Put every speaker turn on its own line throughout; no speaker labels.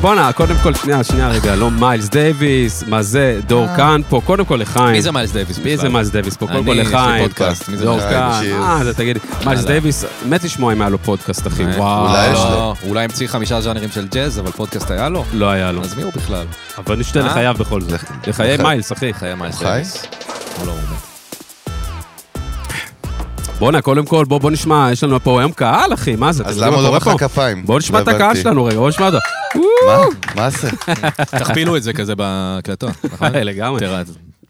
בואנה, קודם כל, שנייה, שנייה רגע, לא מיילס דייוויס, מה זה, דור כאן פה, קודם כל לחיים.
מי זה כן. מיילס דייוויס?
מי זה מיילס דייוויס פה? קודם כל
אני, יש לי
לחיים.
פודקאסט, מי זה
דור
מיילס
כאן,
דייוויס?
אה, זה תגיד, לי. מיילס דייוויס, מת לשמוע אם היה לו פודקאסט, אחי. וואו.
אולי יש
לא, הוא אולי המציא חמישה ז'אנרים של ג'אז, אבל פודקאסט היה לו?
לא היה לו.
אז מי הוא בכלל?
אבל נשתה
אה?
לחייו בכל זאת. לחיי
לח-
מיילס, אחי.
חיי מיילס
חי?
דייוויס. הוא לא, הוא מת.
בואנה, קודם כל, בוא בוא נשמע, יש לנו פה היום קהל, אחי, מה זה?
אז
אתם
למה
יודעים
הוא
מה
לא
קורה
מחא
פה?
כפיים?
בואו נשמע
לא
את הקהל
הבנתי.
שלנו רגע, בואו נשמע אותו.
מה? מה זה?
תכפילו את זה כזה בהקלטות, נכון?
אה, לגמרי.
תראה,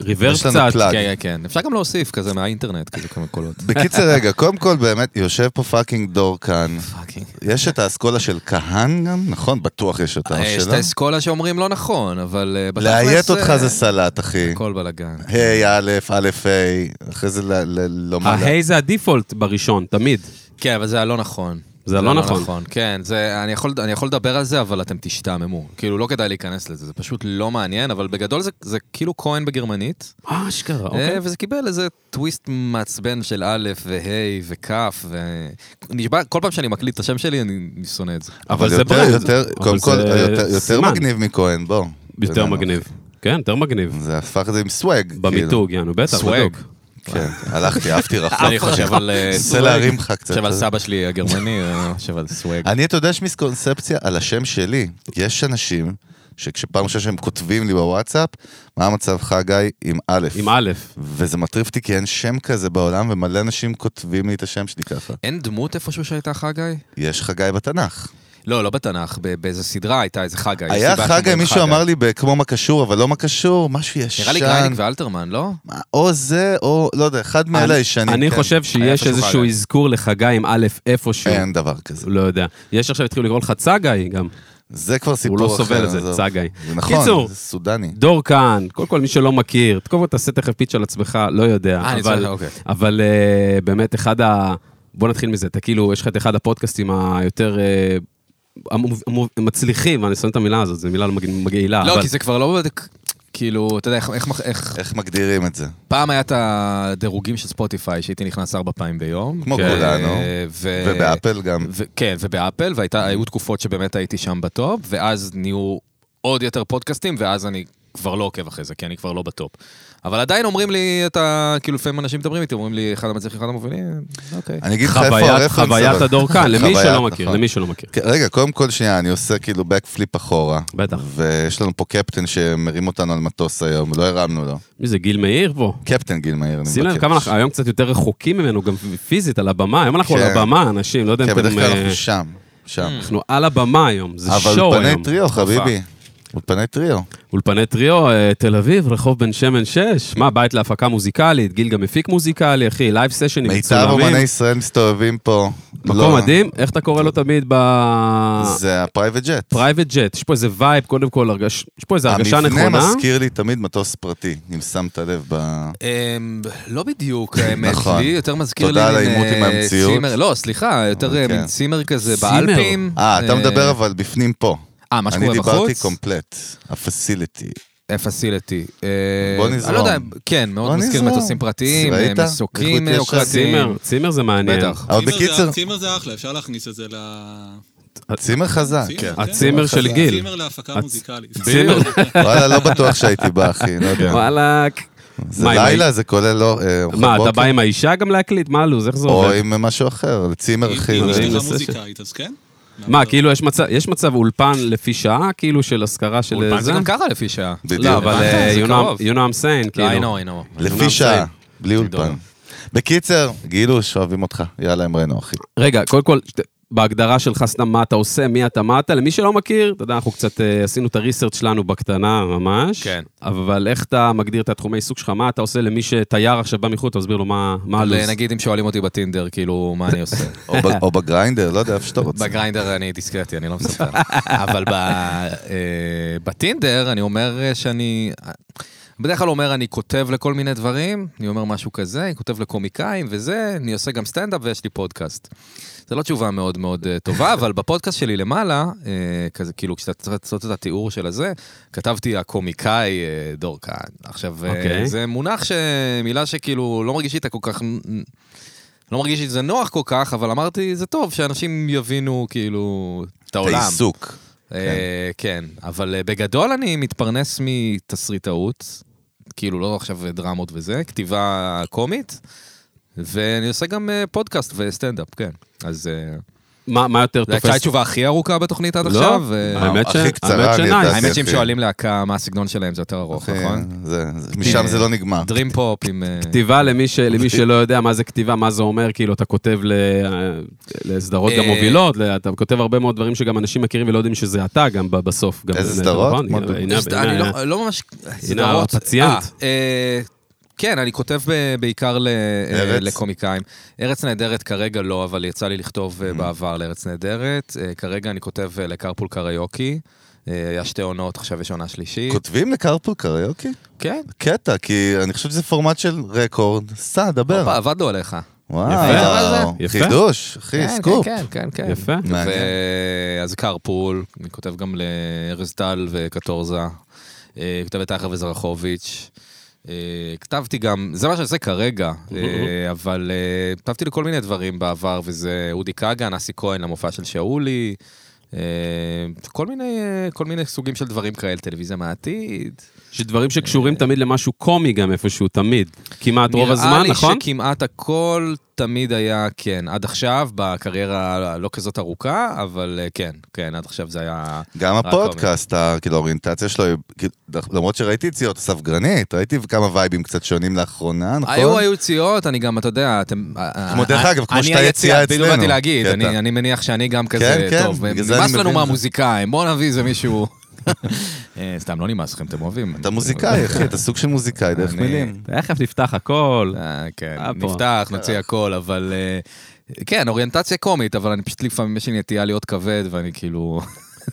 ריברס
יש לנו
קצת.
פלאג.
כן, כן, כן. אפשר גם להוסיף כזה מהאינטרנט, כזה כמה קולות.
בקיצר, רגע, קודם כל, באמת, יושב פה פאקינג דור כאן.
פאקינג.
יש את האסכולה של כהן גם, נכון? בטוח יש אותה
אה, יש את
שלה.
האסכולה שאומרים לא נכון, אבל... אה, בתכלס,
לאיית אותך
אה,
זה סלט, אחי.
הכל בלאגן.
היי, א', א', ה', אחרי זה ל- ל- לומר... לה-
ההיי זה הדיפולט בראשון, תמיד.
כן, אבל זה הלא נכון.
זה לא נכון.
כן, זה, אני, יכול, אני יכול לדבר על זה, אבל אתם תשתעממו. כאילו, לא כדאי להיכנס לזה, זה פשוט לא מעניין, אבל בגדול זה, זה כאילו כהן בגרמנית,
אה, אשכרה,
אה,
אוקיי.
וזה קיבל איזה טוויסט מעצבן של א' וה' וכ', ונשבע, כל פעם שאני מקליט את השם שלי, אני, אני שונא את זה.
אבל
זה
יותר,
ברנד.
יותר,
אבל
קודם כל,
זה
יותר- יותר
סימן.
מגניב כאילו, מכהן, בוא. אתה
יותר
יודע,
מגניב. כן, יותר מגניב.
זה הפך את זה עם סוואג. כאילו.
במיתוג, יענו, בטח,
סוואג.
בדיוק.
כן, הלכתי, עפתי רחוק.
אני חושב על... אה,
נסה להרים לך קצת.
חושב על סבא שלי הגרמני, אה, חושב על סוואג.
אני, אתה יודע, יש מיסקונספציה על השם שלי. יש אנשים שכשפעם ראשונה שהם כותבים לי בוואטסאפ, מה המצבך, גיא? עם א'.
עם א',
וזה מטריף אותי כי אין שם כזה בעולם, ומלא אנשים כותבים לי את השם שלי ככה.
אין דמות איפשהו שהייתה חגי?
יש חגי בתנ"ך.
לא, לא בתנ"ך, ב- באיזה סדרה הייתה איזה חגי. יש
היה
סיבה
חגי,
שאומרים
מישהו
אה?
אמר לי ב- כמו מה קשור, אבל לא מה קשור, משהו ישן.
נראה לי גרייניק ואלתרמן, לא?
מה, או זה, או לא יודע, אחד מאלה הישנים.
אני
כן.
חושב
היה
שיש
פשוט
איזשהו
חגי.
אזכור לחגי עם א' איפשהו.
אין דבר כזה.
לא יודע. יש עכשיו התחילו לקרוא לך צגאי גם.
זה כבר סיפור
הוא
אחר.
לא סובל את זה,
עזוב.
צגאי.
זה נכון,
קיצור.
זה סודני.
דור כאן, קודם כל מי שלא מכיר, קודם כל תעשה תכף פיץ' על עצמך, לא יודע.
אה, אני
אבל-
צריך, אוקיי.
אבל אה, באמת אחד ה... בוא נתחיל מזה, אתה כאילו, יש לך את אחד הפודקאסטים היותר... אה, המוב- המוב- מצליחים, ואני שונא את המילה הזאת, זו מילה לא מגעיל- מגעילה.
לא,
אבל-
כי זה כבר לא... בדיוק- כאילו, אתה יודע, איך- איך- איך...
איך מגדירים את זה?
פעם היה את הדירוגים של ספוטיפיי, שהייתי נכנס ארבע פעמים ביום.
כמו
ו-
כולנו.
אה,
ו-
ובאפל גם.
ו- כן, ובאפל, והיו תקופות שבאמת הייתי שם בטופ, ואז נהיו עוד יותר פודקאסטים, ואז אני כבר לא עוקב אחרי זה, כי אני כבר לא בטופ. אבל עדיין אומרים לי, אתה, כאילו לפעמים אנשים מדברים איתי, אומרים לי, אחד המצליחים, אחד המובילים, אוקיי.
אני אגיד לך איפה
חוויית-
הרפרנס.
חוויית
אבל.
הדור כאן, למי
חוויית,
שלא מכיר,
נכון.
למי שלא מכיר.
כן, רגע, קודם כל, שנייה, אני עושה כאילו backflip אחורה.
בטח.
ויש לנו פה קפטן שמרים אותנו על מטוס היום, לא הרמנו לו.
מי זה, גיל מאיר פה?
קפטן גיל מאיר, אני מבקש.
שים לב כמה אנחנו היום קצת יותר רחוקים ממנו, גם פיזית, על הבמה. היום אנחנו על
כן.
הבמה, אנשים, לא יודע אם
כן,
אתם...
בדרך כלל
אה,
אנחנו שם, שם.
אנחנו על הבמה היום, זה
אבל
שואו היום.
אולפני טריו, חביבי. אולפני טריו.
אולפני טריו, אה, תל אביב, רחוב בן שמן 6. מה, בית להפקה מוזיקלית, גיל גם מפיק מוזיקלי, אחי, לייב סשנים
מיטב
מצולמים.
אומני ישראל מסתובבים פה.
מקום
לא.
מדהים, איך אתה קורא לו תמיד ב...
זה הפרייבט ג'ט.
פרייבט ג'ט, יש פה איזה וייב, קודם כל, הרגש- יש פה איזה הרגשה
המבנה
נכונה.
מזכיר לי תמיד מטוס פרטי, אם שמת לב ב...
אמ, לא בדיוק, האמת,
נכון.
לי יותר מזכיר לי...
תודה על
מין,
העימות עם
אה,
המציאות.
צימר- לא, סליחה, יותר אה,
כן.
מין צימר כזה
צימר.
באלפים.
אה, אתה מדבר אבל בפנים פה.
אה, מה שקורה
אני
בחוץ?
דיברתי קומפלט, הפסיליטי.
פסיליטי.
בוא
אני
נזרום.
לא יודע, כן,
בוא
מאוד מזכיר
נזרום.
מטוסים פרטיים, אה,
ראית?
מסוקים
איכות יש
יוקרתיים.
צימר, צימר זה מעניין.
בטח.
אבל
צימר זה-
אה, בקיצר,
צימר זה אחלה, אפשר להכניס את זה ל...
צימר חזק.
צימר, כן.
הצימר של גיל.
צימר להפקה
הצ-
מוזיקלית.
צימר.
וואלה, לא בטוח שהייתי בא, אחי, לא
כן.
יודע.
וואלאק.
זה
מה, עם
לילה, זה כולל לא... אה,
האיש- מה, אתה
בוקר?
בא עם האישה גם להקליט? מה הלו"ז, איך זה
או
עובד?
עם משהו אחר, צימר
אם-
אחי.
אם
זה-
אשתך
בסשן.
מוזיקאית, אז כן.
מה, כאילו יש מצב- יש מצב אולפן לפי שעה, כאילו של השכרה של
אולפן
זה?
אה, זה גם ככה לפי שעה.
בדיוק.
לא, אבל
הבנת?
אה,
זה
you know-
קרוב.
you know I'm saying,
לא, I
כאילו.
know, I know.
אמנם
לפי שעה,
זה-
בלי אולפן. בקיצר, גילוש, אוהבים אותך. יאללה, אמרנו, אחי.
רגע, קודם כל, שת- בהגדרה שלך סתם מה אתה עושה, מי אתה, מה אתה, למי שלא מכיר, אתה יודע, אנחנו קצת אה, עשינו את הריסרצ' שלנו בקטנה ממש.
כן.
אבל איך אתה מגדיר את התחומי עיסוק שלך, מה אתה עושה למי שתייר עכשיו בא מחוץ, תסביר לו מה מה
אבל,
הלו"ז.
אה, נגיד אם שואלים אותי בטינדר, כאילו, מה אני עושה?
או ב- או בגריינדר, לא יודע, איפה שאתה רוצה.
בגריינדר אני דיסקרטי, אני לא מספר. אבל ב- אה, בטינדר אני אומר אה, שאני... בדרך כלל אומר, אני כותב לכל מיני דברים, אני אומר משהו כזה, אני כותב לקומיקאים וזה, אני עושה גם סטנדאפ ויש לי פודקאסט. זו לא תשובה מאוד מאוד אה, טובה, אבל בפודקאסט שלי למעלה, אה, כזה, כאילו, כשאתה צריך לעשות את התיאור של הזה, כתבתי הקומיקאי אה, דור כהן. עכשיו, אה,
אוקיי.
זה מונח ש... מילה שכאילו לא מרגיש איתה כל כך... לא מרגיש לי שזה נוח כל כך, אבל אמרתי, זה טוב שאנשים יבינו כאילו את
את
העולם.
העיסוק.
אה, כן, אבל אה, בגדול אני מתפרנס מתסריטאות, כאילו לא עכשיו דרמות וזה, כתיבה קומית, ואני עושה גם אה, פודקאסט וסטנדאפ, כן. אז אה,
מה מה יותר
זו הייתה
תופס?
התשובה הכי ארוכה בתוכנית עד
לא,
עכשיו. אה,
האמת ש-
הכי קצרה
האמת
אני
שנייס.
יודעת.
האמת שאם
יפה.
שואלים להקה מה הסגנון שלהם זה יותר ארוך,
אחי,
נכון?
כן, זה- זה- משם זה לא נגמר.
דרים פופ עם... אה,
כתיבה למי, ש... למי שלא יודע מה זה כתיבה, מה זה אומר, כאילו, אתה כותב ל... לסדרות גם
אה,
מובילות, ל- אתה כותב הרבה מאוד דברים שגם אנשים מכירים ולא יודעים שזה אתה גם ב- בסוף. גם
איזה
זה-
סדרות?
נכון?
מה-
הנה-
יש-
הנה-
אני לא- לא ממש... סדרות.
הפציינט.
אה, אה, כן, אני כותב ב- בעיקר ל- אה,
ארץ?
לקומיקאים. ארץ נהדרת כרגע לא, אבל יצא לי לכתוב
Mm-hmm.
אה, בעבר לארץ נהדרת. אה, כרגע אני כותב אה, לקרפול קריוקי. אה, היה שתי עונות, עכשיו יש עונה שלישית.
כותבים לקרפול קריוקי?
כן.
קטע, כי אני חושב שזה פורמט של רקורד. סע, דבר.
הופה, עבדנו עליך.
וואו,
יפה. יפה.
חידוש, אחי,
כן,
סקופ.
כן, כן, כן.
יפה.
מעניין.
ו- אז קרפול, אני כותב גם לארז טל וקטורזה, אה, כותב את אייכר וזרחוביץ'. אה, כתבתי גם, זה מה שאני עושה כרגע, אה, אבל אה, כתבתי לכל מיני דברים בעבר, וזה אודי כגן, אסי כהן, למופע של שאולי, אה, כל מיני, אה, כל מיני סוגים של דברים כאלה, טלוויזיה מהעתיד.
שדברים שקשורים תמיד למשהו קומי גם איפשהו, תמיד. כמעט רוב הזמן,
נראה
נכון?
לי שכמעט הכל תמיד היה, כן, עד עכשיו, בקריירה לא כזאת ארוכה, אבל אה, כן, כן, עד עכשיו זה היה...
גם
רק
הפודקאסט, ה- כאילו האוריינטציה שלו, היא- כאילו, למרות שראיתי יציאות ספגרנית, ראיתי כמה וייבים קצת שונים לאחרונה, נכון?
היו, היו יציאות, אני גם, אתה יודע, אתם...
כמו, דרך
אה,
אגב, כמו
אני
שאתה
היציאה,
יציאה
בדיוק
אצלנו.
באתי להגיד,
קטע.
אני אני מניח שאני גם כזה,
כן, כן,
טוב,
בגלל זה אני
נמאס לנו
מבין.
מהמוזיקאים, בואו נביא איזה מישהו... אה, סתם, לא נמאס לכם, אתם אוהבים.
אתה מוזיקאי, אחי, אתה סוג של מוזיקאי, דרך
אני-
מילים.
תכף נפתח הכל.
אה, כן,
אה, פה.
נפתח, נוציא הכל, אבל... אה, כן, אוריינטציה קומית, אבל אני פשוט לפעמים יש לי נטייה להיות כבד, ואני כאילו...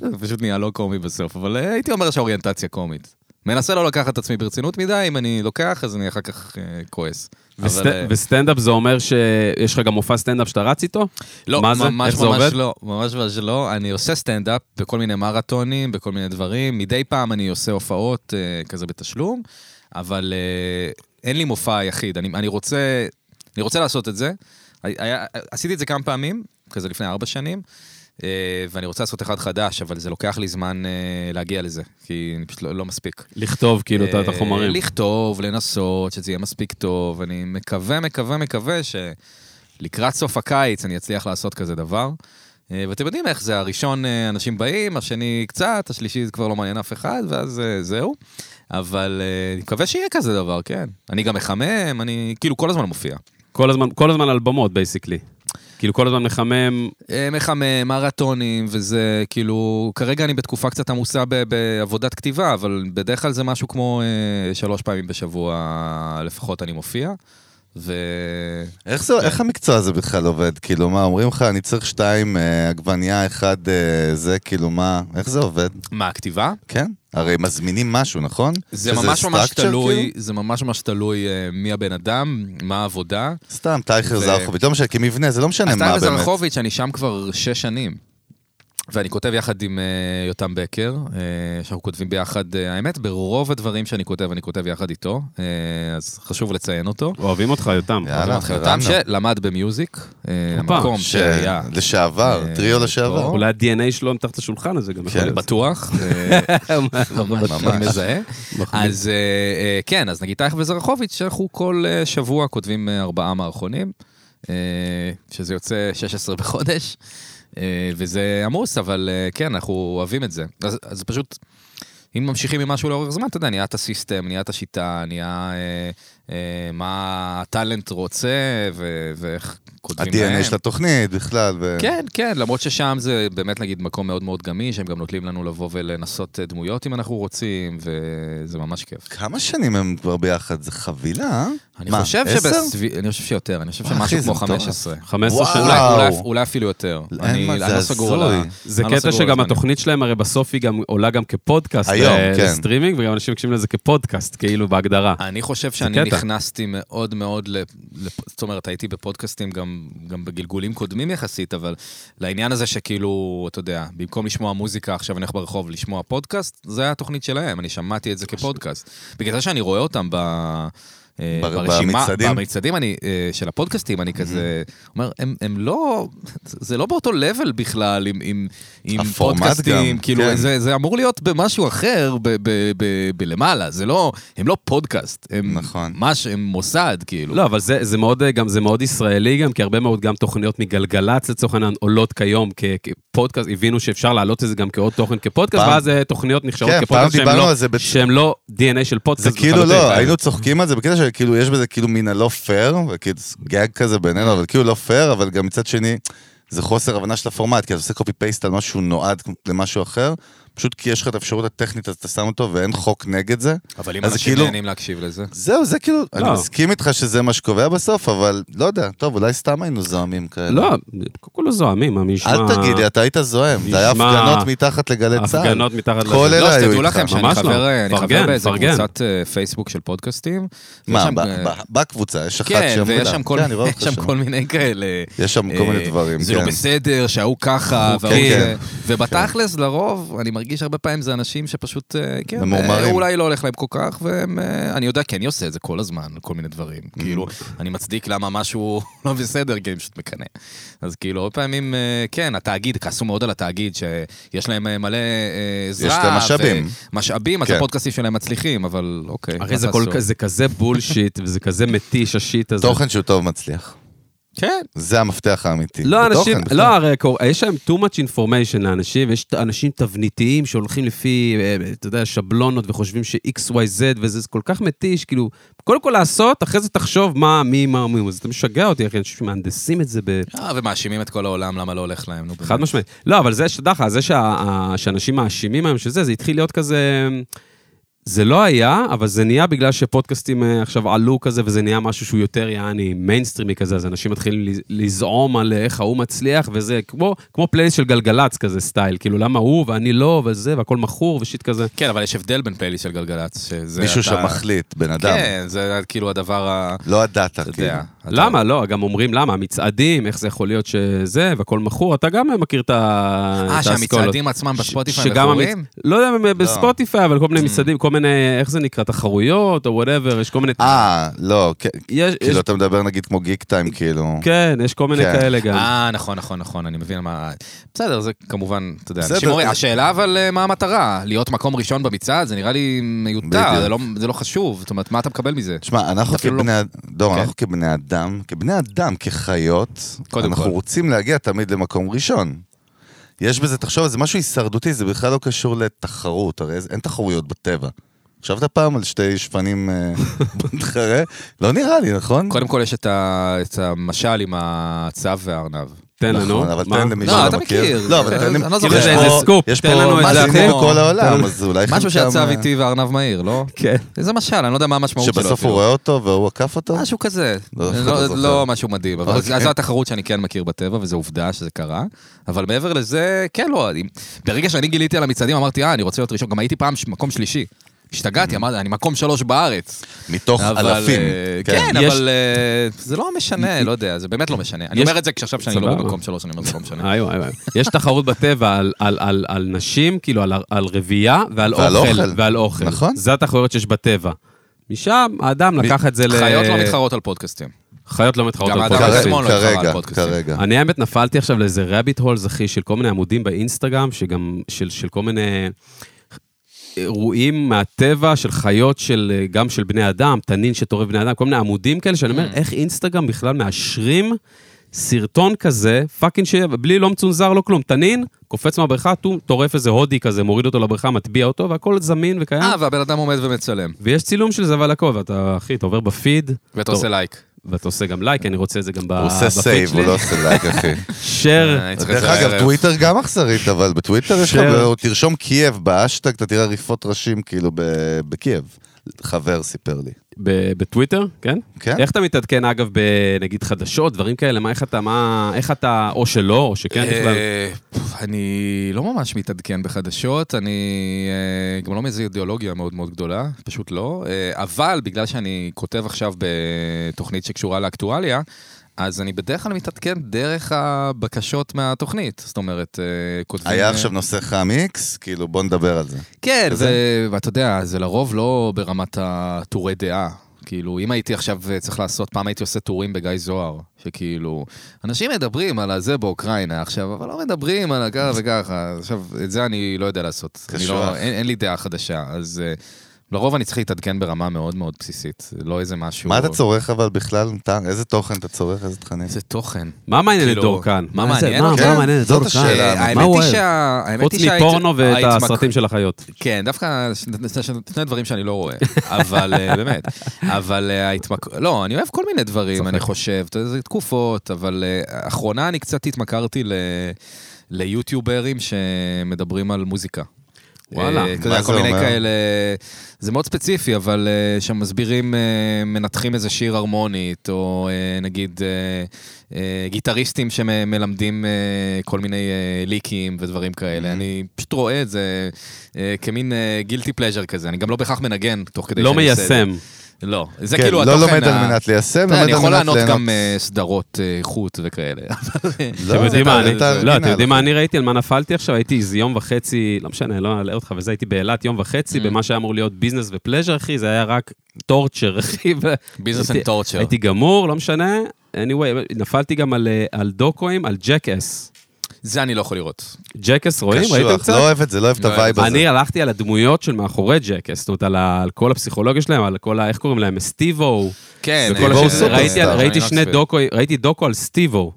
זה פשוט נהיה לא קומי בסוף, אבל אה, הייתי אומר שהאוריינטציה קומית. מנסה לא לקחת את עצמי ברצינות מדי, אם אני לוקח, אז אני אחר כך אה, כועס.
וסט-
אבל, אה,
וסטנדאפ זה אומר שיש לך גם מופע סטנדאפ שאתה רץ איתו?
לא,
מה זה?
ממש
איך זה
ממש
עובד?
לא, ממש ממש לא. אני עושה סטנדאפ בכל מיני מרתונים, בכל מיני דברים. מדי פעם אני עושה הופעות אה, כזה בתשלום, אבל אה, אין לי מופע יחיד. אני, אני, רוצה, אני רוצה לעשות את זה. היה, עשיתי את זה כמה פעמים, כזה לפני ארבע שנים, אה, ואני רוצה לעשות אחד חדש, אבל זה לוקח לי זמן אה, להגיע לזה, כי אני פשוט לא, לא מספיק.
לכתוב כאילו את- את
אה,
החומרים.
לכתוב, לנסות, שזה יהיה מספיק טוב. אני מקווה, מקווה, מקווה שלקראת סוף הקיץ אני אצליח לעשות כזה דבר. אה, ואתם יודעים איך זה, הראשון אה, אנשים באים, השני קצת, השלישי זה כבר לא מעניין אף אחד, ואז אה, זהו. אבל אה, אני מקווה שיהיה כזה דבר, כן. אני גם מחמם, אני כאילו כל הזמן מופיע.
כל הזמן- כל הזמן על במות, בייסיקלי. כאילו כל הזמן מחמם,
אה, מחמם, מרתונים, וזה כאילו, כרגע אני בתקופה קצת עמוסה ב- בעבודת כתיבה, אבל בדרך כלל זה משהו כמו אה, שלוש פעמים בשבוע לפחות אני מופיע. ו...
איך זה, איך המקצוע הזה בכלל עובד? כאילו, מה, אומרים לך, אני צריך שתיים אה, עגבנייה, אחד אה, זה, כאילו, מה, איך זה עובד?
מה, הכתיבה?
כן? הרי מזמינים משהו, נכון?
זה
שזה
ממש ממש
structure, כאילו?
תלוי, זה ממש ממש תלוי אה, מי הבן אדם, מה העבודה.
כאילו? סתם, טייכר
ו-
זרחוביץ', לא משנה, כמבנה, זה לא משנה מה
סטייל
באמת.
זרחוביץ', אני שם כבר שש שנים. ואני כותב יחד עם אה, יותם בקר, אה, שאנחנו כותבים ביחד, אה, האמת, ברוב הדברים שאני כותב, אני כותב יחד איתו, אה, אז חשוב לציין אותו.
אוהבים אותך, יותם.
יאללה,
יותם
הרמנו.
שלמד במיוזיק, אה,
הופה.
המקום
ש-
שהיה.
לשעבר,
אה,
טריו לשעבר.
פה.
אולי ה-DNA שלו מתחת לשולחן הזה גם יכול
לא? כן.
להיות.
בטוח, אה,
ממש.
אני מזהה.
מחמיא.
אז אה, אה, כן, אז נגיד טייך וזרחוביץ', אנחנו כל אה, שבוע כותבים אה, ארבעה מערכונים, אה, שזה יוצא 16 בחודש, אה, וזה עמוס, אבל אה, כן, אנחנו אוהבים את זה. אז אז פשוט, אם ממשיכים עם משהו לאורך זמן, אתה יודע, נהיה את הסיסטם, נהיה את השיטה, נהיה אה, אה, מה הטאלנט רוצה, ו- ואיך כותבים להם.
ה-DNA של התוכנית בכלל. ו-
כן, כן, למרות ששם זה באמת נגיד מקום מאוד מאוד גמיש, הם גם נותנים לנו לבוא ולנסות אה, דמויות אם אנחנו רוצים, וזה ממש כיף.
כמה שנים הם כבר ביחד? זה חבילה, אה?
אני
מה,
חושב
עשר?
שבסביב... אני חושב שיותר, אני חושב
וואי,
שמשהו
אחי, זה
כמו
מטורף.
15.
15
וואו.
שנה.
אולי- אולי-
וואו.
אולי אפילו יותר.
אין
אני
מה,
אני
זה
לא סגור על ה...
הזוי.
זה
אני לא
קטע
סגור על
שגם
הזמנים.
התוכנית שלהם הרי בסוף היא גם עולה גם כפודקאסט.
היום,
אה,
כן. אה.
לסטרימינג, וגם אנשים מקשיבים לזה כפודקאסט, כאילו בהגדרה.
אני חושב שאני
קטע.
נכנסתי מאוד מאוד, ל- לפ- זאת אומרת, הייתי בפודקאסטים גם, גם בגלגולים קודמים יחסית, אבל לעניין הזה שכאילו, אתה יודע, במקום לשמוע מוזיקה, עכשיו אני הולך ברחוב לשמוע פודקאסט, זה היה התוכנית שלהם, אני שמעתי את זה כפודקאסט. בגלל זה שאני רואה אותם ב... אה,
בר-
ברשימה,
במצעדים? Mm-hmm.
במצעדים אני, אה, של הפודקאסטים, אני כזה, אומר, הם, הם לא, זה לא באותו level בכלל עם, עם, עם
הפורמט
פודקאסטים,
גם,
כאילו,
כן.
זה, זה אמור להיות במשהו אחר, ב, ב, ב, בלמעלה, זה לא, הם לא פודקאסט, הם,
נכון.
מש, הם מוסד, כאילו.
לא, אבל זה, זה, מאוד, אה, גם, זה מאוד ישראלי גם, כי הרבה מאוד גם תוכניות מגלגלצ לצורך העניין עולות כיום כ- כפודקאסט, הבינו שאפשר להעלות את זה גם כעוד תוכן כפודקאסט,
פעם-
ואז אה, תוכניות נחשבות
כן, פעם
כפודקאסט שהם
דיברנו
לא,
על זה בצ-
שהם לא DNA של פודקאסט.
זה כאילו
לחלוטין.
לא, היינו צוחקים על זה בקטע שכאילו יש בזה כאילו מן הלא פייר, וכאילו גג כזה בינינו, אבל כאילו לא פייר, אבל גם מצד שני, זה חוסר הבנה של הפורמט, כי אתה עושה קופי פייסט על משהו שהוא נועד למשהו אחר, פשוט כי יש לך את האפשרות הטכנית, אז אתה שם אותו ואין חוק נגד זה.
אבל אם
אז זה
אנשים
כאילו-
נהנים להקשיב לזה.
זהו, זה כאילו, אני
לא.
מסכים איתך שזה מה שקובע בסוף, אבל לא יודע, טוב, אולי סתם היינו זועמים כאלה.
לא, כולו זועמים, מה, מי ישמע...
אל תגיד לי, אתה היית זועם, זה היה
נשמע-
הפגנות מתחת לגלי צה"ל.
הפגנות מתחת
כל
לזה.
אלה
לא,
היו
שתדעו
איתך,
לכם שאני
ממש לא.
חבר, אני חבר
פרגן,
באיזה
פרגן.
קבוצת אה, פייסבוק של פודקאסטים. יש
מה,
שם,
ב-
אה,
ב- בקבוצה, יש אחת
כן,
שם
ויש
מולה.
שם כל
כן, אני רואה
מיני-
אותך
יש שם
שם.
כל מיני כאלה.
יש שם כל
אה,
מיני דברים,
זה לא
כן.
בסדר, שההוא ככה,
כן,
וההוא זה.
כן.
ובתכלס, לרוב, אני מרגיש הרבה פעמים זה אנשים שפשוט, אה, כן,
ממורמרים.
אה, אולי לא הולך להם כל כך, והם, אה, אני יודע, כי אני עושה את זה כל הזמן, כל מיני דברים.
Mm.
כאילו, אני מצדיק למה משהו לא בסדר, כי אני פשוט מקנא. אז כאילו, הרבה פעמים, אה, כן, התאגיד, כעסו מאוד על התאגיד, שיש להם אה, מלא אה, עזרה.
להם משאבים.
משאבים, אז
כן.
הפודקאסטים שלהם מצליחים, אבל אוקיי.
הרי
מה
זה,
תעשו?
כל, זה כזה בולשיט, וזה כזה מתיש, השיט הזה.
תוכן שהוא טוב מצליח.
כן.
זה המפתח האמיתי.
לא,
בתוכן,
אנשים,
בכלל.
לא, הרי קור- יש להם too much information לאנשים, יש ת- אנשים תבניתיים שהולכים לפי, אה, אתה יודע, שבלונות וחושבים ש-XYZ, וזה כל כך מתיש, כאילו, קודם כל לעשות, אחרי זה תחשוב מה, מי, מה, מי, אז אתה משגע אותי, אחי, אנשים שמהנדסים את זה ב...
אה, ומאשימים את כל העולם למה לא הולך להם, נו.
חד
באמת.
משמעית. לא, אבל זה, שדע לך, זה שה- ה- שאנשים מאשימים היום שזה, זה התחיל להיות כזה... זה לא היה, אבל זה נהיה בגלל שפודקאסטים אה, עכשיו עלו כזה, וזה נהיה משהו שהוא יותר יעני מיינסטרימי כזה, אז אנשים מתחילים לז- לזעום על אה, איך ההוא מצליח, וזה כמו, כמו פלייליסט של גלגלצ כזה סטייל, כאילו למה הוא ואני לא, וזה, והכל מכור ושיט כזה.
כן, אבל יש הבדל בין פלייליסט של גלגלצ, שזה
מישהו
אתה-
שם מחליט, בן אדם.
כן, זה כאילו הדבר ה...
לא הדאטה,
אתה
כאילו.
יודע. אתה-
למה? לא, גם אומרים למה, המצעדים, איך זה יכול להיות שזה, והכל מכור, אתה גם מכיר את ה- את
אה,
האסכולות.
שהמצעדים עצמם בספוטיפיי
שגם
מכורים?
המצ- לא יודע, הם בספוטיפיי, אבל כל
Mm.
מיני מצעדים, כל מיני, איך זה נקרא, תחרויות או וואטאבר, יש כל מיני...
אה, לא, כן.
יש- יש-
כאילו, אתה מדבר נגיד כמו גיק טיים, כאילו.
כן, יש כל מיני
כן.
כאלה גם.
אה, נכון, נכון, נכון, אני מבין מה... בסדר, זה כמובן, אתה יודע,
בסדר,
אנשים אומרים,
זה-
השאלה אבל אה, מה המטרה? להיות מקום ראשון במצעד? זה נראה לי מיותר,
בדיוק.
זה לא- זה לא חשוב, זאת אומרת, מה אתה מקבל מזה?
תשמע, אנחנו
אפילו
כבני, אד- דור,
כן.
אנחנו כבני אדם, כבני אדם, כחיות,
קודם
אנחנו
כל.
רוצים להגיע תמיד למקום ראשון. יש בזה, תחשוב, זה משהו הישרדותי, זה בכלל לא קשור לתחרות, הרי אין תחרויות בטבע. חשבת פעם על שתי שפנים אה, מתחרה? לא נראה לי, נכון?
קודם כל יש את ה- את המשל עם הצב והארנב.
תן לנו.
נכון, אבל
מה?
תן למי
לא,
שלא
אתה
מכיר.
מכיר.
לא, אבל
אה,
תן
אני
למי...
לא
כאילו,
זוכר.
יש
זה איזה
פה-
סקופ,
יש
תן
פה
לנו את זה
מאזינים
כמו-
מכל
תן-
העולם, אז אולי
משהו
חלקם,
שהצב
אה,
איתי והארנב מהיר, לא?
כן.
זה משל, אני לא יודע מה המשמעות שלו.
שבסוף
אפילו.
הוא רואה אותו והוא עקף אותו?
משהו כזה.
לא, אף אחד לא
לא
זוכר.
לא משהו מדהים, אבל
אוקיי.
זו התחרות שאני כן מכיר בטבע, וזו עובדה שזה קרה. אבל מעבר לזה, כן, לא, אני- ברגע שאני גיליתי על המצעדים, אמרתי, אה, אני רוצה להיות ראשון. גם הייתי פעם ש- מקום שלישי. השתגעתי, אמרתי, אני מקום שלוש בארץ.
מתוך
אבל,
אלפים.
אה,
כן.
כן,
יש-
אבל אה, זה לא משנה, לא יודע, זה באמת לא משנה. אני
יש-
אומר את זה כשעכשיו שאני לא
סבבה.
במקום שלוש, אני אומר, זה לא משנה.
איי, וואי, וואי. יש תחרות בטבע על- על- על על נשים, כאילו על- על רבייה ועל
ועל
אוכל.
אוכל.
ועל אוכל.
נכון.
זה התחרויות שיש בטבע. משם האדם לקח את זה ל...
חיות לא מתחרות על פודקאסטים.
חיות לא מתחרות
גם
על
האדם
פודקאסטים.
כרגע,
עצמו לא התחרה על
כרגע,
פודקאסטים.
כרגע.
אני האמת נפלתי עכשיו לאיזה רביט הולס, אחי, של כל מיני עמודים באינסטגרם, שגם, של, של כל מיני אירועים מהטבע, של חיות, של, אה, גם של בני אדם, תנין שטורף בני אדם, כל מיני עמודים כאלה, שאני אומר, איך אינסטגרם בכלל מאשרים סרטון כזה, פאקינג ש... בלי לא מצונזר, לא כלום. תנין, קופץ מהבריכה, טו- טורף איזה הודי כזה, מוריד אותו לבריכה, מטביע אותו, והכל זמין וקיים.
אה, והבן אדם עומד ומצלם,
ויש צילום של זה ועל הכל, ואתה, אחי, אתה עובר בפיד,
ואתה
טוב.
עושה לייק.
ואתה עושה גם לייק, אני רוצה את זה גם ב-
הוא עושה
בפיד שלי.
סייב, הוא לא עושה לייק, אחי.
שר.
אה, אני צריך
דרך
איזה
אגב,
ערב.
טוויטר גם אכזרית, אבל בטוויטר יש לך,
שר.
או תרשום קייב באשטג, אתה תראה עריפות ראשים כאילו ב- בקייב. חבר סיפר לי.
ב- בטוויטר, כן?
כן.
איך אתה מתעדכן, אגב, בנגיד חדשות, דברים כאלה? מה, איך אתה, מה, איך אתה, או שלא, או שכן בכלל?
אה, פוף, אני לא ממש מתעדכן בחדשות, אני אה, גם לא מאיזו אידיאולוגיה מאוד מאוד גדולה, פשוט לא. אה, אבל בגלל שאני כותב עכשיו בתוכנית שקשורה לאקטואליה, אז אני בדרך כלל מתעדכן דרך הבקשות מהתוכנית. זאת אומרת, אה, כותבים...
היה
אה,
עכשיו נושא חם איקס, כאילו בוא נדבר על זה.
כן,
כזה?
זה- ואתה יודע, זה לרוב לא ברמת הטורי דעה. כאילו, אם הייתי עכשיו אה, צריך לעשות, פעם הייתי עושה טורים בגיא זוהר, שכאילו, אנשים מדברים על הזה באוקראינה עכשיו, אבל לא מדברים על ככה וככה. עכשיו, את זה אני לא יודע לעשות. אני
קשוח.
לא, אין, אין לי דעה חדשה, אז אה, לרוב אני צריך להתעדכן ברמה מאוד מאוד בסיסית, לא איזה משהו...
מה אתה צורך אבל בכלל? טעם? איזה תוכן אתה צורך? איזה תכנים?
איזה תוכן.
מה מעניין את
כאילו,
דור כאן?
מה
זה-
מעניין
מה
אותו?
מה מעניין את
זאת
דור
השאלה.
כאן?
אה,
מה
האמת
הוא
היא
אוהב?
שה... האמת
חוץ
היא שההת-
מפורנו ואת
ההתמק-
הסרטים של החיות.
כן, דווקא ש- ש- ש- שני דברים שאני לא רואה, אבל אה, באמת. אבל אה, ההתמק... לא, אני אוהב כל מיני דברים,
צוחק.
אני חושב, אתה יודע, זה תקופות, אבל אה, האחרונה אני קצת התמכרתי ל... ליוטיוברים שמדברים על מוזיקה.
וואלה,
אה, אתה
מה
יודע, כל
זה
מיני
אומר?
כאלה, אה, זה מאוד ספציפי, אבל אה, שמסבירים, אה, מנתחים איזה שיר הרמונית, או אה, נגיד אה, אה, גיטריסטים שמלמדים אה, כל מיני אה, ליקים ודברים כאלה. אני פשוט רואה את זה אה, כמין גילטי פלז'ר כזה, אני גם לא בהכרח מנגן תוך כדי
לא
שאני עושה את זה.
מיישם.
לא, זה
כן,
כאילו
לא
התוכן
לומד
ה-
על מנת ליישם,
אתה יודע,
לומד
אני
על
יכול
מנת
לענות
ליהנות.
גם אה, סדרות אה, איכות וכאלה.
אתם
לא,
יודעים
זה
מה,
אתה-
אני-
אתה-
לא,
הנה,
אתם יודעים מה
אנחנו-
אני ראיתי, על מה נפלתי עכשיו? הייתי איזה יום וחצי, לא משנה, לא אלאה אותך וזה, הייתי באילת יום וחצי,
Mm.
במה שהיה אמור להיות ביזנס ופלז'ר, אחי, זה היה רק טורצ'ר, אחי. ו-
ביזנס
הייתי-
אנד טורצ'ר.
הייתי גמור, לא משנה. anyway, נפלתי גם על, אה, על דוקואים, על ג'קאס.
זה אני לא יכול לראות.
ג'קאס רואים?
קשוח,
ראיתם קצת?
לא אוהב את זה, לא אוהב את
לא אוהב
הווייב הזה.
אני הלכתי על הדמויות של מאחורי ג'קס, זאת אומרת, על, ה, על כל הפסיכולוגיה שלהם, על כל ה... איך קוראים להם? סטיבו.
כן,
וכל
אה,
השני,
הוא סופרסטאר,
ראיתי,
שאני
ראיתי שני דוקו, ראיתי דוקו על סטיבו.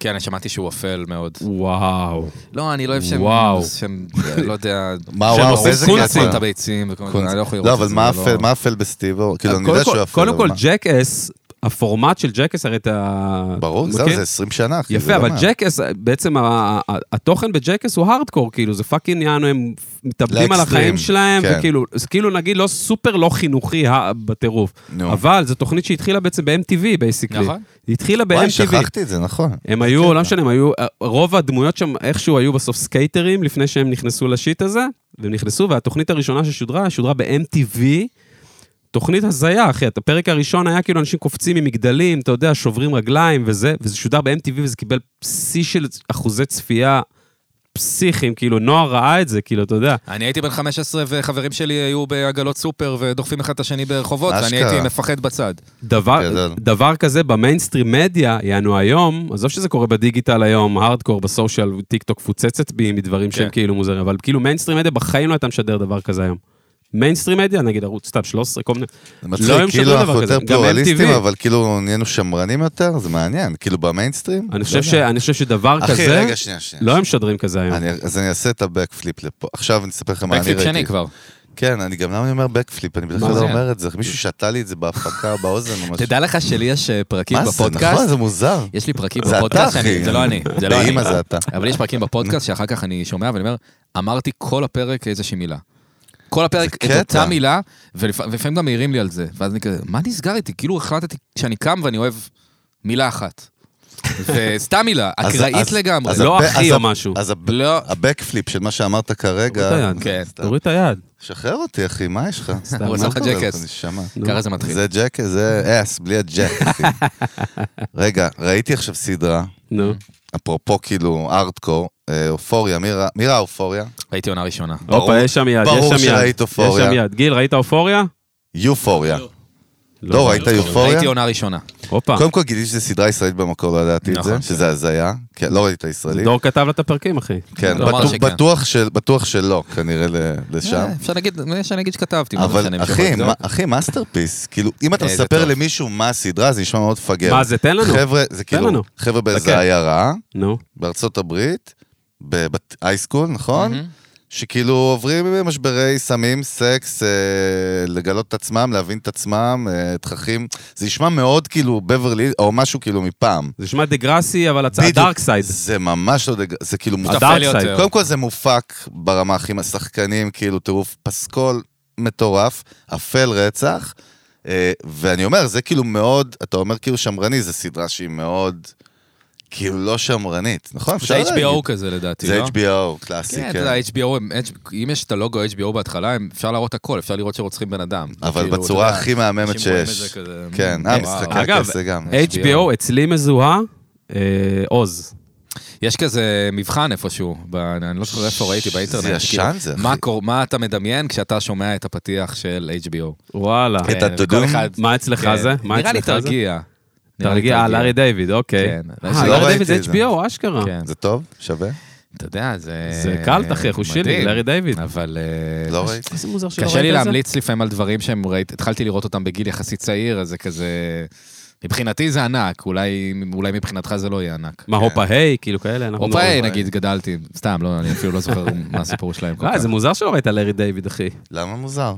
כן, אני שמעתי שהוא אפל מאוד.
וואו.
לא, אני לא אוהב שהם...
וואו.
שהם, לא יודע...
מה,
שהם
וואו,
עושים
באיזה
קונצים.
קטע?
את הביצים וכל מיני, אני לא יכול לראות
לא,
את
אבל
זה,
מה
לא- אה,
אפל- מה אפל בסטיבו? כאילו, אני
קודם
יודע
כל-
שהוא אפל.
קודם
אבל
כל,
מה?
ג'קס, הפורמט של ג'קס, הרי אתה...
ברור, זהו,
אוקיי.
מכיר?
זה 20 שנה, אחי. זה
יפה,
לא
אבל
מעט.
ג'קס, בעצם ה- ה- ה- התוכן בג'קס הוא הארדקור, כאילו, זה פאקינג יענו, הם מתאבדים על
לאקסטרים,
החיים שלהם,
כן.
וכאילו, זה כאילו נגיד לא סופר לא חינוכי ה- בטירוף.
נו.
אבל זו תוכנית שהתחילה בעצם ב-MTV, בייסיקלי.
נכון.
היא התחילה
וואי,
ב-MTV.
שכחתי את זה, נכון.
הם היו, לא משנה, הם היו, רוב הדמויות שם איכשהו היו בסוף סקייטרים לפני שהם נכנסו לשיט הזה, והם נכנסו, והתוכנית הראשונה ששודרה, שודרה ב-MTV. תוכנית הזיה, אחי, את הפרק הראשון היה כאילו אנשים קופצים ממגדלים, אתה יודע, שוברים רגליים וזה, וזה שודר ב-MTV וזה קיבל שיא של אחוזי צפייה פסיכיים, כאילו, נוער ראה את זה, כאילו, אתה יודע.
אני הייתי בן 15 וחברים שלי היו בעגלות סופר ודוחפים אחד את השני ברחובות, ואני
אשכרה.
הייתי מפחד בצד.
דבר,
גדול.
דבר כזה במיינסטרים מדיה, יענו היום, עזוב שזה קורה בדיגיטל היום, הארדקור, בסושיאל, טיק טוק מפוצצת בי מדברים שהם
כן.
כאילו מוזרים, אבל כאילו מיינסטרים מדיה בחיים לא הייתה משדר דבר כזה היום. מיינסטרים מדיה, נגיד ערוץ סתם 13, כל מיני...
זה
לא
מצחיק,
היו משדרים
כאילו
דבר
אנחנו
כזה,
יותר
גם
פלורליסטים,
MTV.
אבל כאילו נהיינו שמרנים יותר, זה מעניין. כאילו במיינסטרים?
אני
לא
חושב,
יודע.
ש, אני חושב שדבר
אחי,
כזה,
רגע, שנייה, שנייה.
לא הם משדרים כזה היום.
אני- אז אני אעשה את הבקפליפ לפה. עכשיו אני אספר לכם מה אני ראיתי.
בקליפ שני כבר.
כן, אני גם, למה אני אומר בקפליפ? אני בדרך
מה
כלל
זה?
לא אומר את זה. מישהו שתה לי את זה בהפקה, באוזן או משהו.
תדע לך שלי יש אה, פרקים
מה זה,
בפודקאסט,
נכון, זה מוזר.
יש לי פרקים
זה אתה,
בפודקאסט,
אחי.
שאני- זה לא אני, זה לא אני.
באמא זה אתה.
אבל יש פרקים בפודקאסט שאחר כך אני שומע ואני אומר, אמרתי כל הפרק איזושהי מילה. כל הפרק את
קטע.
אותה מילה, ולפ- ולפעמים גם מעירים לי על זה. ואז אני כזה, מה נסגר איתי? כאילו החלטתי שאני קם ואני אוהב מילה אחת. וסתם מילה,
אז-
אקראית
אז-
לגמרי.
אז
לא
הב-
אחי
אז
או
הב-
משהו.
אז הב-
לא.
הבקפליפ של מה שאמרת כרגע...
תוריד את היד.
כן.
סתם.
תוריד את היד.
שחרר אותי, אחי, מה יש לך?
סתם,
הוא עשה
מה
לך
אתה-
ג'קס.
זה נשמה.
לא, ככה זה מתחיל.
זה ג'ק, זה אס, בלי הג'ק. אחי. רגע, ראיתי עכשיו סדרה,
נו.
אפרופו כאילו ארטקור, אה, אופוריה, מי ראה- מי ראה אופוריה?
ראיתי עונה ראשונה.
ברור-
הופה, יש שם יד, יש
ברור
שם יד.
שראית אופוריה.
יש שם יד. גיל, ראית אופוריה?
יופוריה.
לא.
לא, ראית יופוריה?
ראיתי עונה ראשונה.
הופה.
קודם כל גיליתי שזו סדרה ישראלית במקור, לא ידעתי את זה,
נכון.
שזה הזיה, כי לא ראיתי את הישראלית.
דור כתב לה את הפרקים, אחי. לא,
כן,
הוא אמר
בטוח-
שכן.
בטוח של- בטוח שלא, כנראה ל- לשם.
אה, אפשר להגיד, אפשר להגיד שכתבתי. מה זה משנה,
אבל
מישהו
אחי,
יכול
מה-
לבדוק?
אחי, מאסטרפיס. כאילו, אם אתה
איזה
מספר
טוב.
למישהו מה הסדרה, זה נשמע מאוד מפגר.
מה זה, תן לנו.
חבר'ה, זה
לנו.
כאילו, חבר'ה
כן.
באיזה עיירה,
נו.
בארצות הברית, בהייסקול, נכון? שכאילו עוברים משברי סמים, סקס, אה, לגלות את עצמם, להבין את עצמם, אה, תככים. זה נשמע מאוד כאילו בברלי, או משהו כאילו מפעם.
זה נשמע דה גראסי, אבל הצעה
בדיוק.
דארק סייד.
זה ממש לא דג... זה כאילו מופק.
הדארק
לי
סייד.
יותר.
קודם כל זה מופק ברמה הכי מהשחקנים, כאילו טירוף פסקול מטורף, אפל רצח. אה, ואני אומר, זה כאילו מאוד, אתה אומר כאילו שמרני, זו סדרה שהיא מאוד, כאילו לא שמרנית, נכון? אפשר
זה
להגיד.
HBO כזה לדעתי,
זה
לא?
HBO, קלאסי,
כן,
כן.
אתה יודע, HBO, הם- H- אם יש את הלוגו HBO בהתחלה, הם- אפשר להראות הכל, אפשר לראות שרוצחים בן אדם.
אבל
כאילו,
בצורה
אתה יודע,
הכי מהממת
אנשים רואים את זה
שיש.
כזה,
כן,
מ-
אה,
וואו.
משחקי
אגב,
הכס זה גם.
HBO.
HBO אצלי מזוהה, אה, עוז.
יש כזה מבחן איפשהו, ב- אני לא זוכר איפה ראיתי באינטרנט.
זה
כאילו,
ישן, זה,
מה
אחי.
קור- מה אתה מדמיין כשאתה שומע את הפתיח של HBO?
וואלה.
את
אה,
הדודום?
וכל אחד-
מה אצלך
כן.
זה? מה
נראה לי
אצלך זה?
תרגיע. נראה לי
תרגיע, אה, לארי דיוויד, אוקיי.
כן,
אה,
לא
לארי
ראיתי
דיוויד זה
את זה.
HBO, אשכרה.
כן.
זה טוב? שווה?
אתה יודע, זה...
זה קלט, אחי, אחו שלי,
מדהים.
לארי דיוויד.
אבל... אה,
לא
זה-
ראיתי.
איזה מוזר שלא ראית את זה.
קשה לי להמליץ לפעמים על דברים שהם ראיתי, התחלתי לראות אותם בגיל יחסית צעיר, אז זה כזה... מבחינתי זה ענק, אולי אולי מבחינתך זה לא יהיה ענק.
כן.
מה, הופה היי, כאילו כאלה? אנחנו
הופה,
לא-
היי, נגיד, גדלתי, סתם, לא, אני אפילו לא זוכר מה הסיפור שלהם כל
אה,
כך.
זה מוזר שלא ראית לארי דיוויד, אחי.
למה מוזר?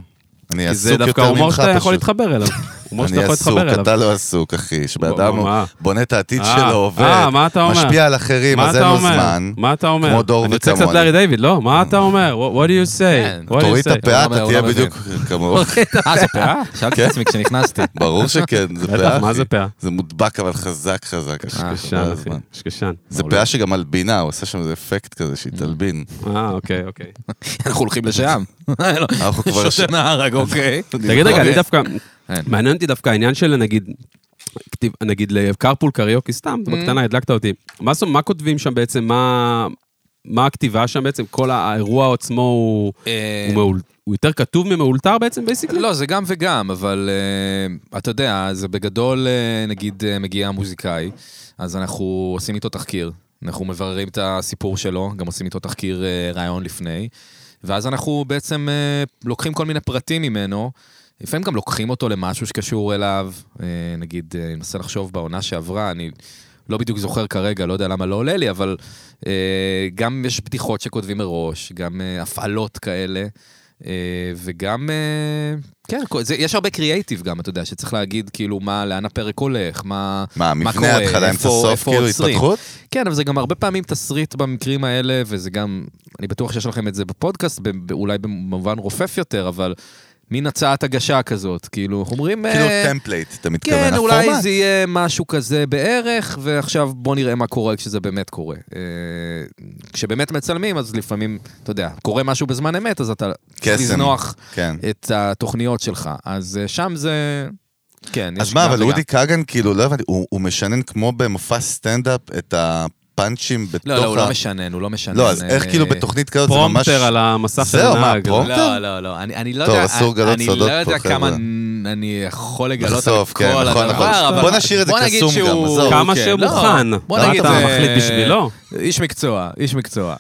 אני
כי
עסוק
זה
יותר ממך פשוט.
דווקא הומור שאתה יכול להתחבר אליו. הומור שאתה
אני
יכול
עסוק,
להתחבר אליו.
אתה לא עסוק, אחי. שבן
בוא,
אדם
בוא, מה?
בונה את העתיד
אה,
שלו, עובד,
אה, מה אתה אומר?
משפיע על אחרים,
מה
אז אין
אתה
לו
אומר?
זמן.
מה אתה אומר?
כמו דור
אני רוצה קצת
וכמוני.
לארי דיוויד, לא? מה אתה אומר? What what do you
כן,
say? What do you
תוריד את
say?
הפאה,
הוא לא-
אתה
הוא
תהיה
לא מבין.
בדיוק
"אוקיי."
כמוהו.
אה, זה פאה? שאלתי את עצמי כשנכנסתי.
ברור שכן, זה פאה.
בטח, מה
אחי.
זה פאה?
זה מודבק, אבל חזק חזק. אחי,
קשקשן,
כל
אחי,
הזמן.
קשקשן.
זה פאה שגם מלבינה, הוא עושה שם איזה אפקט כזה
Mm.
שהיא תלבין.
אה, אוקיי, אוקיי.
אנחנו הולכים לשם.
אנחנו אה, כבר...
שותה נהרג, אוקיי.
תגיד רגע, אני דווקא,
כן.
מעניין אותי דווקא העניין של נגיד, כתיב- נגיד לקרפול קריוקי, סתם, בקטנה הדלקת אותי. מה זאת- מה כותבים שם בעצם? מה מה הכתיבה שם בעצם? כל האירוע עצמו הוא
אה,
הוא מאול- הוא יותר כתוב ממאולתר בעצם, בייסיקלי?
לא, זה גם וגם, אבל אה, אתה יודע, זה בגדול, אה, נגיד, אה, מגיע מוזיקאי, אז אנחנו עושים איתו תחקיר. אנחנו מבררים את הסיפור שלו, גם עושים איתו תחקיר אה, רעיון לפני, ואז אנחנו בעצם אה, לוקחים כל מיני פרטים ממנו. לפעמים גם לוקחים אותו למשהו שקשור אליו, אה, נגיד, אה, אני מנסה לחשוב בעונה שעברה, אני לא בדיוק זוכר כרגע, לא יודע למה לא עולה לי, אבל אה, גם יש בדיחות שכותבים מראש, גם אה, הפעלות כאלה, אה, וגם, אה, כן, כל- זה, יש הרבה קריאייטיב גם, אתה יודע, שצריך להגיד כאילו מה, לאן הפרק הולך, מה,
מה,
קורה,
מפני ההתחלה, אמצע
איפה-
סוף,
איפה
כאילו
עוצרים.
התפתחות?
כן, אבל זה גם הרבה פעמים תסריט במקרים האלה, וזה גם, אני בטוח שיש לכם את זה בפודקאסט, ב- ב- אולי במובן רופף יותר, אבל מין הצעת הגשה כזאת, כאילו, איך אומרים...
כאילו
אה,
טמפלייט, אתה מתכוון.
כן, אולי
הפורמט.
זה יהיה משהו כזה בערך, ועכשיו בוא נראה מה קורה כשזה באמת קורה. אה, כשבאמת מצלמים, אז לפעמים, אתה יודע, קורה משהו בזמן אמת, אז אתה צריך
קסם.
לזנוח
כן.
את התוכניות שלך. אז אה, שם זה... כן, יש
אז מה,
גם
אבל
וגם.
אודי כגן, כאילו, לא הבנתי, הוא הוא משנן כמו במופע סטנדאפ את הפאנצ'ים בתוך ה...
לא, לא, הוא לא משנן, הוא לא משנן.
לא, אז איך
אה,
כאילו בתוכנית כזאת זה ממש...
פרומפטר על המסך של
זהו, מה,
הנהג.
פרומפטר?
לא, לא, לא, אני, אני לא
טוב,
יודע,
אסור לגלות
אני
סודות
לא יודע
פה,
כמה
חבר'ה.
נ- אני יכול לגלות
בסוף,
על כל
כן, נכון,
הדבר,
נכון.
אבל...
בוא נשאיר את זה
בוא נגיד
קסום גם,
שהוא-
עזוב.
כמה
אוקיי,
שהוא
לא,
מוכן.
בוא
למה
נגיד,
אתה
אה,
מחליט בשבילו?
איש מקצוע, איש מקצוע.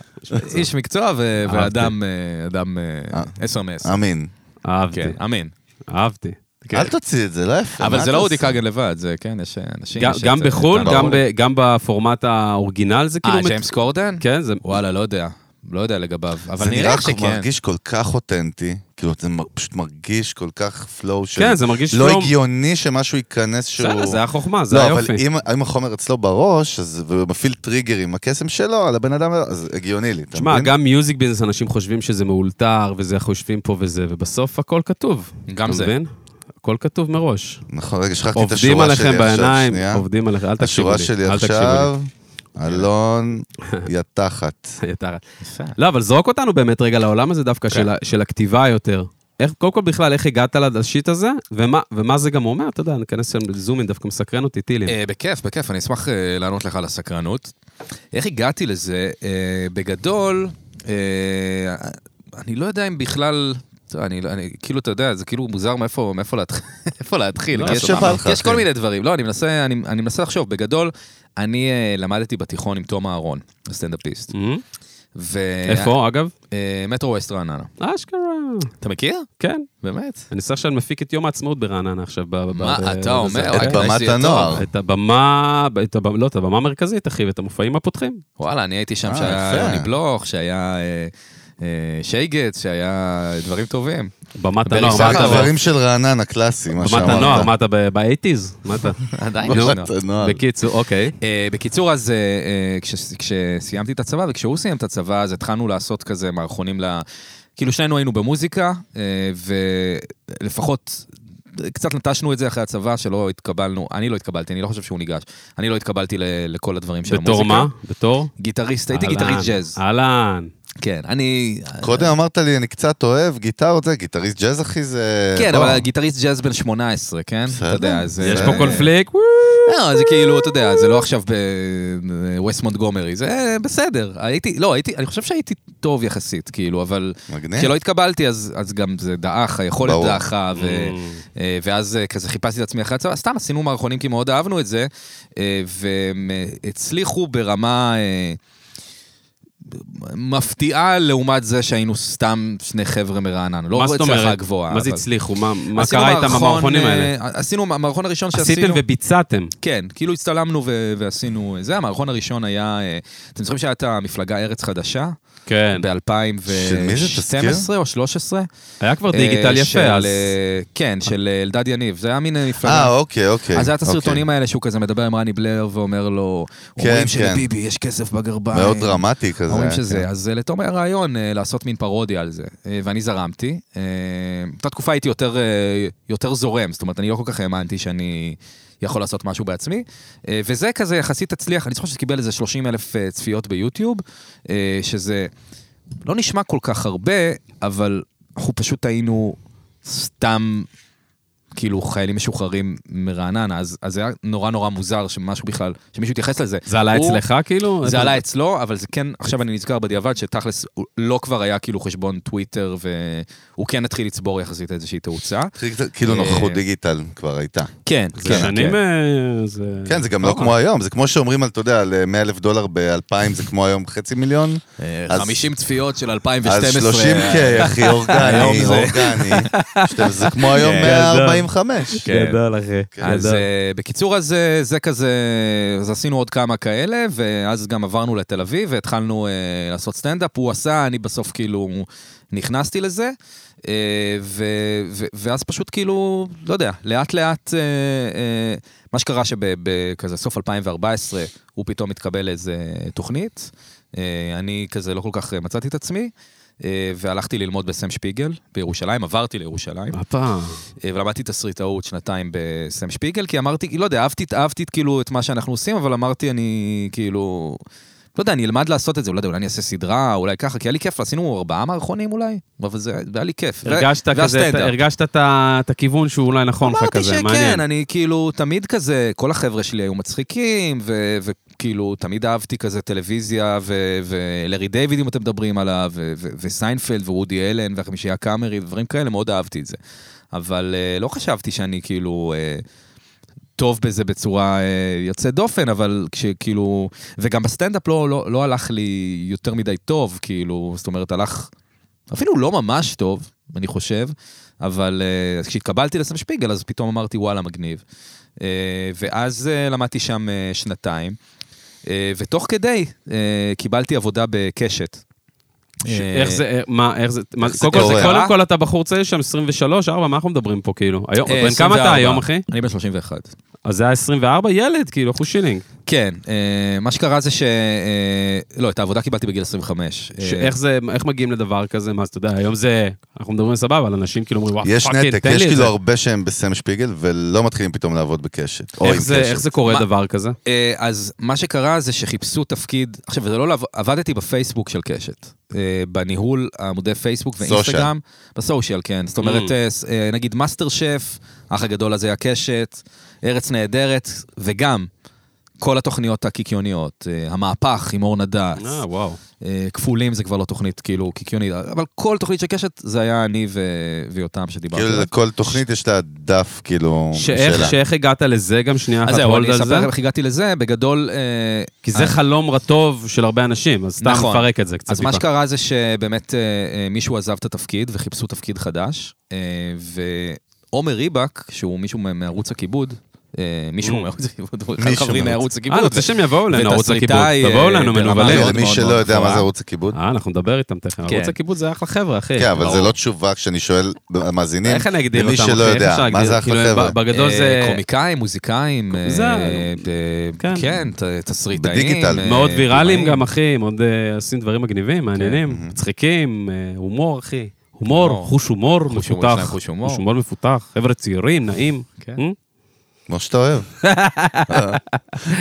איש מקצוע ו-
אהבתי.
ואדם, אה, אדם אה,
אה.
עשר מעשר.
אמין.
אהבתי,
כן, אמין.
אהבתי. כן.
אל תוציא את זה, לא יפה.
אבל
מה
זה
אתה
לא אודי
עושה?
כגן לבד, זה כן, יש אה, אנשים.
גם-
שזה-
גם בחו"ל,
נתן-
גם ב- גם בפורמט האורגינל זה כאילו...
אה,
מת-
ג'יימס קורדן?
כן, זה...
וואלה, לא יודע. לא יודע לגביו, אבל
זה
נראה
נראה כל-
שכן.
מרגיש כל כך אותנטי, כאילו, זה מ- פשוט מרגיש כל כך פלואו של...
כן, זה מרגיש
לא
פלואו.
הגיוני שמשהו ייכנס שהוא...
בסדר, זה החוכמה, זה
לא,
היופי.
אבל אם, אם החומר אצלו בראש, אז הוא מפעיל טריגרים, הקסם שלו על הבן אדם, אז הגיוני לי, אתה
תשמע,
מבין?
גם מיוזיק ביזנס, אנשים חושבים שזה מאולתר, וזה חושבים פה וזה, ובסוף הכל כתוב.
גם
אתה
זה.
מבין? הכל כתוב מראש.
נכון, רגע, שכחתי את
עובדים
השורה שלי
עליכם
עכשיו,
בעיניים,
שנייה.
עובדים עליכם, אל תקשיבו
השורה
לי.
שלי
אל תקשיבו כן.
עכשיו, אלון יתחת.
לי. יתר.
יפה.
לא, אבל זרוק אותנו באמת רגע לעולם הזה
כן.
דווקא של ה- של הכתיבה יותר. איך, קודם כל בכלל, איך הגעת לשיט הזה, ומה- ומה זה גם אומר, אתה יודע, ניכנס שם לזום אין, דווקא מסקרן אותי, טילים.
אה, בכיף, בכיף, אני אשמח אה, לענות לך על הסקרנות. איך הגעתי לזה? אה, בגדול, אה, אני לא יודע אם בכלל... טוב, אני, לא- אני, כאילו, אתה יודע, זה כאילו מוזר מאיפה, מאיפה להתחיל. איפה להתחיל
לא,
כי
מה
יש,
שבא לך,
יש כל
אחי.
מיני דברים. לא, אני מנסה, אני, אני מנסה לחשוב. בגדול, אני אה, למדתי בתיכון עם תום אהרון, סטנדאפיסט.
אה,
ו...
איפה, אגב?
אה, מטרו ווסט רעננה.
אשכרה.
אתה מכיר?
כן.
באמת?
אני סך הכול מפיק את יום העצמאות ברעננה עכשיו. ב- ב-
מה
ב-
אתה
בזה.
אומר?
את
רק
במת
ראיתי
הנוער.
את הבמה, את הבמה, לא, את הבמה המרכזית, אחי, ואת המופעים הפותחים.
וואלה, אני הייתי שם
אה,
שהיה
יפה.
יוני בלוך, שהיה אה, אה, שייגץ, שהיה דברים טובים.
במת הנוער,
בריסה
מה אתה...
הדברים של רעננה, קלאסי, מה
במת
שאמרת.
הנוער, מה אתה באייטיז? מה אתה?
עדיין
במת
ישנו.
הנוער.
בקיצור, אוקיי.
לא. אה, בקיצור, אז אה, אה, כש- כשסיימתי את הצבא, וכשהוא סיים את הצבא, אז התחלנו לעשות כזה מערכונים ל... כאילו שנינו היינו במוזיקה, אה, ולפחות קצת נטשנו את זה אחרי הצבא, שלא התקבלנו, אני לא התקבלתי, אני לא חושב שהוא ניגש. אני לא התקבלתי ל- לכל הדברים של המוזיקה.
בתור מה? אה, בתור?
גיטריסט, הייתי גיטריסט
אהלן,
ג'אז.
אהלן.
כן, אני...
קודם אמרת לי, אני קצת אוהב גיטרות, זה גיטריסט ג'אז אחי זה...
כן,
בוא.
אבל גיטריסט ג'אז בן 18, כן?
אה, לא. בסדר.
אתה יודע, אז...
יש
אה,
פה קונפליקט, וואו.
לא, זה כאילו, אתה יודע, זה לא עכשיו בווסט מונטגומרי, זה אה, בסדר. הייתי, לא, הייתי, אני חושב שהייתי טוב יחסית, כאילו, אבל...
מגניב.
כשלא התקבלתי, אז, אז גם זה דעך, היכולת
ברור.
דעכה, ו,
Mm.
אה, ואז אה, כזה חיפשתי את עצמי אחרי הצבא. סתם עשינו מערכונים כי מאוד אהבנו את זה, אה, והם אה, הצליחו ברמה אה, מפתיעה לעומת זה שהיינו סתם שני חבר'ה מרענן. לא
מה זאת
הצלחה
אומרת?
גבוהה.
מה זה
אבל-
הצליחו? מה- מה
עשינו
קרה איתם
מערכון,
במערכונים
אה,
האלה?
עשינו, המערכון הראשון שעשינו...
עשיתם וביצעתם.
כן, כאילו הצטלמנו ו- ועשינו... זה, המערכון הראשון היה... אה, אתם זוכרים שהיה את המפלגה ארץ חדשה?
כן.
של מי זה, תזכיר?
ב-2012 או 2013?
היה כבר דיגיטל
אה,
יפה,
של,
אז...
אה, כן, של אה, אלדד יניב. זה היה מין אה,
אה,
מפלגה.
אוקיי, אוקיי.
אז היה את
אוקיי.
הסרטונים האלה שהוא כזה מדבר עם רני בלר ואומר לו,
כן,
אומרים
כן.
שלביבי יש כסף בגרביים.
מאוד דרמטי כזה.
אומרים
כן.
שזה. אז אה, לתום היה רעיון אה, לעשות מין פרודיה על זה, אה, ואני זרמתי. אה, באותה תקופה הייתי יותר, אה, יותר זורם, זאת אומרת, אני לא כל כך האמנתי שאני יכול לעשות משהו בעצמי. אה, וזה כזה יחסית הצליח, אני זוכר שזה קיבל איזה 30 אלף צפיות ביוטיוב, אה, שזה לא נשמע כל כך הרבה, אבל אנחנו פשוט היינו סתם... כאילו חיילים משוחררים מרעננה, אז, אז זה היה נורא נורא מוזר שמשהו בכלל, שמישהו התייחס לזה.
זה עלה
הוא-
אצלך כאילו?
זה עלה אצלו, אבל זה כן, עכשיו אני נזכר בדיעבד שתכלס, הוא לא כבר היה כאילו חשבון טוויטר, והוא כן התחיל לצבור יחסית איזושהי תאוצה.
התחיל קצת-
אה,
כאילו נוכחות דיגיטל כבר הייתה.
כן,
זה שנים... אה, זה...
כן, זה גם לא כמו היום, זה כמו שאומרים, אתה יודע, על 100 אלף דולר ב-2000 זה כמו היום חצי מיליון. אז-
50 אה, צפיות של
אז
2012.
30K, אחי,
היום
אורגני,
זה-
אורגני. שאתה- זה כמו היום
כן.
145.
כן.
גדול, אחי.
אז
גדול.
אה, בקיצור, אז אה, זה כזה, אז עשינו עוד כמה כאלה, ואז גם עברנו לתל אביב והתחלנו אה, לעשות סטנדאפ. הוא עשה, אני בסוף כאילו נכנסתי לזה, אה, ו, ו, ואז פשוט כאילו, לא יודע, לאט לאט, אה, אה, מה שקרה שבכזה סוף 2014, הוא פתאום התקבל לאיזה תוכנית. אה, אני כזה לא כל כך אה, מצאתי את עצמי. אה, והלכתי ללמוד בסם שפיגל בירושלים, עברתי לירושלים.
אתה...
אה, ולמדתי תסריטאות שנתיים בסם שפיגל, כי אמרתי, לא יודע, אהבתי, אהבתי כאילו את מה שאנחנו עושים, אבל אמרתי, אני כאילו... לא יודע, אני אלמד לעשות את זה, אולי, יודע, אולי אני אעשה סדרה, אולי ככה, כי היה לי כיף, עשינו ארבעה מערכונים אולי, אבל זה זה היה לי כיף. ו-
הרגשת כזה,
והסטנדאפ.
הרגשת את ה- את הכיוון שהוא אולי נכון לך
אמרתי
כזה,
שכן,
מעניין.
אני כאילו תמיד כזה, כל החבר'ה שלי היו מצחיקים, ו- וכאילו תמיד אהבתי כזה טלוויזיה, ו- ולארי דיוויד אם אתם מדברים עליו, ו- ו- וסיינפלד ורודי אלן והחמישייה קאמרי ודברים כאלה, מאוד אהבתי את זה. אבל אה, לא חשבתי שאני כאילו... אה, טוב בזה בצורה אה, יוצאת דופן, אבל כשכאילו... וגם בסטנדאפ לא, לא, לא הלך לי יותר מדי טוב, כאילו, זאת אומרת, הלך אפילו לא ממש טוב, אני חושב, אבל אה, אז כשהתקבלתי לסם שפיגל, אז פתאום אמרתי, וואלה, מגניב. אה, ואז אה, למדתי שם אה, שנתיים, אה, ותוך כדי אה, קיבלתי עבודה בקשת.
ש-
אה,
איך זה, אה, מה, איך זה, מה-
זה
קודם כל, זה-
קורה?
קודם כל אתה בחור צעיר שם 23, 4, מה אנחנו מדברים פה כאילו? היום,
אה,
בן כמה
24.
אתה היום, אחי?
אני בן 31.
אז זה היה 24, ילד, כאילו, חושילינג.
כן, אה, מה שקרה זה ש... אה, לא, את העבודה קיבלתי בגיל 25. אה,
איך זה, איך מגיעים לדבר כזה? מה, אז אתה יודע, היום זה, אנחנו מדברים סבבה, אבל אנשים כאילו אומרים, וואו,
יש
פאקינג,
נתק,
תן
יש
לי את
כאילו
זה.
הרבה שהם בסם שפיגל ולא מתחילים פתאום לעבוד בקשת. או עם
איך זה-
קשת.
איך זה קורה
מה-
דבר כזה?
אה, אז מה שקרה זה שחיפשו תפקיד, עכשיו זה לא, לעב- עבדתי בפייסבוק של קשת, אה, בניהול עמודי פייסבוק
סושיאל.
ואינסטגרם, בסושיאל, כן, זאת אומרת,
Mm.
אה, ס- אה, נגיד מאסטר שף, האח הגדול הזה היה קשת, ארץ נהדרת, וגם כל התוכניות הקיקיוניות, אה, המהפך עם אור נדס,
אה, וואו.
אה, כפולים זה כבר לא תוכנית כאילו קיקיונית, אבל כל תוכנית של קשת זה היה אני ו... ויותם שדיברתי
כאילו
אה,
עליו.
לכל תוכנית יש לה דף, כאילו,
שאיך-
שלה.
שאיך הגעת לזה גם שנייה
אז
אחת
זהו,
הולד
אני
על זה?
אספר לך איך הגעתי לזה, בגדול... אה,
כי זה חלום רטוב של הרבה אנשים, אז סתם
נכון.
נפרק את זה קצת
אז מה
טיפה.
שקרה זה שבאמת אה, אה, מישהו עזב את התפקיד וחיפשו תפקיד חדש, אה, ועומר ריבק, שהוא מישהו מה- מערוץ הכיבוד, אה, מישהו
Mm.
מערוץ הכיבוד, הוא אחד
מישהו
החברים
מערוץ-
מערוץ
אה, אני
הכיבוד.
רוצה שהם יבואו אלינו, ערוץ
ותסריטאי,
הכיבוד. תבואו
אה,
אלינו
ברמה
מנוולים.
מאוד
למי
מאוד
שלא
מאוד
יודע מה
גבוהה.
זה ערוץ הכיבוד.
אה, אנחנו נדבר איתם תכף.
כן.
ערוץ הכיבוד זה כאילו, אחלה חבר'ה, אחי.
כן, אבל זה
ברור.
לא תשובה כשאני שואל במאזינים.
איך אני אגדיר אותם,
למי
אחי?
שלא
איך
יודע,
אפשר
מה זה
להגדיר?
אחלה
כאילו, הם
חבר'ה?
ב- בגדול
אה,
זה
קומיקאים, מוזיקאים, אה,
זה-
אה,
כן.
כן, ת- תסריטאים.
בדיגיטל.
אה,
מאוד ויראליים
בימאים.
גם, אחי, מאוד אה, עושים דברים
כן.
מגניבים, מעניינים, מצחיקים, אה, הומור, אחי. הומור,
הומור.
חוש הומור
חוש הומור, יש להם
מפותח.
חוש הומור.
מפותח, חבר'ה צעירים, נעים.
כן.
אה?
כמו שאתה אוהב.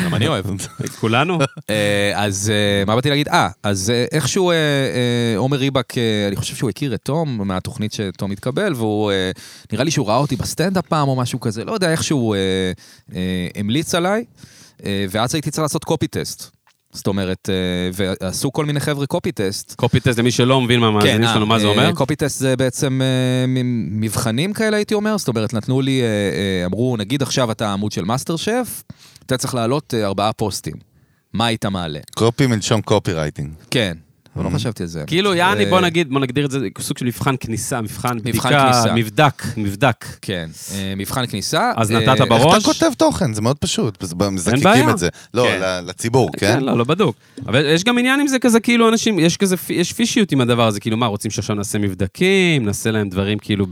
גם אני אוהב.
כולנו?
אה, אז אה, מה באתי להגיד? אה, אז אה, איכשהו אה, אה, עומר ריבק, אה, אני חושב שהוא הכיר את תום מהתוכנית שתום התקבל, והוא, אה, נראה לי שהוא ראה אותי בסטנדאפ פעם או משהו כזה, לא יודע, איכשהו אה, אה, המליץ עליי, אה, ואז הייתי צריך לעשות קופי טסט. זאת אומרת, אה, ועשו כל מיני חבר'ה קופי טסט.
קופי טסט למי שלא מבין מה מאזינים
כן,
שלנו,
אה,
מה זה אומר?
קופי טסט זה בעצם אה, מ- מבחנים כאלה, הייתי אומר. זאת אומרת, נתנו לי, אה, אה, אמרו, נגיד עכשיו אתה עמוד של מאסטר שף, אתה צריך להעלות אה, ארבעה פוסטים. מה היית מעלה?
קופי מלשון קופי רייטינג.
כן, אבל לא חשבתי על זה.
כאילו, יעני,
אה,
בוא נגיד, בוא נגדיר את זה סוג של מבחן כניסה, מבחן בדיקה,
כניסה.
מבדק, מבדק.
כן, אה, מבחן כניסה.
אז
אה,
נתת בראש?
איך אתה כותב תוכן? זה מאוד פשוט. אז מזקקים
בעיה.
את זה. לא,
כן.
ל- לציבור, כן?
כן, לא, לא בדוק. אבל יש גם עניין עם זה כזה, כאילו, אנשים, יש כזה, פי- יש פישיות עם הדבר הזה, כאילו, מה, רוצים שעכשיו נעשה מבדקים, נעשה להם דברים, כאילו,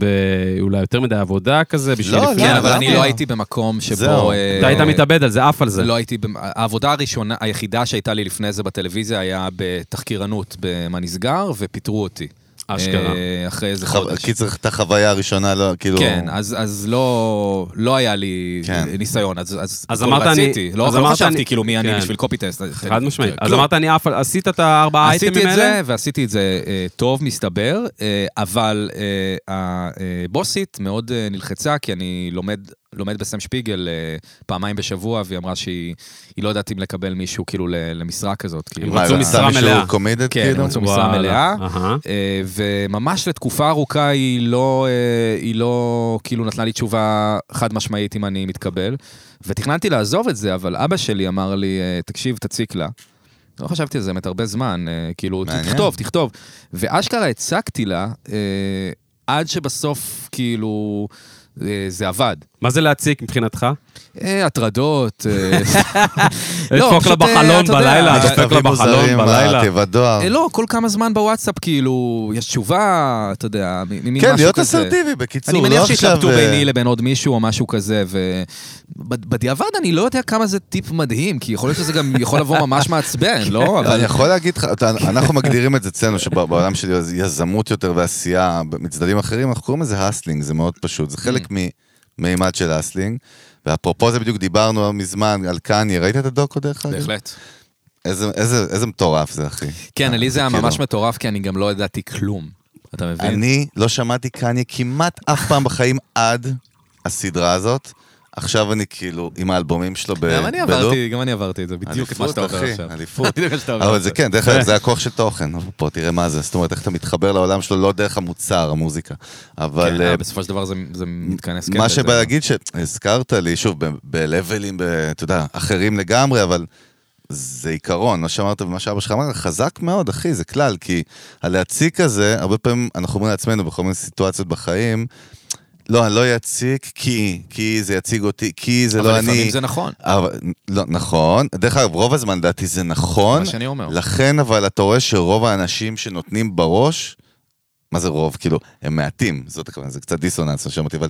באולי יותר מדי עבודה כזה, בשביל...
לא,
לפני-
כן,
לא,
אבל אני
למה?
לא הייתי במקום
זהו.
שבו... אה,
אתה היית מתאבד על זה, עף על זה.
לא הייתי, במ- העבודה הראשונה, היחידה שהייתה לי לפני זה בטלוויזיה היה בתחקירנות במה נסגר, ופיטרו אותי.
אשכרה.
אה, אחרי איזה
חו-
חודש.
כי צריך את החוויה הראשונה, לא, כאילו...
כן, אז, אז לא, לא היה לי
כן.
ניסיון, אז, אז,
אז
אבל
אמרת אני-
רציתי, לא,
אז
לא
אמרת
חשבתי
אני-
כאילו מי אני
כן.
בשביל קופי טסט.
חד משמעית. אז
כלום.
אמרת, אני עף על... עשית את הארבעה האייטמים
כן, לא. עשיתי
האלה?
את זה, ועשיתי את זה אה, טוב, מסתבר, אה, אבל אה, הבוסית מאוד אה, נלחצה, כי אני לומד... לומד בסם שפיגל אה, פעמיים בשבוע, והיא אמרה שהיא היא לא יודעת אם לקבל מישהו כאילו ל- למשרה כזאת. כאילו.
רצו
הם
משרה
מישהו
מלאה.
קומדית,
כן,
כאילו?
הם רצו משרה
וואלה.
מלאה,
אהה.
אה, וממש לתקופה ארוכה היא לא, אה, היא לא כאילו נתנה לי תשובה חד משמעית אם אני מתקבל, ותכננתי לעזוב את זה, אבל אבא שלי אמר לי, אה, תקשיב, תציק לה. לא חשבתי על זה באמת הרבה זמן, אה, כאילו,
מעניין.
תכתוב, תכתוב. ואשכרה הצקתי לה, אה, עד שבסוף, כאילו, אה, זה עבד.
מה זה להציק מבחינתך?
אה, הטרדות, אה,
לדפוק לה
פשוט, אה,
בחלון
אתה יודע,
בלילה,
מכתבים
דופק לה בחלון
מוזרים,
בלילה.
תיבת דואר.
אה, לא, כל כמה זמן בוואטסאפ, כאילו, יש תשובה, אתה יודע, מ- מ- מין משהו כזה.
כן, להיות אסרטיבי, בקיצור.
אני
לא
מניח
עכשיו,
שהתלבטו
אה,
ביני לבין עוד מישהו או משהו כזה, ובדיעבד אני לא יודע כמה זה טיפ מדהים, כי יכול להיות שזה גם יכול לבוא ממש מעצבן, לא?
אבל
אבל
כן, אני יכול להגיד לך, אתה- אנחנו מגדירים את זה אצלנו, שבעולם של יזמות יותר ועשייה, מצדדים אחרים, אנחנו קוראים לזה הסלינג, זה מאוד פשוט, זה חלק ממימד של הסלינג. ואפרופו זה בדיוק דיברנו מזמן על קניה, ראית את הדוקו דרך אגב?
בהחלט.
איזה- איזה איזה מטורף זה, אחי.
כן, לי זה היה
כאילו.
ממש מטורף, כי אני גם לא ידעתי כלום. אתה מבין?
אני לא שמעתי קניה כמעט אף פעם בחיים עד הסדרה הזאת. עכשיו אני כאילו עם האלבומים שלו ב-
גם אני
בלופ.
עברתי, גם אני עברתי את זה, בדיוק את מה שאתה
אליפות,
עובר
אחי,
עכשיו.
אליפות.
בדיוק מה שאתה עובר
אבל זה
עכשיו.
כן, דרך אגב, זה הכוח של תוכן. אבל פה, תראה מה זה. זאת אומרת, איך אתה מתחבר לעולם שלו, לא דרך המוצר, המוזיקה.
כן,
אבל
אה,
אה,
בסופו של דבר זה- זה מתכנס
מה
קטע,
שבא
זה-
להגיד שהזכרת לי, שוב, ב- בלבלים, ב- אתה יודע, אחרים לגמרי, אבל זה עיקרון, מה שאמרת ומה שאבא שלך אמר, חזק מאוד, אחי, זה כלל, כי הלהציק הזה, הרבה פעמים אנחנו אומרים לעצמנו בכל מיני סיטואציות בחיים, לא, אני לא אציק כי, כי זה יציג אותי, כי זה לא
אבל
אני.
לפעמים זה נכון.
אבל, לא, נכון. דרך אגב, רוב הזמן לדעתי זה נכון.
מה שאני אומר.
לכן, אבל אתה רואה שרוב האנשים שנותנים בראש, מה זה רוב? כאילו, הם מעטים, זאת הכוונה, זה קצת דיסוננס, מה שאמרתי, אבל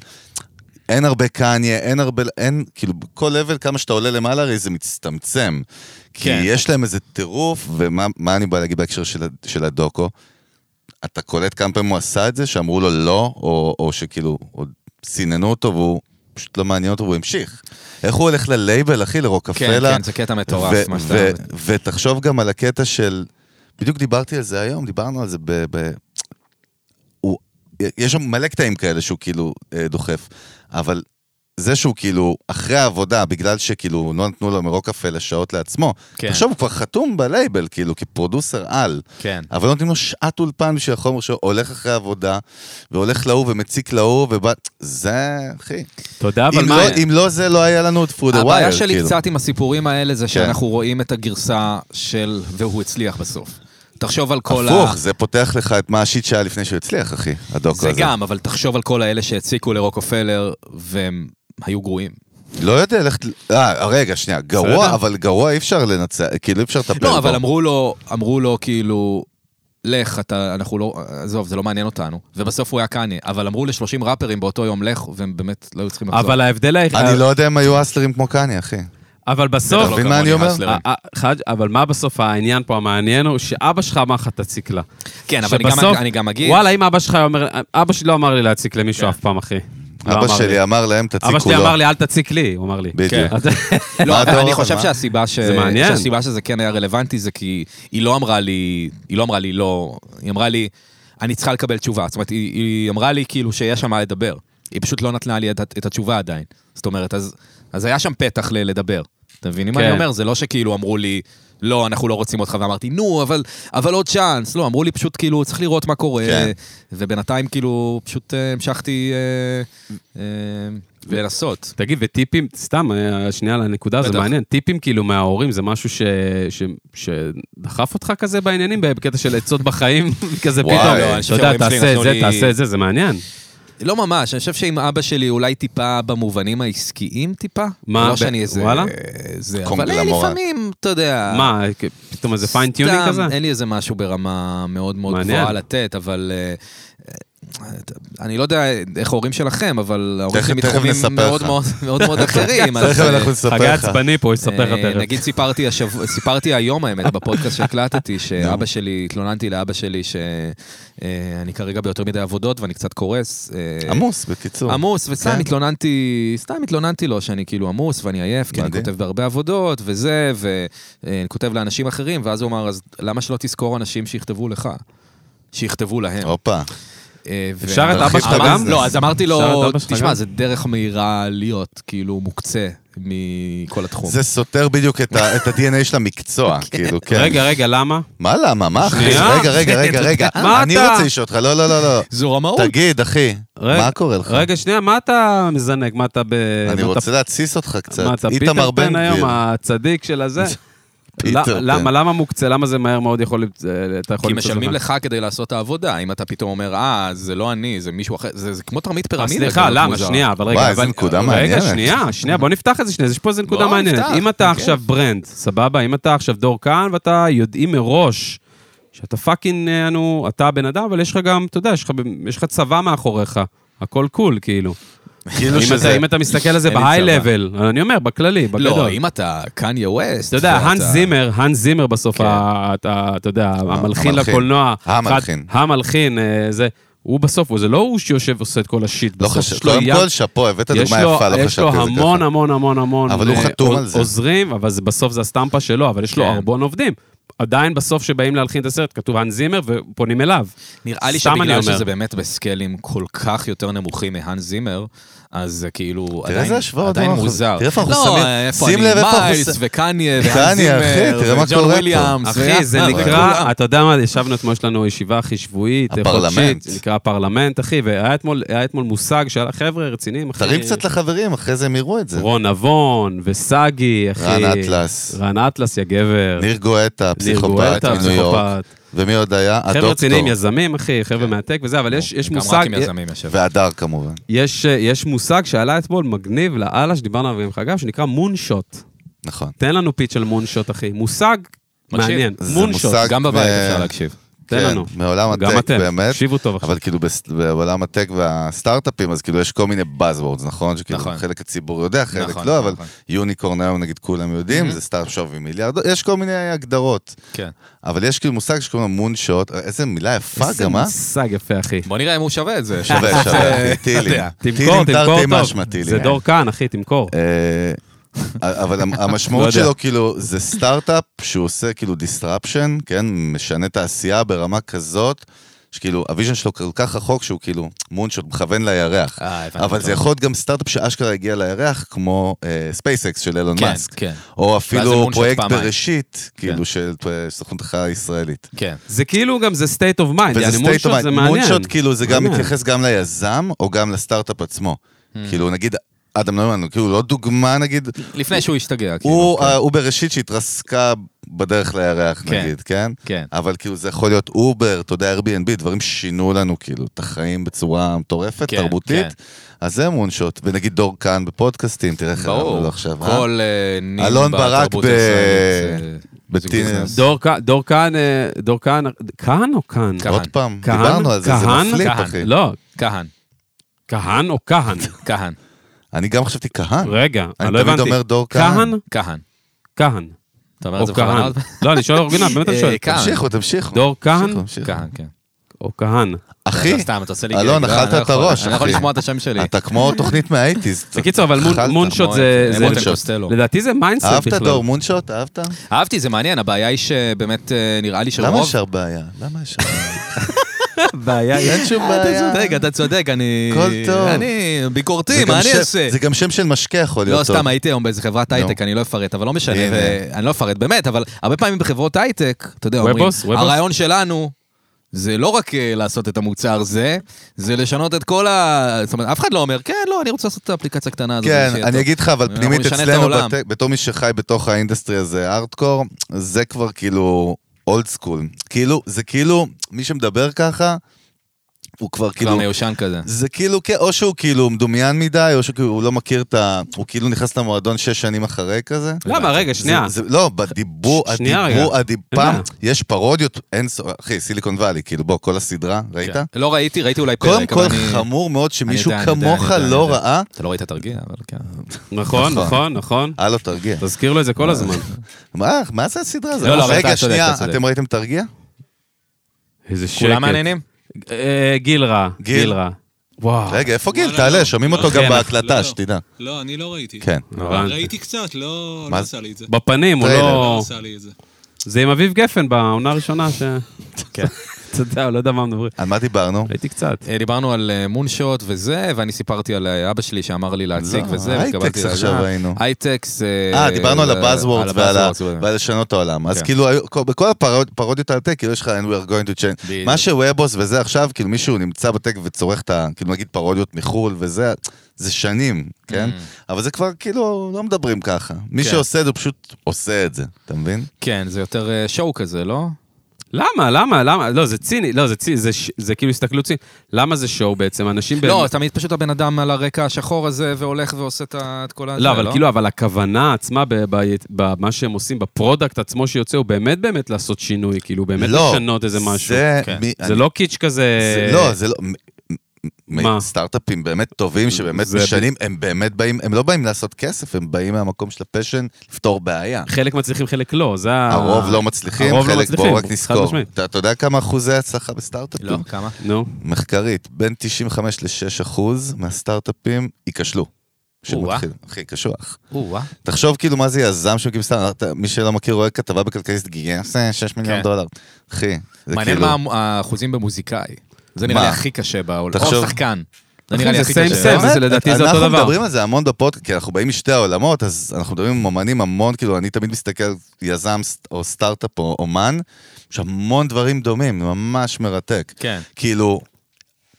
אין הרבה קניה, אין הרבה, אין, כאילו, כל level, כמה שאתה עולה למעלה, הרי זה מצטמצם. כי
כן.
יש להם איזה טירוף, ומה מה אני בא להגיד בהקשר של, ה- של הדוקו? אתה קולט כמה פעמים הוא עשה את זה, שאמרו לו לא, או, או שכאילו, עוד סיננו אותו והוא פשוט לא מעניין אותו, והוא המשיך. איך הוא הולך ללייבל, אחי,
כן,
לרוקפלה?
כן, זה קטע מטורף,
ו-
מה שאתה...
ו- ותחשוב גם על הקטע של... בדיוק דיברתי על זה היום, דיברנו על זה ב... ב- הוא... יש שם מלא קטעים כאלה שהוא כאילו אה, דוחף, אבל זה שהוא כאילו, אחרי העבודה, בגלל שכאילו לא נתנו לו מרוקפלה שעות לעצמו,
כן.
תחשוב, הוא כבר חתום בלייבל, כאילו, כפרודוסר על.
כן.
אבל לא נותנים לו שעת אולפן בשביל החומר שלו, הולך אחרי העבודה, והולך להוא ומציק להוא, ובא... זה, אחי.
אתה יודע, אבל
אם
מה...
לא- אם לא זה, לא היה לנו את פרודה ווייר,
הבעיה שלי קצת עם הסיפורים האלה זה שאנחנו רואים את הגרסה של והוא הצליח בסוף. תחשוב על כל ה...
הפוך, זה לא פותח לך את מה השיט שהיה לפני שהוא הצליח, אחי, הדוקו הזה.
זה גם, אבל תחשוב על כל האלה שהציקו לרוקפלר והם היו גרועים.
לא יודע, לך... ת- אה, רגע, שנייה. גרוע,
בסדר.
אבל גרוע אי אפשר לנצח, כאילו אי אפשר לטפל בו.
לא, אבל אמרו לו, אמרו לו כאילו, לך, אתה, אנחנו לא, עזוב, זה לא מעניין אותנו. ובסוף הוא היה קניה, אבל אמרו ל-30 ראפרים באותו יום לך, והם באמת לא היו צריכים לחזור.
אבל ההבדל היחיד...
אני לא יודע אם היו אסלרים כמו קניה, אחי.
אבל
אתה
בסוף...
לא
מבין
כמוני,
מה אני אומר?
הסלרים.
אה, אה, חאג', אבל מה בסוף העניין פה המעניין הוא שאבא שלך אמר לך תציק לה.
כן, אבל אני גם-
שבסוף-
אני גם אגיד...
וואלה, אם אבא שלך היה אומר, אבא שלי לא אמר לי להציק למישהו
כן.
אף פעם, אחי. לא
אבא
אמר
שלי
לי.
אמר להם,
אבא
תציקו
שלי אמר
לו.
לי, אל תציק לי, הוא אמר לי. כן.
בדיוק.
אז-
לא,
מה
אבל
אתה
אני
אומר,
חושב
מה?
שהסיבה ש...
זה מעניין.
שהסיבה שזה כן היה רלוונטי זה כי היא לא אמרה לי, היא לא אמרה לי לא, היא אמרה לי, אני צריכה לקבל תשובה. זאת אומרת, היא, היא אמרה לי כאילו שיש שם מה לדבר. היא פשוט לא נתנה לי את, את התשובה עדיין. זאת אומרת, אז, אז היה שם פתח ל, לדבר. אתה מבין מה
כן.
אני אומר? זה לא שכאילו אמרו לי, לא, אנחנו לא רוצים אותך, ואמרתי, נו, אבל, אבל עוד צ'אנס. לא, אמרו לי פשוט כאילו, צריך לראות מה קורה.
כן.
ובינתיים כאילו, פשוט אה, המשכתי אה, אה, ולנסות.
תגיד, וטיפים, סתם, אה, שנייה על הנקודה, זה
בטח.
מעניין, טיפים כאילו מההורים, זה משהו ש- ש- שדחף אותך כזה בעניינים, בקטע של עצות בחיים, כזה
וואי,
פתאום,
לא, אני
אתה
חושב
יודע, תעשה
שההורים שלי
את
נתנו
זה,
לי-
תעשה את זה, זה מעניין.
לא ממש, אני חושב שעם אבא שלי אולי טיפה במובנים העסקיים טיפה.
מה,
לא
ב-
שאני איזה...
וואלה?
זה, אבל אה,
קונגלמורט.
לפעמים, אתה יודע...
מה, כ- פתאום איזה פיינטיונינג כזה?
סתם, אין לי איזה משהו ברמה מאוד מאוד
מעניין.
גבוהה לתת, אבל... אה, אה, אני לא יודע איך ההורים שלכם, אבל ההורים
תכף-
שלי
תכף
מתחומים
נספר
מאוד
לך.
מאוד מאוד מאוד אחרים. אז,
תכף
אה,
אנחנו
חגי
נספר לך.
עצבני פה, יספר לך
אה,
תכף.
נגיד סיפרתי השבוע, סיפרתי היום האמת, בפודקאסט שהקלטתי, שאבא שלי, התלוננתי לאבא שלי שאני כרגע ביותר מדי עבודות ואני קצת קורס. אה,
עמוס, בקיצור.
עמוס, וסתם
כן.
התלוננתי, סתם התלוננתי לו שאני כאילו עמוס ואני עייף, כי אני
מדהים.
כותב בהרבה עבודות וזה, ואני כותב לאנשים אחרים, ואז הוא אמר, אז למה שלא תזכור אנשים שיכתבו לך? שיכתבו להם.
הופה.
אה, ו-
אפשר את
אבא שלך
אמרתי-
גם?
לא, אז אמרתי
אפשר את
לו,
אבא שלך
תשמע,
גם?"
זה דרך מהירה להיות כאילו מוקצה מכל התחום.
זה סותר בדיוק את ה- את ה-DNA של המקצוע, כאילו, כן.
רגע, רגע, למה?
מה למה? מה אחי?
שנייה.
רגע, רגע, רגע, רגע.
מה
אני
אתה?
רוצה לשאול אותך, לא, לא, לא, לא.
זו רמאות.
תגיד, אחי,
רגע,
מה קורה לך?
רגע, שנייה, מה אתה מזנק? מה אתה ב...
אני
מה אתה-
רוצה להתסיס אותך
מה
קצת.
אתה
איתמר
פיטר
בן
פן היום,
גביר.
הצדיק של הזה?
פיטר כן.
למה-
פן.
למה, למה מוקצה? למה זה מהר מאוד יכול... למצ- אה, אתה יכול
כי
למצוא
נכון.
משלמים
זמן?
לך כדי לעשות את העבודה, אם אתה פתאום אומר, אה, זה לא אני, זה מישהו אחר, זה זה כמו תרמית
אה,
פירמידה. לא
סליחה,
כזאת
למה?
מוזרה.
שנייה, אבל רגע.
וואי, איזה
אבל-
נקודה
רגע,
מעניינת.
שנייה, שנייה, בוא נפתח את זה שנייה, יש פה איזה נקודה
בוא
מעניינת.
נפתח,
אם אתה
אוקיי.
עכשיו ברנד, סבבה? אם אתה עכשיו דור כהן ואתה יודעים מראש שאתה פאקינג, אה, נו, אתה הבן אדם, אבל יש לך גם, אתה יודע, יש לך ב- יש לך צבא מאחוריך. הכל קול, כאילו.
כאילו
אם אתה-
שזה...
אם אתה מסתכל על זה
לא אין לי
ב-high
צבא.
level, אני אומר, בכללי, בגדול.
לא, אם אתה קניה ווסט.
אתה יודע,
ואתה-
האנס זימר, האנס זימר בסוף,
כן.
ה- אתה אתה יודע, המלחין
המלחין.
לקולנוע.
המלחין.
אחד- המלחין, אה, זה, הוא בסוף, הוא- זה לא הוא שיושב ועושה את כל השיט
לא
בסוף.
חשב,
יש לו
קודם
ים-
כל, שאפו, הבאת
יש
דוגמה
לו-
יפה, לא
יש
חשבתי
לו
על זה
המון
ככה.
המון המון המון
אבל הוא
אה,
חתום
עוז-
על זה.
עוזרים, אבל זה- בסוף זה הסטמפה שלו, אבל יש לו
כן.
ארבון עובדים. עדיין בסוף שבאים להלחין את הסרט, כתוב האנס זימר ופונים אליו.
נראה לי
סתם אני
שבגלל
אומר.
שזה באמת בסקלים כל כך יותר נמוכים מהאן זימר, אז זה כאילו
תראה
עדיין
איזה השוואות,
עדיין
אנחנו-
מוזר.
תראה איפה אנחנו
לא,
שמים-
איפה
שים
אני?
לב איפה אנחנו
מיילס
ש-
וקניה והאן
קניה, אחי, תראה
זימר
מה
וג'ון
קורה פה.
וויליאמס.
אחי, זה
ואחי,
נקרא,
וכולם.
אתה יודע מה, ישבנו אתמול, יש לנו ישיבה הכי שבועית, אה,
הפרלמנט.
חודשית, זה נקרא הפרלמנט, אחי, והיה אתמול- היה אתמול מושג של חבר'ה רציניים, אחי.
תרים קצת לחברים, אחרי זה הם יראו את זה.
רון נבון וסגי, אחי.
רן אטלס.
רן אטלס, יא גבר.
ניר גואטה, פסיכופת
גואטה,
מניו יורק.
פסיכופת.
ומי עוד היה?
חבר'ה
הדוקטור. כן.
רציניים, יזמים, אחי, חבר'ה מהטק וזה, אבל יש יש
גם
מושג,
רק עם יזמים יושב.
והדר כמובן.
יש אה, יש מושג שעלה אתמול, מגניב לאללה, שדיברנו עליו עם חגב, שנקרא מונשוט.
נכון.
תן לנו פיץ' על מונשוט, אחי. מושג
מקשיב.
מעניין,
זה
מונשוט.
מושג-
גם בבית
אה,
אפשר להקשיב.
תן
כן,
לנו.
מעולם
גם
הטק,
אתם,
באמת.
תקשיבו טוב עכשיו.
אבל כאילו בס- בעולם הטק והסטארט-אפים, אז כאילו יש כל מיני Buzzwords, נכון? שכאילו
נכון.
חלק הציבור יודע, חלק
נכון,
לא, אבל
נכון.
יוניקורן היום נגיד כולם
Mm-hmm.
יודעים, זה סטארט שווי מיליארד, יש כל מיני הגדרות.
כן.
אבל יש כאילו מושג שקוראים לו מונשוט, איזה מילה יפה
איזה
גם, אה?
מושג יפה, אחי.
בוא נראה אם הוא שווה אה. את זה.
שווה, שווה, אחי,
אתה
טילים.
יודע.
תמכור, תמכור
טילים תרתי משמע,
טוב.
טילים.
אה.
זה דור כאן, אחי, תמכור.
אה, אבל המ-
לא
המשמעות
יודע.
שלו, כאילו, זה סטארט-אפ שהוא עושה כאילו disruption, כן? משנה תעשייה ברמה כזאת, שכאילו, הוויז'ן שלו כל כך רחוק שהוא כאילו מונשוט, מכוון לירח.
אה, הבנתי
אבל
אותו.
זה יכול להיות גם סטארט-אפ שאשכרה הגיע לירח, כמו ספייסקס של אילון
כן,
מאסק.
כן.
או
ואז זה
אפילו
מונשוט
פרויקט
פעמיים.
בראשית, כאילו, של אה, סוכנות החלל הישראלית.
כן.
זה כאילו גם, זה state of mind.
וזה
יעני,
state
מונשוט
of
זה
mind.
מעניין.
מונשוט כאילו זה גם
מעניין.
מתייחס גם ליזם או גם לסטארט-אפ עצמו. כאילו נגיד, אדם נוימן הוא כאילו לא דוגמה נגיד,
לפני שהוא השתגע. כאילו,
הוא
כן.
ה- הוא בראשית שהתרסקה בדרך לירח
כן.
נגיד, כן?
כן.
אבל כאילו זה יכול להיות אובר, אתה יודע, Airbnb, דברים ששינו לנו כאילו את החיים בצורה מטורפת,
כן,
תרבותית.
כן.
אז זה מונשוט. ונגיד דור כאן בפודקאסטים, תראה איך הרמנו לו
ברור.
עכשיו, אה?
כל אה, נים
אלון ברק
בתרבות
ב-
הישראלית, אה, זה-
בטינר.
זה ביזנס.
דור כ- דור כהן, אה, דור כהן, כהן או כהן?
כהן.
עוד פעם,
כהן?
דיברנו על זה, זה
כהן?
מפליפ,
כהן.
אחי.
לא,
כהן,
כהן או כהן?
כהן,
אני גם חשבתי כהן.
רגע,
אני
אני לא
תמיד
הבנתי.
אומר דור כהן.
כהן?
כהן.
כהן.
אתה אומר את
או
זה בכוונה?
כהן. לא, אני שואל אורגינל, באמת אני
אה,
שואל.
כהן.
תמשיכו, תמשיכו.
דור כהן?
תמשיכו, תמשיכו.
כהן, כן.
או כהן.
אחי,
לא, סתם, אתה עושה לי
אלון,
גג, לא, אני
אכלת
לא
את
יכול.
הראש,
אני לא יכול
אחי.
לשמוע את השם שלי.
אתה כמו תוכנית מהאייטיז.
בקיצור, אבל מון-
אכלת, אה,
מונשוט
כמו
זה...
את-
זה-
מונשוט. קוסטלו.
לדעתי זה מיינדסט
אהבת
בכלל.
דור מונשוט? אהבת?
אהבתי, זה מעניין, הבעיה היא שבאמת אה, נראה לי
למה
שרוב...
ישר בעיה? למה ישר בעיה?
בעיה
אין שום בעיה.
אתה צודק, אתה צודק, אני...
הכל טוב.
אני
זה
ביקורתי,
גם
מה אני
שם-
אעשה?
זה גם שם של משקה יכול
לא,
להיות טוב.
סתם, הייתי היום באיזה חברת הייטק, אני לא אפרט, אבל לא משנה,
הנה.
ו- אני לא אפרט באמת, אבל הרבה פעמים בחברות הייטק, אתה יודע, אומרים,
Webos, Webos.
הרעיון שלנו... זה לא רק אה, לעשות את המוצר זה, זה לשנות את כל ה... זאת אומרת, אף אחד לא אומר, כן, לא, אני רוצה לעשות את האפליקציה הקטנה הזאת.
כן,
שיהיה
אני
טוב."
אגיד לך, אבל
אנחנו
פנימית
נשנה את
אצלנו,
העולם.
בת- בתור מי שחי בתוך האינדסטרי הזה, ארטקור, זה כבר כאילו אולד סקול. כאילו, זה כאילו, מי שמדבר ככה, הוא כבר
כבר
כאילו...
מיושן כזה.
זה כאילו, כן, או שהוא כאילו מדומיין מדי, או שהוא כאילו הוא לא מכיר את ה... הוא כאילו נכנס למועדון שש שנים אחרי כזה.
למה? רגע, שנייה.
זה, זה, לא, בדיבור,
ש- שנייה
הדיבור,
רגע.
הדיב-
אין
פעם,
בעיה.
יש פרודיות, אין סוף, אחי, סיליקון וואלי, כאילו, בוא, כל הסדרה, ראית?
לא ראיתי, ראיתי אולי פרק,
קודם כל,
אבל אני-
חמור מאוד שמישהו
אני יודע, אני יודע,
כמוך
אני יודע,
לא
אני יודע.
ראה,
אתה לא ראית תרגיע, אבל כן.
נכון,
נכון. אה.
נכון, נכון.
הלו, תרגיע.
תזכיר לו את זה כל הזמן.
מה, מה זה הסדרה הזאת?
לא, לא, אבל
רגע,
אתה צודק,
שנייה,
אתה צודק.
אתם ראיתם תרגיע?
איזה שקט.
כולם מעניינים?
אה, גיל רע,
גיל.
גיל רע.
אה.
וואו.
רגע, איפה גיל?
לא,
תעלה,
לא.
שומעים
לא,
אותו
כן,
גם
אך-
לא,
בהקלטה,
לא.
שתדע.
לא, אני לא ראיתי.
כן.
נורא.
ראיתי קצת, לא לא
מה-
עשה לי את זה.
בפנים, הוא
טריילר.
לא
לא...
עשה לי את זה.
זה עם אביב גפן בעונה הראשונה ש... כן. אתה יודע, הוא לא יודע מה מדברים.
על מה דיברנו?
ראיתי קצת.
אה, דיברנו על אה, מונשוט וזה, ואני סיפרתי על אה, אבא שלי שאמר לי להציג
לא,
וזה,
הייטקס
והתקבלתי לזה.
עכשיו ראינו.
הייטקס...
אה, דיברנו על הבאזוורדס ועל ה-
הבאזוורדס.
ועל לשנות העולם. אז
כן.
כאילו, היו- כל- בכל הפרוד- הפרודיות על טק, כאילו יש לך And we are going to change.
בדיוק.
מה שוובוס וזה עכשיו, כאילו מישהו נמצא בטק וצורך את ה... כאילו נגיד פרודיות מחו"ל וזה, זה שנים, כן? אבל זה כבר כאילו, לא מדברים ככה. מי
כן.
שעושה את זה, הוא פשוט עושה את זה, אתה מבין?
כן, זה יותר אה, שואו כזה, לא?
למה? למה? למה? לא, זה ציני, לא, זה ציני, זה ש- זה כאילו הסתכלות צינית. למה זה שואו בעצם?
כן.
אנשים...
לא,
באמת-
תמיד פשוט הבן אדם על הרקע השחור הזה, והולך ועושה את ה- את כל ה...
לא, אבל כאילו, אבל הכוונה עצמה, ב- ב- במה שהם עושים, בפרודקט עצמו שיוצא, הוא באמת באמת לעשות שינוי, כאילו, באמת
לא,
לשנות איזה משהו.
זה...
כן.
מי-
זה לא קיץ' כזה...
זה- לא, זה לא... מ- מ-
מה?
סטארט-אפים באמת טובים, שבאמת
זה-
משנים, הם באמת באים, הם לא באים לעשות כסף, הם באים מהמקום של הפשן לפתור בעיה.
חלק מצליחים, חלק לא, זה ה...
הרוב לא מצליחים,
הרוב לא
חלק
מצליחים,
בואו רק
חד
נזכור.
משמעית.
אתה אתה יודע כמה אחוזי הצלחה בסטארט-אפים?
לא, כמה?
נו.
מחקרית, בין 95 ל-6 אחוז מהסטארט-אפים ייכשלו.
או-אה.
שמתחיל, אחי, קשוח.
או-אה.
תחשוב כאילו מה זה יזם שמקים סטארט-אפ, אתה- מי שלא מכיר רואה כתבה בכלכליסט גייס 6 מיליון
כן.
דולר. אחי, זה
מעניין
כאילו...
מה המ- האחוזים במוזיקאי. זה נראה
מה?
לי הכי קשה בעולם.
תחשוב- נכון,
או שחקן. זה
אחי,
נראה לי
זה
הכי
same
קשה.
same.
לא?
זה לדעתי זה אותו
אנחנו
דבר.
מדברים על זה המון בפודקאסט, כי אנחנו באים משתי העולמות, אז אנחנו מדברים עם אומנים המון, כאילו, אני תמיד מסתכל יזם ס- או סטארט-אפ או אומן, יש המון דברים דומים, זה ממש מרתק.
כן.
כאילו,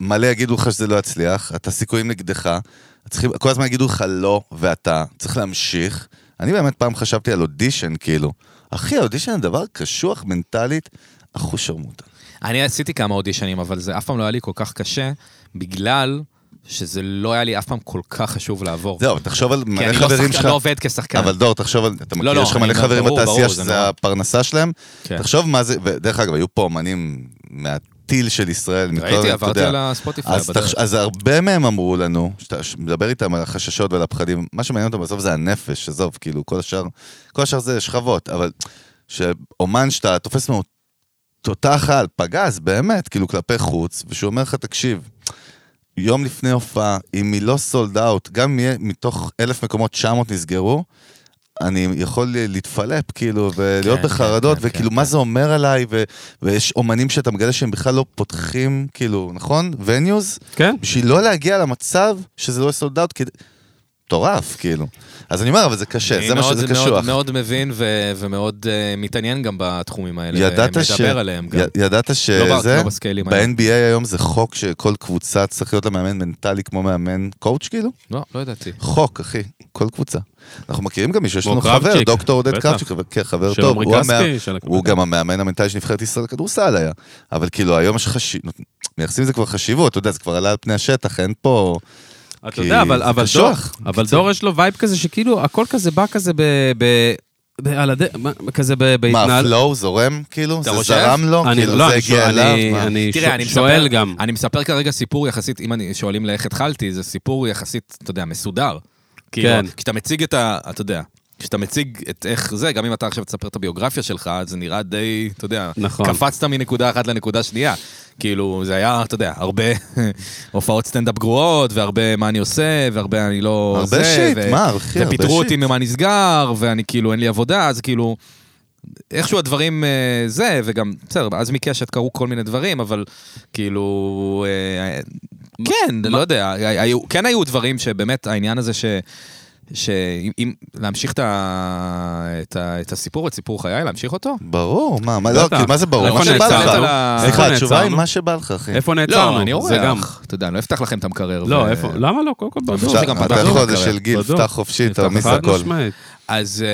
מלא יגידו לך שזה לא יצליח, אתה סיכויים נגדך, צריכים, כל הזמן יגידו לך לא, ואתה צריך להמשיך. אני באמת פעם חשבתי על אודישן, כאילו. אחי, האודישן זה דבר קשוח מנטלית, אחוש שרמוטה.
אני עשיתי כמה אודישנים, אבל זה אף פעם לא היה לי כל כך קשה, בגלל שזה לא היה לי אף פעם כל כך חשוב לעבור.
זהו, תחשוב על
כי
מלא
אני לא,
חברים
שחקן,
שלך.
לא עובד כשחקן.
אבל דור, תחשוב על... אתה מכיר,
לא,
יש לך
אני
מלא
אומר,
חברים
ברור,
בתעשייה
ברור, זה
שזה
נורא.
הפרנסה שלהם.
כן.
תחשוב מה זה, ודרך אגב, היו פה אומנים מהטיל של ישראל. מכל-
ראיתי,
אתה
עברתי
יודע.
על הספוטיפיי.
אז,
בדרך.
תחש... אז הרבה מהם אמרו לנו, שאתה מדבר איתם על החששות ועל הפחדים, מה שמעניין אותם בסוף זה הנפש, עזוב, כאילו, כל השאר, כל השאר זה שכבות, אבל שאומן שאתה תופס ממנו תותח על פגז, באמת, כאילו, כלפי חוץ, ושהוא אומר לך, תקשיב, יום לפני הופעה, אם היא לא סולד אאוט, גם אם יהיה מתוך אלף מקומות 900 נסגרו, אני יכול להתפלפ, כאילו, ולהיות
כן,
בחרדות,
כן, כן,
וכאילו,
כן.
מה זה אומר עליי, ו... ויש אומנים שאתה מגלה שהם בכלל לא פותחים, כאילו, נכון? וניוז?
כן?
בשביל לא להגיע למצב שזה לא סולד אאוט, כדי... מטורף, כאילו. אז אני אומר, אבל זה קשה,
אני
זה מה
מאוד-
שזה
מאוד,
קשוח.
מאוד מבין ו- ומאוד אה, מתעניין גם בתחומים האלה.
ידעת
ומדבר
ש...
אה, עליהם גם.
י- ידעת
לא,
שזה...
לא בסקיילים האלה.
ב-NBA היום זה חוק שכל קבוצה צריך להיות לה מאמן מנטלי כמו מאמן קואוץ', כאילו?
לא, לא ידעתי.
חוק, אחי, כל קבוצה. אנחנו מכירים גם מישהו, יש לנו
כמו
חבר,
קרבצ'יק,
דוקטור עודד
בטח.
קרבצ'יק, אבל כן, חבר
של
טוב.
עמרי
הוא
כספי,
המאמן-
של הקבוצה.
הוא גם המאמן המנטלי של נבחרת ישראל לכדורסל היה. אבל כאילו, היום יש חשיבות, מייחסים לזה כבר חשיבות, אתה יודע, זה כבר עלה על פני השטח, אין פה...
אתה
כי
יודע, אבל,
זה
אבל, דור,
קשוח,
אבל דור יש לו וייב כזה שכאילו הכל כזה בא כזה ב... ב, ב על הד... מה- כזה ב,
מה,
בהתנהל...
הפלואו זורם, כאילו? זה
חושב?
זרם לו?
אני,
כאילו,
לא,
זה
אני, שואל,
הגיע אליו?
אני,
מה?
אני,
תראה, אני
ש... שואל
מספר,
גם.
אני מספר כרגע סיפור יחסית, אם אני, שואלים
כן.
לאיך התחלתי, זה סיפור יחסית, אתה יודע, מסודר. כאילו, כשאתה מציג את ה... אתה יודע, כשאתה מציג את איך זה, גם אם אתה עכשיו תספר את הביוגרפיה שלך, אז זה נראה די, אתה יודע,
נכון.
קפצת מנקודה אחת לנקודה שנייה. כאילו, זה היה, אתה יודע, הרבה הופעות סטנדאפ גרועות, והרבה מה אני עושה, והרבה אני לא...
הרבה
זה,
שיט, מה, אחי, הרבה
ופיטרו אותי
שיט.
ממה נסגר, ואני כאילו, אין לי עבודה, אז כאילו... איכשהו הדברים אה, זה, וגם, בסדר, אז מקשת קרו כל מיני דברים, אבל כאילו, אה, כן, לא יודע, היו, כן היו דברים שבאמת העניין הזה ש... שאם אם- להמשיך את, ה, את, ה, את הסיפור, את סיפור חיי, להמשיך אותו?
ברור, מה, מה,
לא
לא,
אתה.
כאילו, מה זה ברור?
איפה
מה שבא
נעצרנו?
לך.
איפה
סליחה,
נעצרנו?
התשובה היא מה שבא לך, אחי.
איפה נעצרנו?
לא, אני אורח.
זה גם...
אתה יודע, אני לא אפתח לכם את המקרר.
לא, איפה? למה לא? קודם כל בדוק.
אפשר,
גם
אתה
בדוק,
חודש
אבל-
של גיל,
בדוק.
פתח חופשי,
נפתח
תרמיס
חד
הכל.
משמעית.
אז,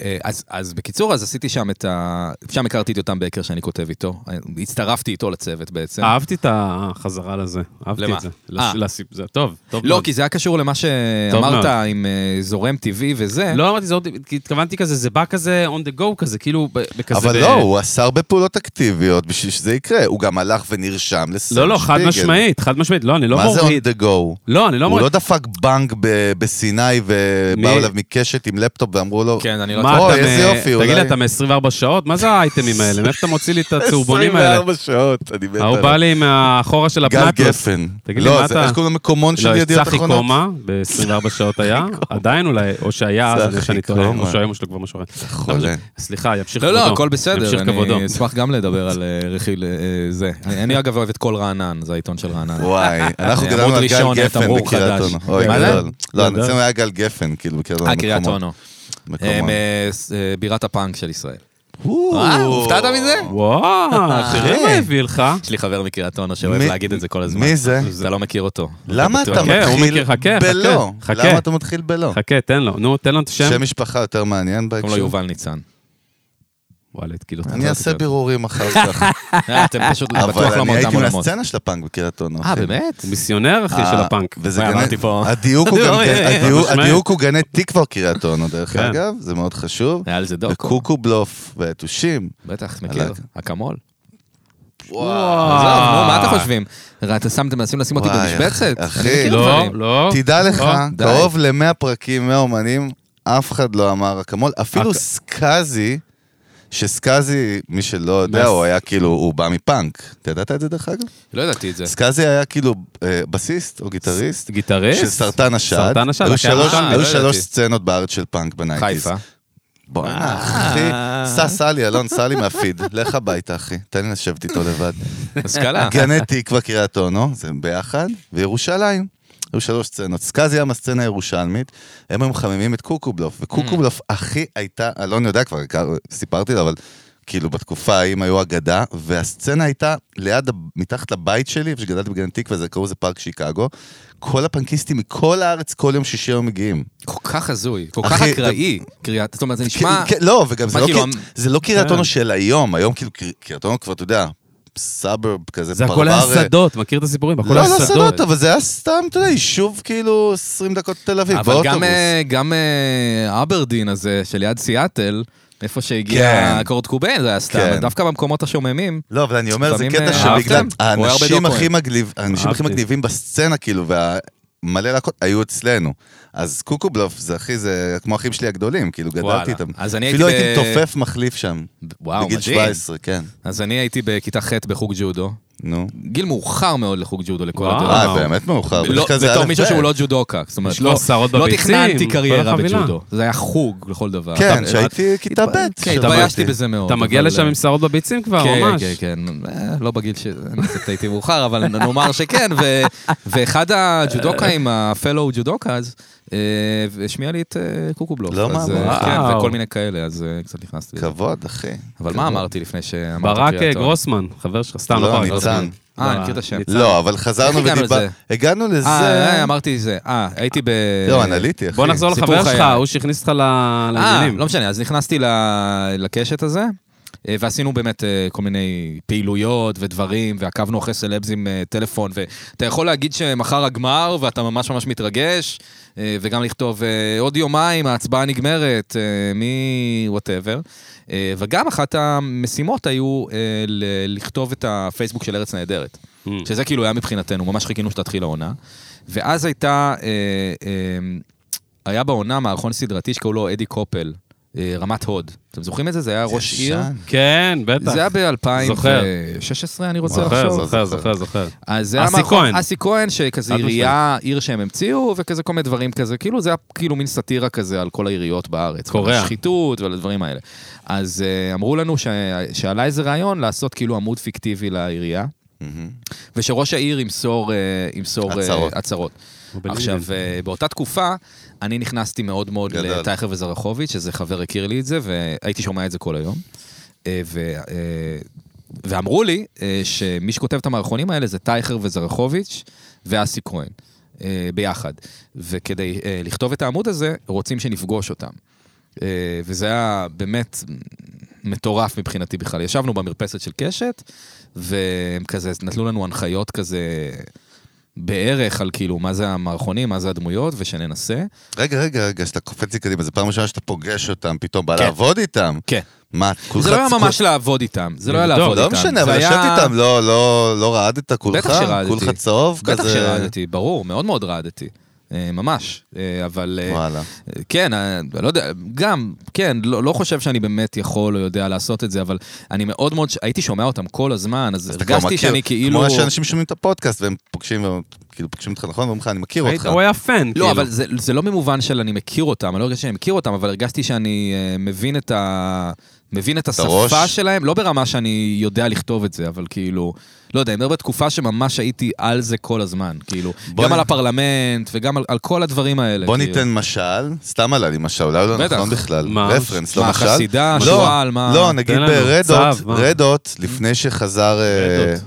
אה, אה, אז, אז בקיצור, אז עשיתי שם את ה... שם הכרתי את יותם בקר שאני כותב איתו. הצטרפתי איתו לצוות בעצם.
אהבתי את החזרה לזה. אהבתי
למה?
את זה.
אה.
לס- לסיפ- זה טוב, טוב.
לא,
מאוד.
כי זה היה קשור למה
מאוד.
שאמרת עם אה, זורם טבעי וזה.
לא אמרתי זה עוד... כי התכוונתי כזה, זה בא כזה on the go כזה, כאילו ב- בכזה...
אבל
ב-
לא, הוא עשה הרבה פעולות אקטיביות בשביל שזה יקרה. הוא גם הלך ונרשם לסם
לא, לא, חד
שפיגל.
משמעית, חד משמעית. לא, אני לא
מה זה
מוריד.
on the go?
לא, אני לא
הוא
מוריד.
לא דפק בנק ב- בסיני
מי?
ובאו אליו מקשת עם לפטופ ואמרו לו,
כן, אני לא...
מה,
אוי,
אתה
איזה
מ-
יופי,
תגיד לי,
אולי-
אתה מ-24 שעות? מה זה האייטמים האלה? מאיפה אתה מוציא לי את הצהובונים האלה?
24 שעות, אני מת
ההוא בא לי מהאחורה של
גל
הפנטוס.
גפן.
תגיד לי,
לא,
מה
זה-
אתה-
איך קוראים למקומון של
לא, יש
ידיעות
צחי
אחרונות?
קומה, ב-24 שעות היה, עדיין אולי, או שהיה אז, אני יודע
צחי
שאני טועה,
קומה. נכון.
או שהיום יש לו כבר משהו אחר.
חולה.
לא משנה. סליחה, ימשיך
לא,
כבודו.
לא, הכל בסדר,
ימשיך כבודו.
אני אשמח גם לדבר על אה, רכיל אה, זה. אני אני, אגב אוהב את כל רענן, זה העיתון של רענן.
וואי, אנחנו
עמוד
גדלנו על
ראשון,
גל גפן
תמרור
בקריית
חדש.
אונו. אוי,
מה זה?
גדול. לא,
גדול.
אצלנו היה גל גפן, כאילו, בקריית אונו.
אה, קריית
מקומון.
אונו. אה,
מקומון.
מ- אה, בירת הפאנק של ישראל.
וואו.
אה, הופתעת מזה?
וואו, תראה מה הביא לך.
יש לי חבר מקריית אונו שאוהב
מי-
להגיד את זה כל הזמן.
מי זה?
אתה לא מכיר אותו.
למה
בטוח.
אתה
כן, הוא
מתחיל
מכיר, חכה, חכה,
בלא?
חכה.
למה אתה מתחיל בלא?
חכה, תן לו, נו, תן לו את השם.
שם משפחה יותר מעניין
קוראים לו
בהקשר.
יובל ניצן.
וואלה, כאילו,
אני אעשה בירורים אחר כך.
אה, אתם פשוט בטוח
אבל
לא
אני הייתי
מאותם עולמות.
מהסצנה של הפאנק בקריית אונו.
אה,
אחי.
באמת?
הוא מיסיונר, אחי, של
אה,
הפאנק.
וזה
וואי,
גני-
אמרתי פה.
הדיוק הוא גם
לא,
כן-
אה, אה,
הדיוק-
חד משמעית.
הדיוק הוא גני תקווה קריית אונו, דרך
כן.
אגב, זה מאוד חשוב.
היה על זה דוקו.
וקוקו בלוף, ויתושים.
בטח,
עלה.
מכיר. אקמול.
וואו.
עזוב, נו, מה אתם חושבים? רא, אתה שם, אתם מנסים לשים אותי
וואי,
במשבצת?
אחי.
אני מכיר
לא,
דברים.
לא.
תדע לך,
אה, די.
קרוב ל-100 פרקים, 100 אומנים, אף אחד לא אמר אקמול. אפילו
אק-
סקאזי, שסקאזי, מי שלא יודע,
מס-
הוא היה כאילו, הוא בא מפאנק. אתה ידעת את זה דרך אגב?
לא ידעתי את זה.
סקאזי היה כאילו אה, בסיסט או גיטריסט.
גיטריסט?
של סרטן השד.
סרטן השד,
היו
הקיים
שלוש-
השד,
היו
לא
שלוש
ידעתי.
סצנות בארץ של פאנק בנייטיז.
חיפה.
בואנה, אחי. סע סלי, אלון סלי מהפיד. לך הביתה, אחי. תן לי לשבת איתו לבד.
השכלה.
גני תקווה, קריית אונו, זה ביחד, וירושלים. היו שלוש סצנות. סקאזי היה מהסצנה הירושלמית, הם היו מחממים את קוקובלוף, וקוקובלוף הכי הייתה, אלון יודע כבר, הכר- סיפרתי לו, אבל כאילו בתקופה ההיא היו אגדה, והסצנה הייתה ליד, ה- מתחת לבית שלי, איפה שגדלתי בגני תקווה, זה קראו לזה פארק שיקגו, כל הפנקיסטים מכל הארץ כל יום שישי היו מגיעים.
כל כך הזוי, כל כך
אחי,
אקראי. קריאת, זאת אומרת, זה נשמע...
כן, כן, לא, וגם זה
מה
לא
כאילו,
קיר-
המ-
זה לא קריית אונו של היום, היום כאילו קר- קריית אונו כבר, אתה יודע, סאברב כזה,
זה הכל היה
פרבר, אה,
שדות, מכיר את הסיפורים? הכל
לא,
היה
לא שדות,
שדות.
אבל זה היה סתם, אתה יודע, יישוב כאילו 20 דקות תל אביב,
אבל גם,
באוטובוס.
אה, גם אה, אברדין הזה, שליד סיאטל, איפה שהגיע
כן.
קורט קוביין, זה היה סתם.
כן.
דווקא במקומות השוממים.
לא, אבל אני אומר, זה
לפעמים,
קטע
אה,
שבגלל
אהבתם? הוא היה הרבה
האנשים
דוקו.
הכי מגניב- האנשים הכי
אהבתי.
מגניבים בסצנה, כאילו, והמלא להקות היו אצלנו. אז קוקובלוף, זה אחי, זה כמו האחים שלי הגדולים, כאילו,
וואלה.
גדלתי איתם.
אז אני הייתי ב-
אפילו הייתי תופף מחליף שם,
וואו,
בגיל
מדהים.
17, כן.
אז אני הייתי בכיתה ח' בחוג ג'ודו.
נו.
גיל מאוחר מאוד לחוג ג'ודו לכל
וואו.
הדעות.
אה,
וואו.
באמת מאוחר.
לא,
בדרך כלל זה
בתור
א',
מישהו
ב'.
שהוא לא ג'ודוקה. זאת אומרת,
יש לו
לא-
שערות
לא
בביצים,
תכננתי
כל
קריירה
החבילה.
בג'ודו. זה היה חוג לכל דבר.
כן,
אתה-
כשהייתי כיתה ב'.
כן,
שמעתי.
התביישתי בזה מאוד.
אתה מגיע
אבל-
לשם עם שערות בביצים כבר,
כן,
ממש.
כן, כן, אה, לא בגיל ש... אני קצת הייתי מאוחר, אבל נאמר שכן, ו- ואחד הג'ודוקאים, ה-fellow ג'ודוקאז, אה, השמיע לי את אה, קוקובלוף.
לא
אז, אה,
מאמין.
כן,
וואו.
וכל מיני כאלה, אז אה, קצת נכנסתי לזה.
כבוד, אחי.
אבל
כבוד.
מה אמרתי לפני שאמרת
ברק
קריאת אונו?
גרוסמן, חבר שלך, סתם,
לא,
ברק
ניצן.
גרוסמן.
אה,
לא,
אני מכיר את השם.
ניצן.
לא, אבל חזרנו
איך הגענו
ודיברנו.
לזה?
הגענו לזה.
אה, אה, אמרתי זה. אה, הייתי ב...
לא, אנליטי, אחי.
בוא נחזור
סיפור
לחבר
חיי.
שלך, הוא שהכניס אותך ל-
אה,
לעניינים.
לא משנה, אז נכנסתי ל- לקשת הזה, אה, ועשינו באמת אה, כל מיני פעילויות ודברים, ועקבנו אחרי סלבס עם אה, טלפון, ואתה יכול להגיד שמחר הגמר, ואתה ממש ממש מתרגש, אה, וגם לכתוב אה, עוד יומיים, ההצבעה נגמרת, אה, מי... וואטאבר. וגם אחת המשימות היו אה, ל- לכתוב את הפייסבוק של ארץ נהדרת.
Mm.
שזה כאילו היה מבחינתנו, ממש חיכינו שתתחיל העונה. ואז הייתה... אה, אה, היה בעונה מערכון סדרתי שקראו לו אדי קופל, אה, רמת הוד. אתם זוכרים את זה? זה היה ראש עיר.
ישן.
כן, בטח.
זה היה
זוכר.
ב-2016, אני רוצה
זוכר,
לחשוב.
זוכר, זוכר, זוכר.
אז זה היה
אסי
מערכון-
כהן.
אסי כהן, שכזה
חד
עירייה, עיר שהם המציאו, וכזה כל מיני דברים כזה. כאילו זה היה כאילו מין סאטירה כזה על כל העיריות בארץ.
קורע.
על השחיתות ועל הדברים האלה. אז אה, אמרו לנו ש- שעלה איזה רעיון לעשות כאילו עמוד פיקטיבי לעירייה,
מהמם.
ושראש העיר ימסור, אה, ימסור אה,
הצהרות.
הצהרות.
הוא בלינקדאין.
עכשיו, אה, באותה תקופה, אני נכנסתי מאוד מאוד
גדל.
לטייכר וזרחוביץ', שזה חבר הכיר לי את זה, והייתי שומע את זה כל היום. אה, ו, אה, ואמרו לי אה, שמי שכותב את המערכונים האלה זה טייכר וזרחוביץ' ואסי כהן, אה, ביחד. וכדי אה, לכתוב את העמוד הזה, רוצים שנפגוש אותם. אה, וזה היה באמת מטורף מבחינתי בכלל. ישבנו במרפסת של קשת, והם כזה נתנו לנו הנחיות כזה בערך על כאילו מה זה המערכונים, מה זה הדמויות, ושננסה.
רגע, רגע, רגע, שאתה קופץ לי קדימה, זו פעם ראשונה שאתה פוגש אותם, פתאום בא לעבוד איתם.
כן.
מה, כולך...
זה לא היה
כול-
ממש לעבוד איתם, זה לא היה
לבדוק.
לעבוד
לא
איתם.
משנה,
זה
אבל
היה-
ישבתי איתם, לא, לא, לא רעדת כולך?
בטח שרעדתי.
כולך צהוב?
בטח
כזה-
שרעדתי, ברור, מאוד מאוד רעדתי. אה, ממש, אה, אבל אה,
וואלה.
אה, כן, אה, לא יודע, גם, כן, לא לא חושב שאני באמת יכול או יודע לעשות את זה, אבל אני מאוד מאוד, ש- הייתי שומע אותם כל הזמן, אז
אתה כבר
הרגשתי
מכיר-
שאני כאילו...
כמו שאנשים שומעים את הפודקאסט והם פוגשים, והם כאילו פוגשים אותך נכון, ואומרים לך, אני מכיר
היית-
אותך.
הוא היה פן, כאילו.
לא, אבל זה, זה לא במובן של אני מכיר אותם, אני לא הרגשתי שאני מכיר אותם, אבל הרגשתי שאני אה, מבין את, ה... מבין את
הראש?
השפה שלהם, לא ברמה שאני יודע לכתוב את זה, אבל כאילו, לא יודע, אני מדבר בתקופה שממש הייתי על זה כל הזמן, כאילו,
בוא
גם
נ-
על הפרלמנט וגם על, על כל הדברים האלה.
בוא
כאילו.
ניתן משל, סתם עלה לי משל, אולי לא
בטח.
נכון בכלל,
מה?
רפרנס, לא
מה,
משל.
חסידה,
לא,
שועל, מה?
לא, נגיד
תן לנו
ברדות,
צו, מה? Mm-hmm.
רדות, לפני שחזר... אה,
רדות.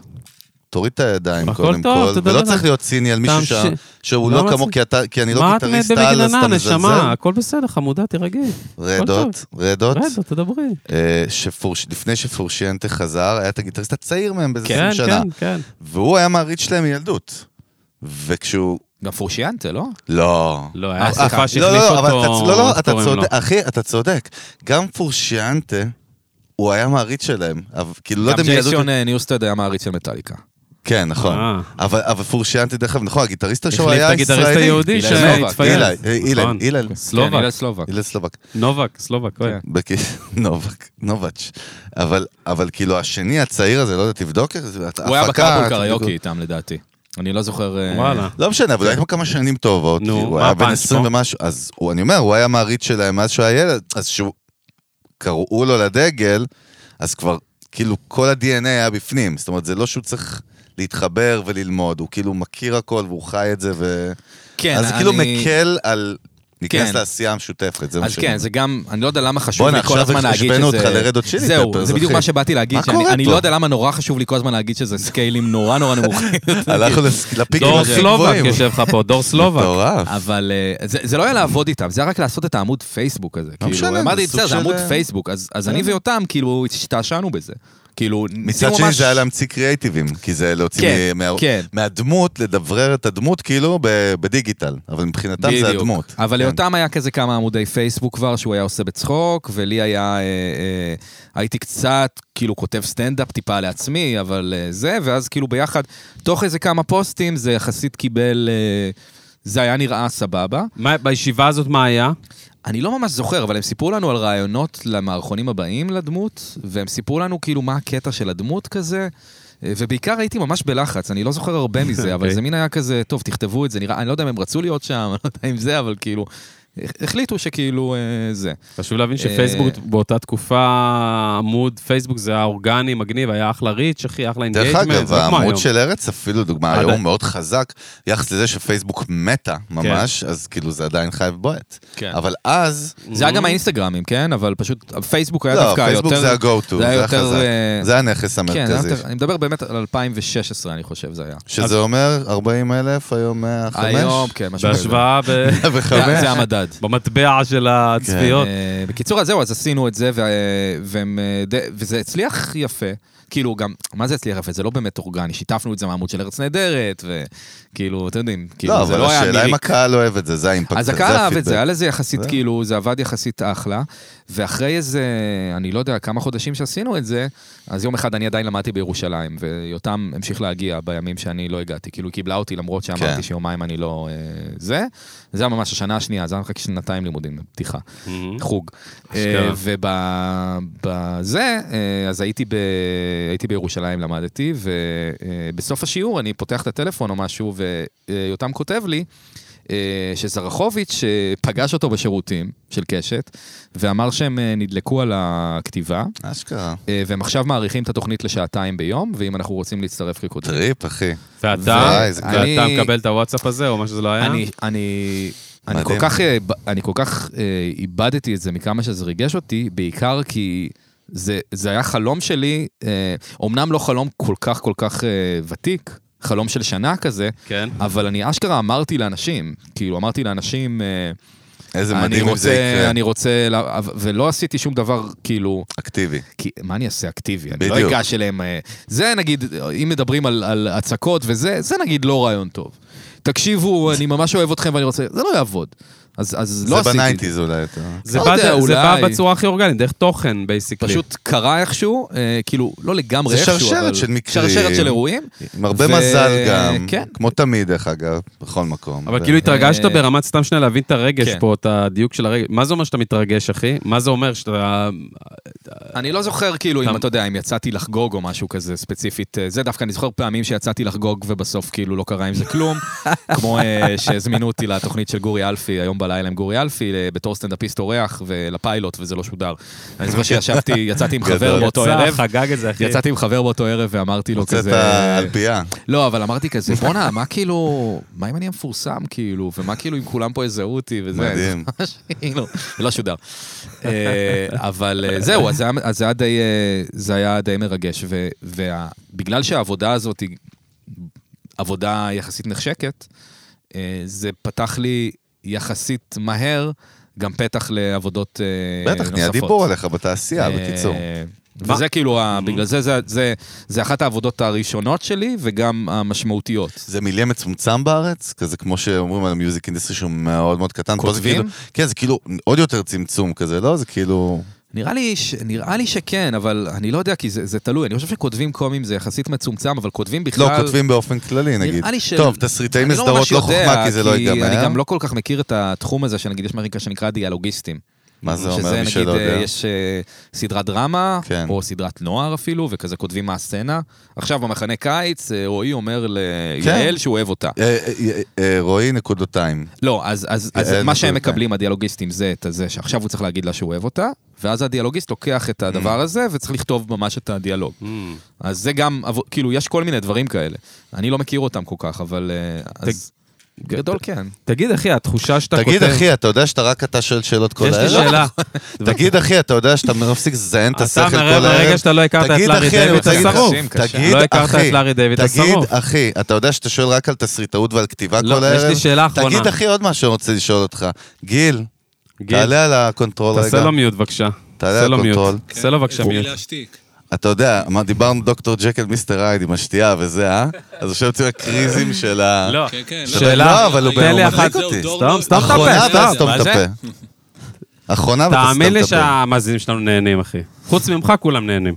תוריד את הידיים
הכל
קודם
טוב,
כל,
תודה
ולא
רבה.
צריך להיות ציני על מישהו שה-
תמשיך.
שהוא
לא
לא
מצחיק.
כמוך, כי אתה- כי אני לא
מה את
גיטריסט על, אז
במגננה,
אתה
נשמה?
מזלזל.
הכל בסדר, חמודה, תירגעי.
רדות, רדות,
רדו, תדברי.
אה, שפורש- לפני שפורשיאנטה חזר, היה את הגיטריסט הצעיר מהם באיזה
כן,
20 שנה.
כן, כן.
והוא היה מעריץ שלהם מילדות. וכשהוא...
גם פורשיאנטה, לא?
לא.
לא, היה
אה,
שיחה
סליחה.
שהחליף
לא, לא,
אותו,
אבל אתה, לא, לא, אתה
קוראים לו.
צודק, אחי, אתה צודק. גם פורשיאנטה, הוא היה מעריץ שלהם. אבל, כאילו, לא
גם
יודע מי ידעו...
ג'ייסון אה, ניוסטד היה מעריץ של מטאליקה.
כן, נכון.
אה.
אבל, אבל פורשיאנטה, דרך אגב, נכון, הגיטריסט השואו
החליף
היה
את
ישראלי. אה,
הגיטריסט היהודי
אילן
שהתפייס.
אילן, אילן,
נכון.
אילן,
סלובק.
כן, הלל סלובק.
אילן סלובק.
נובק, סלובק, אוקיי. אוי.
כן.
בקיס- נובק, נובץ'. אבל, אבל כאילו, השני הצעיר הזה, לא יודע, תבדוק איך זה,
הוא היה
הפקה,
בקאפול
תבדוק.
קריוקי איתם לדעתי. אני לא זוכר... אה,
וואלה.
לא משנה, אבל היה כבר כמה שנים טובות,
כן. נו,
כאילו, הוא
מה
היה בן
הפאנץ'
20
פה?
ומשהו, אז הוא- אני אומר, הוא היה מעריץ שלהם מאז שהוא היה ילד, אז שהוא, קראו לו לדגל, אז כבר, כאילו, כל ה-DNA היה בפנים, זאת אומרת, זה לא שהוא צריך להתחבר וללמוד, הוא כאילו מכיר הכל והוא חי את זה, ו...
כן,
אז זה כאילו
אני-
מקל על... להיכנס
כן.
לעשייה המשותפת, זה מה
אז כן, זה גם, אני לא יודע למה חשוב
בואנה,
לי כל
עכשיו
הזמן להגיד
החשבנו
שזה...
אותך לרדות צ'ילי
זהו,
פפרס,
זה בדיוק
אחי.
מה שבאתי להגיד.
מה
שאני-
קורה
אני
פה?
לא יודע למה נורא חשוב לי כל הזמן להגיד שזה סקיילים נורא נורא נמוכים.
הלכנו לס- לפיקים
דור
הכי
סלובק
גבוהים.
יושב לך פה, דור סלובק.
מטורף.
אבל אה, זה- זה לא היה לעבוד איתם, זה היה רק לעשות את העמוד פייסבוק הזה.
לא משנה,
כאילו,
זה
אמרתי,
סוג
בסדר, זה
של- אה,
עמוד פייסבוק, אז אז אני ויותם, כאילו, השתעשענו בזה. כאילו,
מצד
ניסינו
שני
ממש-
זה היה להמציא קריאייטיבים, כי זה להוציא
כן,
מ- מה-
כן.
מהדמות, לדברר את הדמות כאילו ב- בדיגיטל, אבל מבחינתם זה
בדיוק.
הדמות.
אבל
כן.
ליותם היה כזה כמה עמודי פייסבוק כבר, שהוא היה עושה בצחוק, ולי היה... אה, אה, הייתי קצת, כאילו, כותב סטנדאפ טיפה לעצמי, אבל אה, זה, ואז כאילו ביחד, תוך איזה כמה פוסטים, זה יחסית קיבל... אה, זה היה נראה סבבה.
מה- בישיבה הזאת מה היה?
אני לא ממש זוכר, אבל הם סיפרו לנו על רעיונות למערכונים הבאים לדמות, והם סיפרו לנו כאילו מה הקטע של הדמות כזה, אה, ובעיקר הייתי ממש בלחץ, אני לא זוכר הרבה מזה, אבל
אוקיי.
זה מין היה כזה, טוב, תכתבו את זה, נראה, אני לא יודע אם הם רצו להיות שם, אני לא יודע אם זה, אבל כאילו, הח- החליטו שכאילו אה, זה.
חשוב להבין שפייסבוק
אה,
באותה תקופה, עמוד פייסבוק זה היה אורגני, מגניב, היה אחלה ריץ', אחי, אחלה
דרך
אינגייג'מנט.
אגב, העמוד של ארץ אפילו, דוגמה,
עד-
היום הוא מאוד חזק, יחס לזה שפייסבוק מתה ממש, אז כאילו זה עדיין חייב בועט.
כן.
אבל אז,
זה היה גם האינסטגרמים, כן? אבל פשוט, פייסבוק היה
Mm-hmm. לא,
דווקא יותר...
פייסבוק זה ה-go-to,
זה היה
זה
יותר,
החזק,
אה,
זה הנכס
כן, זה היה
המרכזי.
יותר- אני מדבר באמת על 2016, אני חושב, זה היה.
שזה אומר 40 אלף, היום 105?
היום, כן, משהו כזה.
בהשוואה ב-
זה זה
105?
המדד.
במטבע של הצפיות.
אה, בקיצור, אז זהו, אז עשינו את זה, ו- והם, אה, די- וזה הצליח יפה. כאילו גם, מה זה הצליח יפה? זה לא באמת אורגני, שיתפנו את זה מהעמוד של ארץ נהדרת, וכאילו, אתם יודעים,
לא,
כאילו, זה
אבל
לא היה
השאלה אם
מירי.
הקהל אוהב את זה, זה האימפקט,
אז
זה
הקהל אהב את זה, היה
הפידבק.
לזה יחסית,
זה-
כאילו, זה עבד יחסית אחלה. ואחרי איזה, אני לא יודע, כמה חודשים שעשינו את זה, אז יום אחד אני עדיין למדתי בירושלים, ויותם המשיך להגיע בימים שאני לא הגעתי. כאילו, היא קיבלה אותי למרות שאמרתי
כן.
שיומיים אני לא... אה, זה. זה היה ממש השנה השנייה, זה היה אחרי שנתיים לימודים, פתיחה,
כן.
מהמם.
חוג. אה,
אשכרה.
ובזה, אה, אז הייתי, ב... הייתי בירושלים, למדתי, ובסוף השיעור אני פותח את הטלפון או משהו, ויותם כותב לי, אה, שזרחוביץ' אה, פגש אותו בשירותים של קשת, ואמר שהם אה, נדלקו על הכתיבה,
אשכרה.
אה, והם עכשיו מאריכים את התוכנית לשעתיים ביום, ואם אנחנו רוצים להצטרף כקודש.
טריפ, אחי.
ואתה,
וואי, זה
ואתה
אני-
מקבל את הוואטסאפ הזה, או מה שזה לא היה?
אני, אני, אני
מדהים.
כל כך, אה, ב- אני כל כך אה, איבדתי את זה מכמה שזה ריגש אותי, בעיקר כי זה, זה היה חלום שלי, אה, אומנם לא חלום כל כך כל כך אה, ותיק, חלום של שנה כזה,
כן.
אבל אני אשכרה אמרתי לאנשים, כאילו אמרתי לאנשים, אה,
איזה
אני
מדהים אם זה
רוצה,
יקרה.
אני רוצה, לה- אבל- ולא עשיתי שום דבר כאילו,
אקטיבי.
כי מה אני אעשה אקטיבי? אני לא
בדיוק.
אגש אליהם. אה, זה נגיד, אם מדברים על, על הצקות וזה, זה נגיד לא רעיון טוב. תקשיבו, אני ממש אוהב אתכם ואני רוצה, זה לא יעבוד. אז, אז לא
זה
עשיתי. את
בניינטיז אולי יותר.
זה
לא
בא-
יודע,
זה בא
אולי.
בצורה הכי אורגנית, דרך תוכן, בייסיקלי.
פשוט קרה איכשהו, אה, כאילו, לא לגמרי
זה
איכשהו,
שרשרת
אבל...
של מקרים. כן.
שרשרת של אירועים.
עם הרבה
ו-
מזל גם.
כן.
כמו תמיד, דרך אגב, בכל מקום.
אבל
ו-
כאילו התרגשת
אה,
ברמת סתם שנייה להבין את הרגש
כן.
פה, את הדיוק של הרגש. מה זה אומר שאתה מתרגש, אחי? מה זה אומר שאתה...
אני לא זוכר, כאילו,
אתה-
אם אתה יודע, אם יצאתי לחגוג או משהו כזה ספציפית. אה, זה דווקא, אני זוכר פעמים שיצאתי לחגוג ובסוף כאילו לא קרה עם זה כלום. כמו אה, שהזמינו אותי לתוכנית של גורי אלפי, היום בלילה עם גורי אלפי, אה, בתור סטנדאפיסט אורח ולפיילוט, וזה לא שודר. אני זוכר שישבתי, יצאתי עם חבר
גדול.
באותו
יצא,
ערב.
חגג את זה, אחי.
יצאתי עם חבר באותו ערב ואמרתי לו
הוצאת
כזה...
אלפייה.
לא, אבל אמרתי כזה, בואנה, מה כאילו, מה אם אני המפורסם כאילו, ומה כאילו אם כולם פה יזהו אותי וזה.
מדהים.
ממש, כאילו, זה לא שודר. אה, אבל אה, זהו, אז זה היה- אז זה היה די, אה, זה היה די מרגש, ובגלל שהעבודה הזאת היא עבודה יחסית נחשקת, אה, זה פתח לי יחסית מהר גם פתח לעבודות אה, נוספות.
בטח, נהיה דיבור עליך בתעשייה,
אה,
בקיצור.
וזה כאילו, ה- בגלל זה, זה- זה- זה אחת העבודות הראשונות שלי וגם המשמעותיות.
זה מיליה מצומצם בארץ, כזה כמו שאומרים על המיוזיק אינדסטרי שהוא מאוד מאוד קטן. פה זה
כותבים?
כאילו- כן, זה כאילו עוד יותר צמצום כזה, לא? זה כאילו...
נראה לי, ש... נראה לי שכן, אבל אני לא יודע, כי זה, זה תלוי. אני חושב שכותבים קומיים זה יחסית מצומצם, אבל כותבים בכלל...
לא, כותבים באופן כללי נגיד.
נראה לי של...
טוב, תסריטאים
אני
מסדרות
ממש
לא
יודע,
חוכמה, כי זה לא ייגמר.
אני גם לא כל כך מכיר את התחום הזה, שנגיד יש מריקה שנקרא דיאלוגיסטים.
מה
שזה,
זה אומר, מי
נגיד,
שלא
אה,
יודע?
יש אה, סדרת דרמה,
כן.
או סדרת נוער אפילו, וכזה כותבים מה הסצנה. עכשיו במחנה קיץ, אה, רועי אומר
כן.
ליעל שהוא אוהב אותה.
אה, אה, אה, רועי נקודותיים.
לא, אז, אז, אז
יעל
מה שהם
נקודתיים.
מקבלים, הדיאלוגיסטים, זה את הזה שעכשיו הוא צריך להגיד לה שהוא אוהב אותה, ואז הדיאלוגיסט לוקח את הדבר הזה וצריך לכתוב ממש את הדיאלוג.
Mm.
אז זה גם, עבו- כאילו, יש כל מיני דברים כאלה. אני לא מכיר אותם כל כך, אבל... אה, אז גדול כן.
תגיד, אחי, התחושה שאתה כותב...
תגיד, אחי, אתה יודע שאתה רק אתה שואל שאלות כל
יש לי
הערב?
שאלה.
תגיד, אחי, אתה יודע שאתה מפסיק לזיין את השכל
אתה
כל
מראה
הערב?
ברגע שאתה לא הכרת את
תגיד,
לארי
אחי, אני
דיוויד, אתה
רוצה להגיד לך,
שרוף.
שים, קשה.
תגיד,
לא הכרת
אחי,
את לארי דיוויד, אתה
תגיד,
שרוף.
אחי, אתה יודע שאתה שואל רק על תסריטאות ועל כתיבה
לא,
כל
יש
הערב?
לי שאלה אחרונה.
תגיד, אחי, עוד משהו אני רוצה לשאול אותך. גיל,
גיל,
תעלה על הקונטרול רגע.
תעשה לו מיוט, בבקשה.
תעלה
תעשה לו מיוט.
לקונטרול.
תעשה לו בבקשה
כן? בלי
מיוט.
להשתיק.
אתה יודע, מה, דיברנו דוקטור ג'קל מיסטר הייד עם השתייה וזה, אה? אז עכשיו יוצאים הקריזים של ה...
לא.
כן, כן.
שאלה,
לא, אבל הוא
היום-
תן לי
היום-
אחת.
זהו,
אותי.
דור
סתם,
לא-
סתם תדבר,
אחרונה
סתם.
וסתום
מה
את
זה?
הפה. אחרונה וסתום
תאמין לי
את הפה.
שהמאזינים שלנו נהנים, אחי. חוץ ממך כולם נהנים.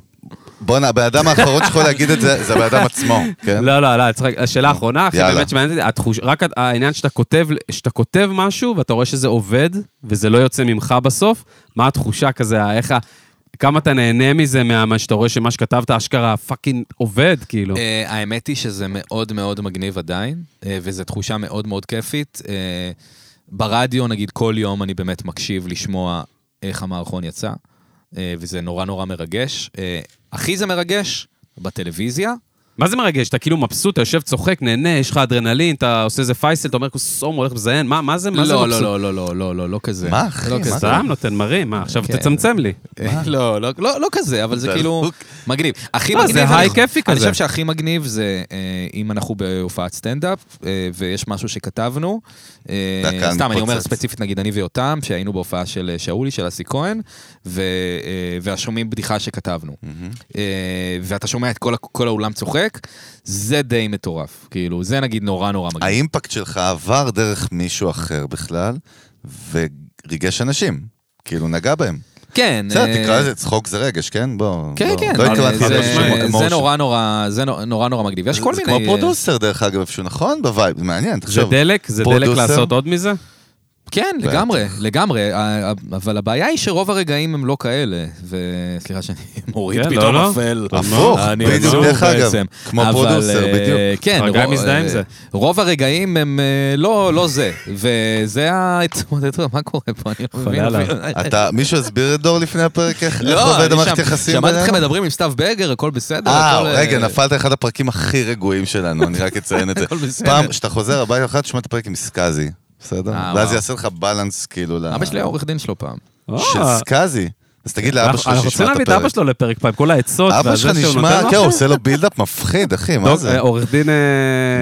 בואנה, הבן אדם האחרון שיכול להגיד את זה, זה הבן אדם עצמו, כן?
לא, לא, לא, צריך- השאלה האחרונה, אחי,
יאללה.
באמת שמעניינת אותי, התחוש- רק הת- העניין שאתה כותב, שאתה כותב משהו ואתה רואה שזה עובד, וזה לא יוצא ממך בסוף, מה התחושה כזה, ה- איך ה... כמה אתה נהנה מזה, מה שאתה רואה שמה שכתבת אשכרה פאקינג עובד, כאילו.
אה, האמת היא שזה מאוד מאוד מגניב עדיין, אה, וזו תחושה מאוד מאוד כיפית. אה, ברדיו, נגיד, כל יום אני באמת מקשיב לשמוע איך המערכון יצא, אה, וזה נורא נורא מרגש. אה, הכי זה מרגש בטלוויזיה.
מה זה מרגש? אתה כאילו מבסוט, אתה יושב, צוחק, נהנה, יש לך אדרנלין, אתה עושה איזה פייסל, אתה אומר, סום, הולך מזיין, מה מה זה מה
לא,
זה
לא,
מבסוט?
לא, לא, לא, לא, לא, לא כזה.
מה, אחי?
לא
מה אה?
כזה.
אתה-
סתם נותן מרים, מה, עכשיו
כן.
תצמצם לי.
אה, לא, לא, לא, לא כזה, אבל זה
זה
כאילו
לוק.
מגניב. הכי
לא,
מגניב...
זה
אני-
היי כיפי
אני
כזה.
חושב שהכי מגניב זה אה, אם אנחנו בהופעת סטנדאפ, אה, ויש משהו שכתבנו. אה,
והקהל
סתם, אני אומר
מתפוצץ.
ספציפית, נגיד אני ויותם, שהיינו בהופעה של אה, שאולי, של אסי כהן, ו- אה, והשומעים בדיחה שכתבנו. אה, ואתה שומע את כל ה- כל האולם צוחק, זה די מטורף. כאילו, זה נגיד נורא נורא מגניב.
האימפקט שלך עבר דרך מישהו אחר בכלל, וריגש אנשים. כאילו, נגע בהם.
כן.
בסדר,
אה,
תקרא לזה צחוק זה רגש, כן? בוא.
כן,
בוא.
כן,
לא
אבל
התכוונתי
זה-
לזה
משהו
זה
emotion.
נורא נורא, זה נורא- נורא נורא מגניב. יש כל מיני...
זה כמו
אה,
פרודוסר, דרך אגב, איפשהו, נכון? בווייב, זה מעניין,
זה
תחשוב.
דלק? זה דלק
פרודוסר?
לעשות עוד מזה?
כן,
בטח.
לגמרי, לגמרי, ה- ה- אבל הבעיה היא שרוב הרגעים הם לא כאלה, וסליחה שאני מוריד
כן, לא,
פתאום
לא.
אפל.
הפוך,
אני
בדיוק,
עצוב
דרך אגב,
בעצם.
כמו
אבל,
פרודוסר,
אה,
בדיוק.
כן,
הרגע
רוב-
מזדהה עם
אה,
זה.
רוב הרגעים הם אה, לא לא זה, וזה ה... מה קורה פה? אני לא מבין.
עליו.
אפילו.
אתה, מישהו הסביר את דור לפני הפרק איך איך
לא,
עובד
אני
המערכת
שם-
יחסים
שמעתי אתכם
בינינו?
מדברים עם סתיו ברגר, הכל בסדר.
אה,
הכל,
רגע, נפלת אחד הפרקים הכי רגועים שלנו, אני רק אציין את זה.
הכל בסדר.
פעם, כשאתה חוזר הביתה אחת, תשמע את הפרק עם סקאזי, בסדר?
אה,
ואז
וואו.
יעשה לך בלנס, כאילו, ל-
אבא שלי היה עורך דין שלו פעם.
של
אה,
סקאזי. אז תגיד לאבא
אה,
אנחנו-
שלך
אנחנו רוצים
שישמע את
להביא את אבא
הפרק.
שלו לפרק פה, עם כל העצות.
אבא
והזה
שלך
שהוא
נשמע,
נותן לו.
כן, הוא עושה לו בילדאפ מפחיד, אחי, מה
טוב,
זה?
אה, עורך דין אה,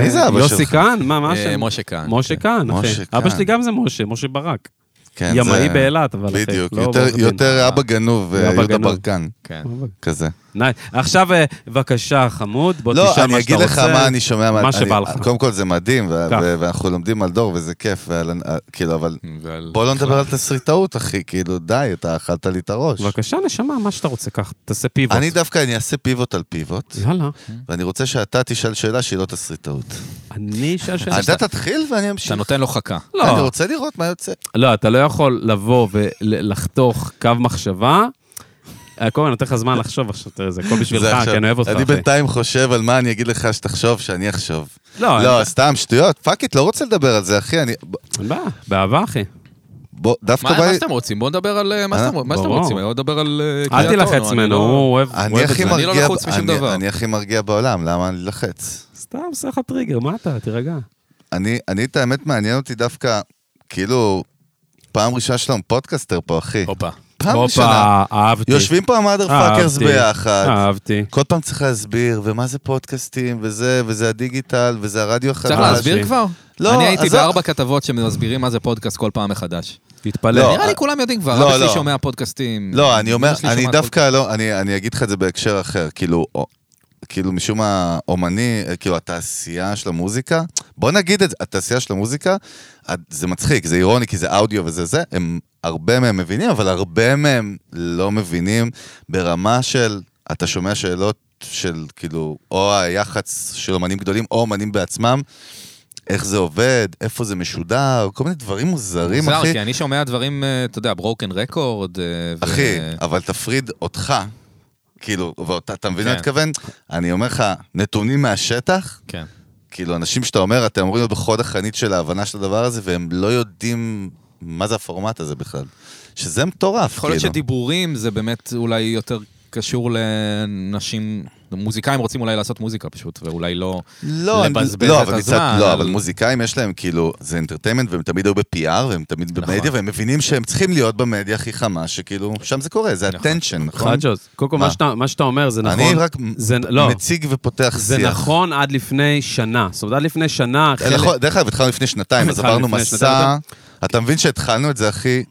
מי זה אבא
יוסי
שלך?
כהן? מה, מה
אה,
השם?
משה כאן.
משה כהן,
משה
אחי.
כהן.
אבא שלי גם זה משה, משה ברק.
כן,
ימאי
זה-
באילת, אבל... אחי,
בדיוק,
לא
יותר-
עורך דין.
יותר אבא גנוב, אה,
אבא
יהודה
גנוב.
ברקן,
כן.
כזה.
נייס.
עכשיו, אה, בבקשה, חמוד, בוא תשאל מה
לא,
שאתה רוצה.
אני אגיד לך מה אני שומע.
מה
אני-
שבא לך.
קודם כל זה מדהים, ו-
כך.
ו- ואנחנו לומדים על דור וזה כיף, ועל- כאילו, אבל
ועל-
בוא לא נדבר על תסריטאות, אחי, כאילו, די, אתה אכלת לי את הראש.
בבקשה, נשמה, מה שאתה רוצה, קח, תעשה פיבוט.
אני דווקא, אני אעשה פיבוט על פיבוט,
יאללה.
ואני רוצה שאתה תשאל שאלה שהיא לא תסריטאות.
אני אשאל שאלה.
אתה תתחיל ואני
אתה
אמשיך.
נותן לו חכה.
לא.
אני רוצה לראות מה יוצא.
לא, אתה לא יכול לבוא ולחתוך קו מחשבה. אה, כל הזמן, אני נותן לך זמן לחשוב עכשיו, תראה, זה הכל בשבילך,
זה עכשיו.
כי אני אוהב אותך,
אני
אחי.
בינתיים חושב על מה אני אגיד לך שתחשוב, שאני אחשוב.
לא,
לא,
אין-
סתם, שטויות, פאק איט, לא רוצה לדבר על זה, אחי, אני... ב-
אין בעיה, באהבה, אחי.
בוא, דווקא...
מה מה
בא-
שאתם רוצים? בואו נדבר על אה, מה
אה,
שאתם מה שאתם
ברור.
רוצים, בואו נדבר על... אה, קריית
אל
אונו,
תילחץ
אני
ממנו,
לא-
הוא אוהב הוא
אני
אוהב את
הכי
זה.
אני לא
מרגיע-
לחוץ משום
אני-
דבר.
אני הכי מרגיע בעולם, למה אני לחץ?
סתם, עושה לך טריגר, מה אתה? תירגע.
אני, אני, את האמת, מעניין אותי דווקא, כאילו, פעם ראשונה שלנו פודקאסטר פה, אחי.
הופה.
פעם ראשונה.
הופה, אהבתי.
יושבים פה המאדר פאקרס
אהבתי.
ביחד.
אהבתי.
כל פעם צריך להסביר, ומה זה פודקאסטים, וזה, וזה הדיגיטל, וזה הרדיו החדש.
צריך להסביר כבר?
לא,
אני הייתי
אז לא-
בארבע כתבות שמסבירים מה זה פודקאסט כל פעם מחדש.
תתפלא.
לא,
נראה לי
אה,
כולם יודעים כבר,
לא,
אבא שלי
לא.
שומע פודקאסטים.
לא, אני אומר,
אמא שלי
אני
שומעת
דווקא לא, אני, אני אגיד לך את זה בהקשר אחר, כאילו, או, כאילו משום מה, אומני, אה, כאילו התעשייה של המוזיקה, בוא נגיד את זה, התעשייה של המוזיקה, אה, זה מצחיק, זה אירוני, כי זה אודיו וזה זה, הם, הרבה מהם מבינים, אבל הרבה מהם לא מבינים ברמה של, אתה שומע שאלות של כאילו, או היח"צ של אומנים גדולים, או אומנים בעצמם. איך זה עובד, איפה זה משודר, כל מיני דברים מוזרים,
מוזר, כן.
אחי.
כי אני שומע דברים, אה, אתה יודע, אה, ברוקן רקורד.
אחי,
כן.
אבל תפריד אותך, כאילו, ואותה, אתה מבין מה
כן.
אני מתכוון? אני אומר לך, נתונים מהשטח,
כן.
כאילו, אנשים שאתה אומר, אתם אמורים להיות בחוד החנית של ההבנה של הדבר הזה, והם לא יודעים מה זה הפורמט הזה בכלל. שזה מטורף,
יכול להיות
כאילו.
שדיבורים זה באמת אולי יותר קשור לנשים, מוזיקאים רוצים אולי לעשות מוזיקה פשוט, ואולי לא...
לא, אני-
לבזבז
לא,
את
אבל מצד-
הזמן,
לא,
אבל-
אבל מוזיקאים יש להם, כאילו, זה אינטרטיימנט, והם תמיד היו ב-PR, והם תמיד
נכון.
במדיה, והם מבינים שהם צריכים להיות במדיה הכי חמה, שכאילו, שם זה קורה, זה
נכון.
הטנשן, נכון?
חג'וז, קודם כל, מה
מה?
שאתה- מה שאתה אומר זה נכון.
אני רק
זה- לא,
מציג ופותח שיח.
זה נכון עד לפני שנה. זאת אומרת, עד לפני שנה, חלק...
נכון, דרך אגב, התחלנו לפני שנתיים, אז
התחלנו
עברנו
לפני
מסע.
שנתיים. נכון.
אתה מבין שהתחלנו את זה, אחי?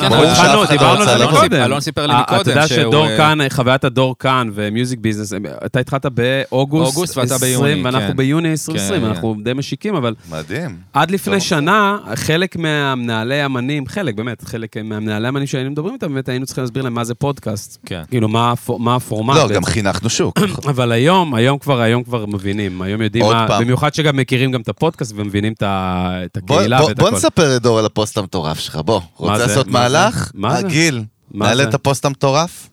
כן,
ברור
אבל
שאף
התחלנו,
אחד לא
דיברנו
רצה
על זה
לבוא.
קודם.
אלון סיפר לי
אה,
מקודם
אתה יודע
שהוא,
שדור
אה,
כאן, חוויית הדור כאן ומיוזיק ביזנס, הם- אתה התחלת באוגוסט
אוגוסט ואתה
20,
ביוני,
ואנחנו
כן.
ביוני 2020,
כן,
אנחנו די משיקים, אבל
מדהים.
עד
לא,
לפני שנה, חלק מהמנהלי אמנים, חלק, באמת, חלק מהמנהלי אמנים שהיינו מדברים איתם, באמת היינו צריכים להסביר להם מה זה פודקאסט.
כן.
כאילו, מה הפו- מה הפורמט.
לא,
בעצם.
גם חינכנו שוק.
אבל היום, היום כבר, היום כבר מבינים, היום יודעים
עוד
מה,
פעם.
במיוחד שגם מכירים גם את הפודקאסט ומבינים את ה- את
בוא-
הקהילה
בוא-
ואת
בוא
הכל.
נספר לדור על הפוסט המטורף שלך, בוא. רוצה
זה?
לעשות
מה זה?
מהלך?
מה זה?
הגיל.
מה
נעלה
זה?
את הפוסט המטורף?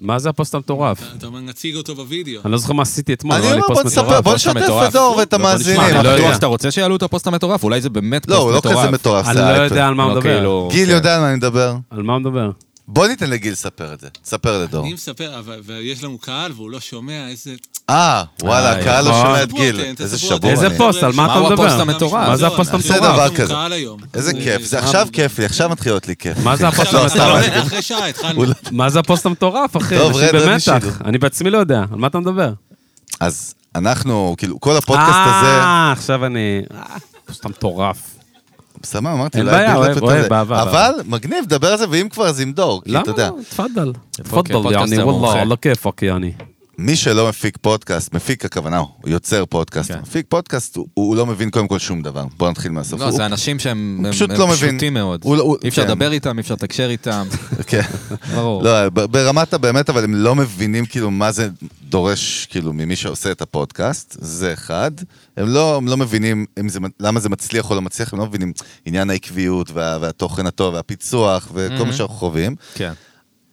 מה זה הפוסט המטורף?
אתה מציג אותו בווידאו.
אני לא זוכר מה עשיתי אתמול,
אני
אבל
אומר,
אני
בוא
פוסט
נספר,
מטורף.
בוא
פוסט
נשתף
מטורף.
את דור ואת
בוא
המאזינים.
נשמע, אני
אני
לא
לא
יודע.
יודע.
שאתה רוצה שיעלו את הפוסט המטורף, אולי זה באמת
לא,
פוסט
הוא לא
מטורף.
כזה מטורף,
אני
זה
לא
האייפד.
יודע על מה הוא מדבר.
כאילו,
גיל
כן.
יודע על מה אני מדבר.
על מה הוא מדבר?
בוא ניתן לגיל לספר את זה. תספר לדור.
אני מספר, אבל- ויש לנו קהל והוא לא שומע, איזה...
אה, וואלה,
אה,
הקהל לא
נכון.
שומע את
תספרו
גיל.
אתם,
איזה
תספרו
שבור
אתם.
איזה
אני.
פוסט? על מה אתה
מהו
מדבר?
הפוסט המטורף?
מה זה
לא,
הפוסט
אנחנו-
זה
המטורף?
דבר
אנחנו
כזה.
קהל היום.
איזה
זה-
כיף, זה עכשיו כיף לי, עכשיו מתחיל להיות לי כיף.
מה זה הפוסט
עכשיו,
המטורף?
אתה לא- אחרי שעה התחלנו.
הוא לא-
מה זה הפוסט המטורף, אחי?
טוב,
אנשים
רד, רד
במתח.
לשידור.
אני בעצמי לא יודע, על מה אתה מדבר?
אז אנחנו, כאילו, כל הפודקאסט הזה...
אה, עכשיו אני... אה, פוסט המטורף.
סבבה, אמרתי, לא
אין
אולי
בעיה,
הגדיר
אוהב,
לפתור
אוהב,
את זה.
באהבה,
אבל מגניב, דבר על זה, ואם כבר, אז עם דור, כי
למה?
כאילו, אתה יודע.
תפאדל.
אוקיי,
תפאדל,
פודקאסט
יעני,
המומחה.
וואלה, לא כיפאק, יעני.
מי שלא מפיק פודקאסט, מפיק הכוונה, הוא יוצר פודקאסט,
כן.
מפיק פודקאסט, הוא- הוא לא מבין קודם כל שום דבר. בוא נתחיל מהסוף.
לא,
הוא-
זה אנשים שהם הם-
פשוט
הם
לא מבין.
פשוטים מאוד.
הוא לא- הוא-
אי אפשר
כן.
לדבר איתם, אי אפשר לתקשר איתם,
כן.
ברור.
לא, ב- ברמת הבאמת, אבל הם לא מבינים כאילו מה זה דורש כאילו ממי שעושה את הפודקאסט, זה אחד. הם לא, הם לא מבינים אם זה, למה זה מצליח או לא מצליח, הם לא מבינים עניין העקביות וה, והתוכן הטוב והפיצוח וכל
Mm-hmm.
מה שאנחנו חווים.
כן.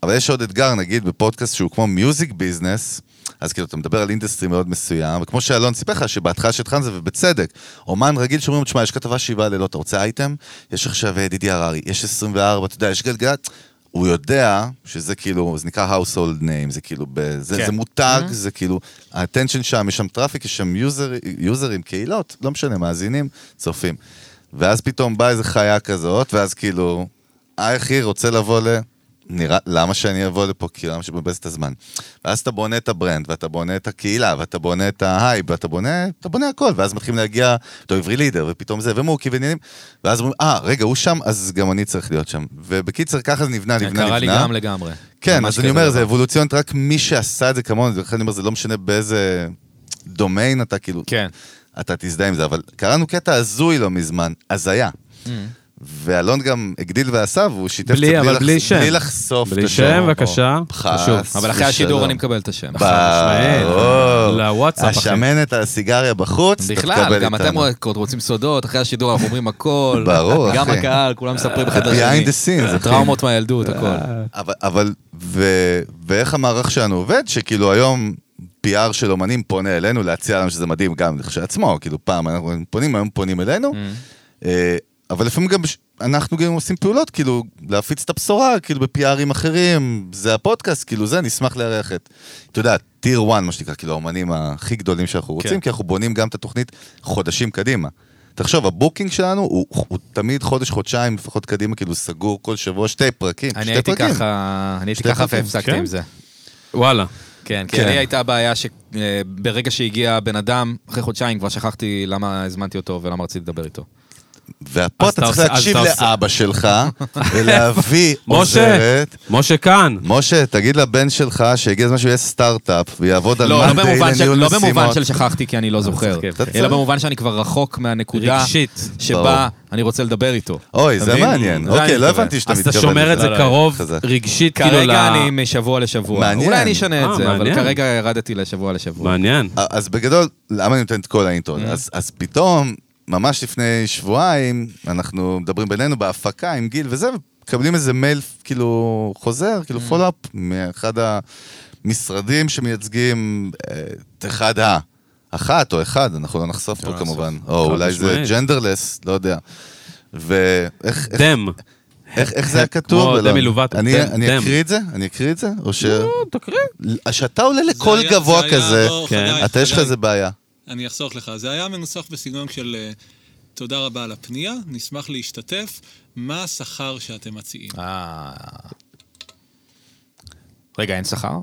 אבל יש עוד אתגר, נגיד, בפודקאסט שהוא כמו מיוזיק ביזנס, אז כאילו, אתה מדבר על אינדסטרי מאוד מסוים, וכמו שאלון סיפר לך, שבהתחלה שהתחלנו זה, ובצדק, אומן רגיל שאומרים, תשמע, יש כתבה שבעה לילות, אתה רוצה אייטם? יש עכשיו אה, דידי הררי, יש 24, אתה יודע, יש גלגלת. הוא יודע שזה כאילו, זה נקרא household name, זה כאילו, ב- זה,
כן.
זה מותג, זה כאילו, האטנשן שם, יש שם טראפיק, יש שם יוזר, יוזרים, קהילות, לא משנה, מאזינים, צופים. ואז פתאום באה איזה חיה כזאת, ואז כאילו, האחי רוצה לבוא ל... נראה, למה שאני אבוא לפה? כי למה שבזבז את הזמן? ואז אתה בונה את הברנד, ואתה בונה את הקהילה, ואתה בונה את ההייב, ואתה בונה, אתה בונה הכל, ואז מתחילים להגיע, אתה עברי לידר, ופתאום זה, ומוקי ועניינים, ואז אומרים, אה, רגע, הוא שם, אז גם אני צריך להיות שם. ובקיצר, ככה זה נבנה, נבנה, נבנה.
קרה לי גם לגמרי.
כן,
ממש
אז אני
כזה
אומר,
דבר.
זה אבולוציונית, רק מי שעשה את זה כמונו, ולכן אני אומר, זה לא משנה באיזה דומיין אתה כאילו,
כן.
אתה תזדהה עם זה, אבל קראנו קטע הזוי לא מזמן, הזיה.
Mm.
ואלון גם הגדיל ועשה, והוא שיתף את זה
בלי, אבל
לח-
בלי שם.
בלי לחשוף את
בלי
השם.
שם, בבקשה.
חס
חשוב.
אבל אחרי
ושלום.
השידור אני מקבל את השם.
משמעית.
ברור.
לוואטסאפ, אחי.
השמנת על הסיגריה בחוץ, אתה תקבל איתנו.
בכלל, גם אתם עוד רוצים סודות, אחרי השידור אנחנו אומרים הכל.
ברור,
גם
אחי.
הקהל, כולם מספרים אחד
behind
לשני.
the scenes, אחי. אה,
טראומות מהילדות, הכל.
אבל, אבל ו, ואיך המערך שלנו עובד, שכאילו היום PR של אומנים פונה אלינו להציע לנו שזה מדהים גם כשלעצמו, כאילו פעם אנחנו פונים, היום פונים אלינו, אה, אבל לפעמים גם ש- אנחנו גם עושים פעולות, כאילו להפיץ את הבשורה, כאילו ב-PRים אחרים, זה הפודקאסט, כאילו זה, נשמח לארח את, אתה יודע, טיר 1, מה שנקרא, כאילו האומנים הכי גדולים שאנחנו רוצים,
כן.
כי אנחנו בונים גם את התוכנית חודשים קדימה. תחשוב, הבוקינג שלנו הוא, הוא תמיד חודש, חודשיים לפחות קדימה, כאילו סגור כל שבוע, שתי פרקים.
אני
שתי
הייתי
פרקים.
ככה, אני הייתי
שתי
ככה
פרקים,
והפסקתי
כן.
עם זה.
וואלה.
כן, כי
כן.
לי הייתה בעיה שברגע שהגיע הבן אדם, אחרי חודשיים כבר שכחתי למה הזמנתי אותו ולמה רציתי לדבר איתו.
ופה
אז אתה
אתה צריך
עושה-
להקשיב
אז אתה עושה-
לאבא שלך, ולהביא
משה,
עוזרת.
משה כאן.
משה, תגיד לבן שלך שהגיע הזמן שהוא יהיה סטארט-אפ ויעבוד על
לא, לא
מאנדיי
במובן של-
לניהול
לא במובן
משימות.
של שכחתי כי אני לא זוכר,
צודק, כן.
אלא במובן שאני כבר רחוק מהנקודה
רגשית.
שבה
ברור.
אני רוצה לדבר איתו.
אוי, זה
אתה מבין?
מעניין.
זה אני
אוקיי, לא
מתכוון.
הבנתי שאתה לא,
אז
מתכוון.
אתה שומר את זה
לזה.
קרוב
חזק.
רגשית, כאילו ל...
כרגע אני משבוע לשבוע.
מעניין.
אולי אני אשנה את
אה,
זה, אבל
מעניין.
כרגע ירדתי לשבוע לשבוע.
מעניין.
אז בגדול, למה אני נותן את כל האינטרו? אז- אז פתאום, ממש לפני שבועיים, אנחנו מדברים בינינו בהפקה עם גיל וזה, ומקבלים איזה מייל כאילו חוזר, כאילו פולאפ, מאחד המשרדים שמייצגים אה, את אחד ה... אחת או אחד, אנחנו לא נחשוף פה כמובן, או
חד
אולי זה
משמעית.
ג'נדרלס, לא יודע. ואיך איך-
דם.
איך- איך זה היה כתוב?
כמו
אלון?
דמי לובטו,
אני-
דם,
אני
דם.
אקריא את זה? אני אקריא את זה? או ש...
תקריא.
שאתה עולה
זה
לקול
היה-
גבוה
זה היה-
כזה,
לא,
כן.
חגי,
אתה יש לך
חגי,
איזה בעיה.
אני אחסוך לך. זה היה מנוסח בסגנון של אה, תודה רבה על הפנייה, נשמח להשתתף. מה השכר שאתם מציעים?
אה. רגע, אין שכר?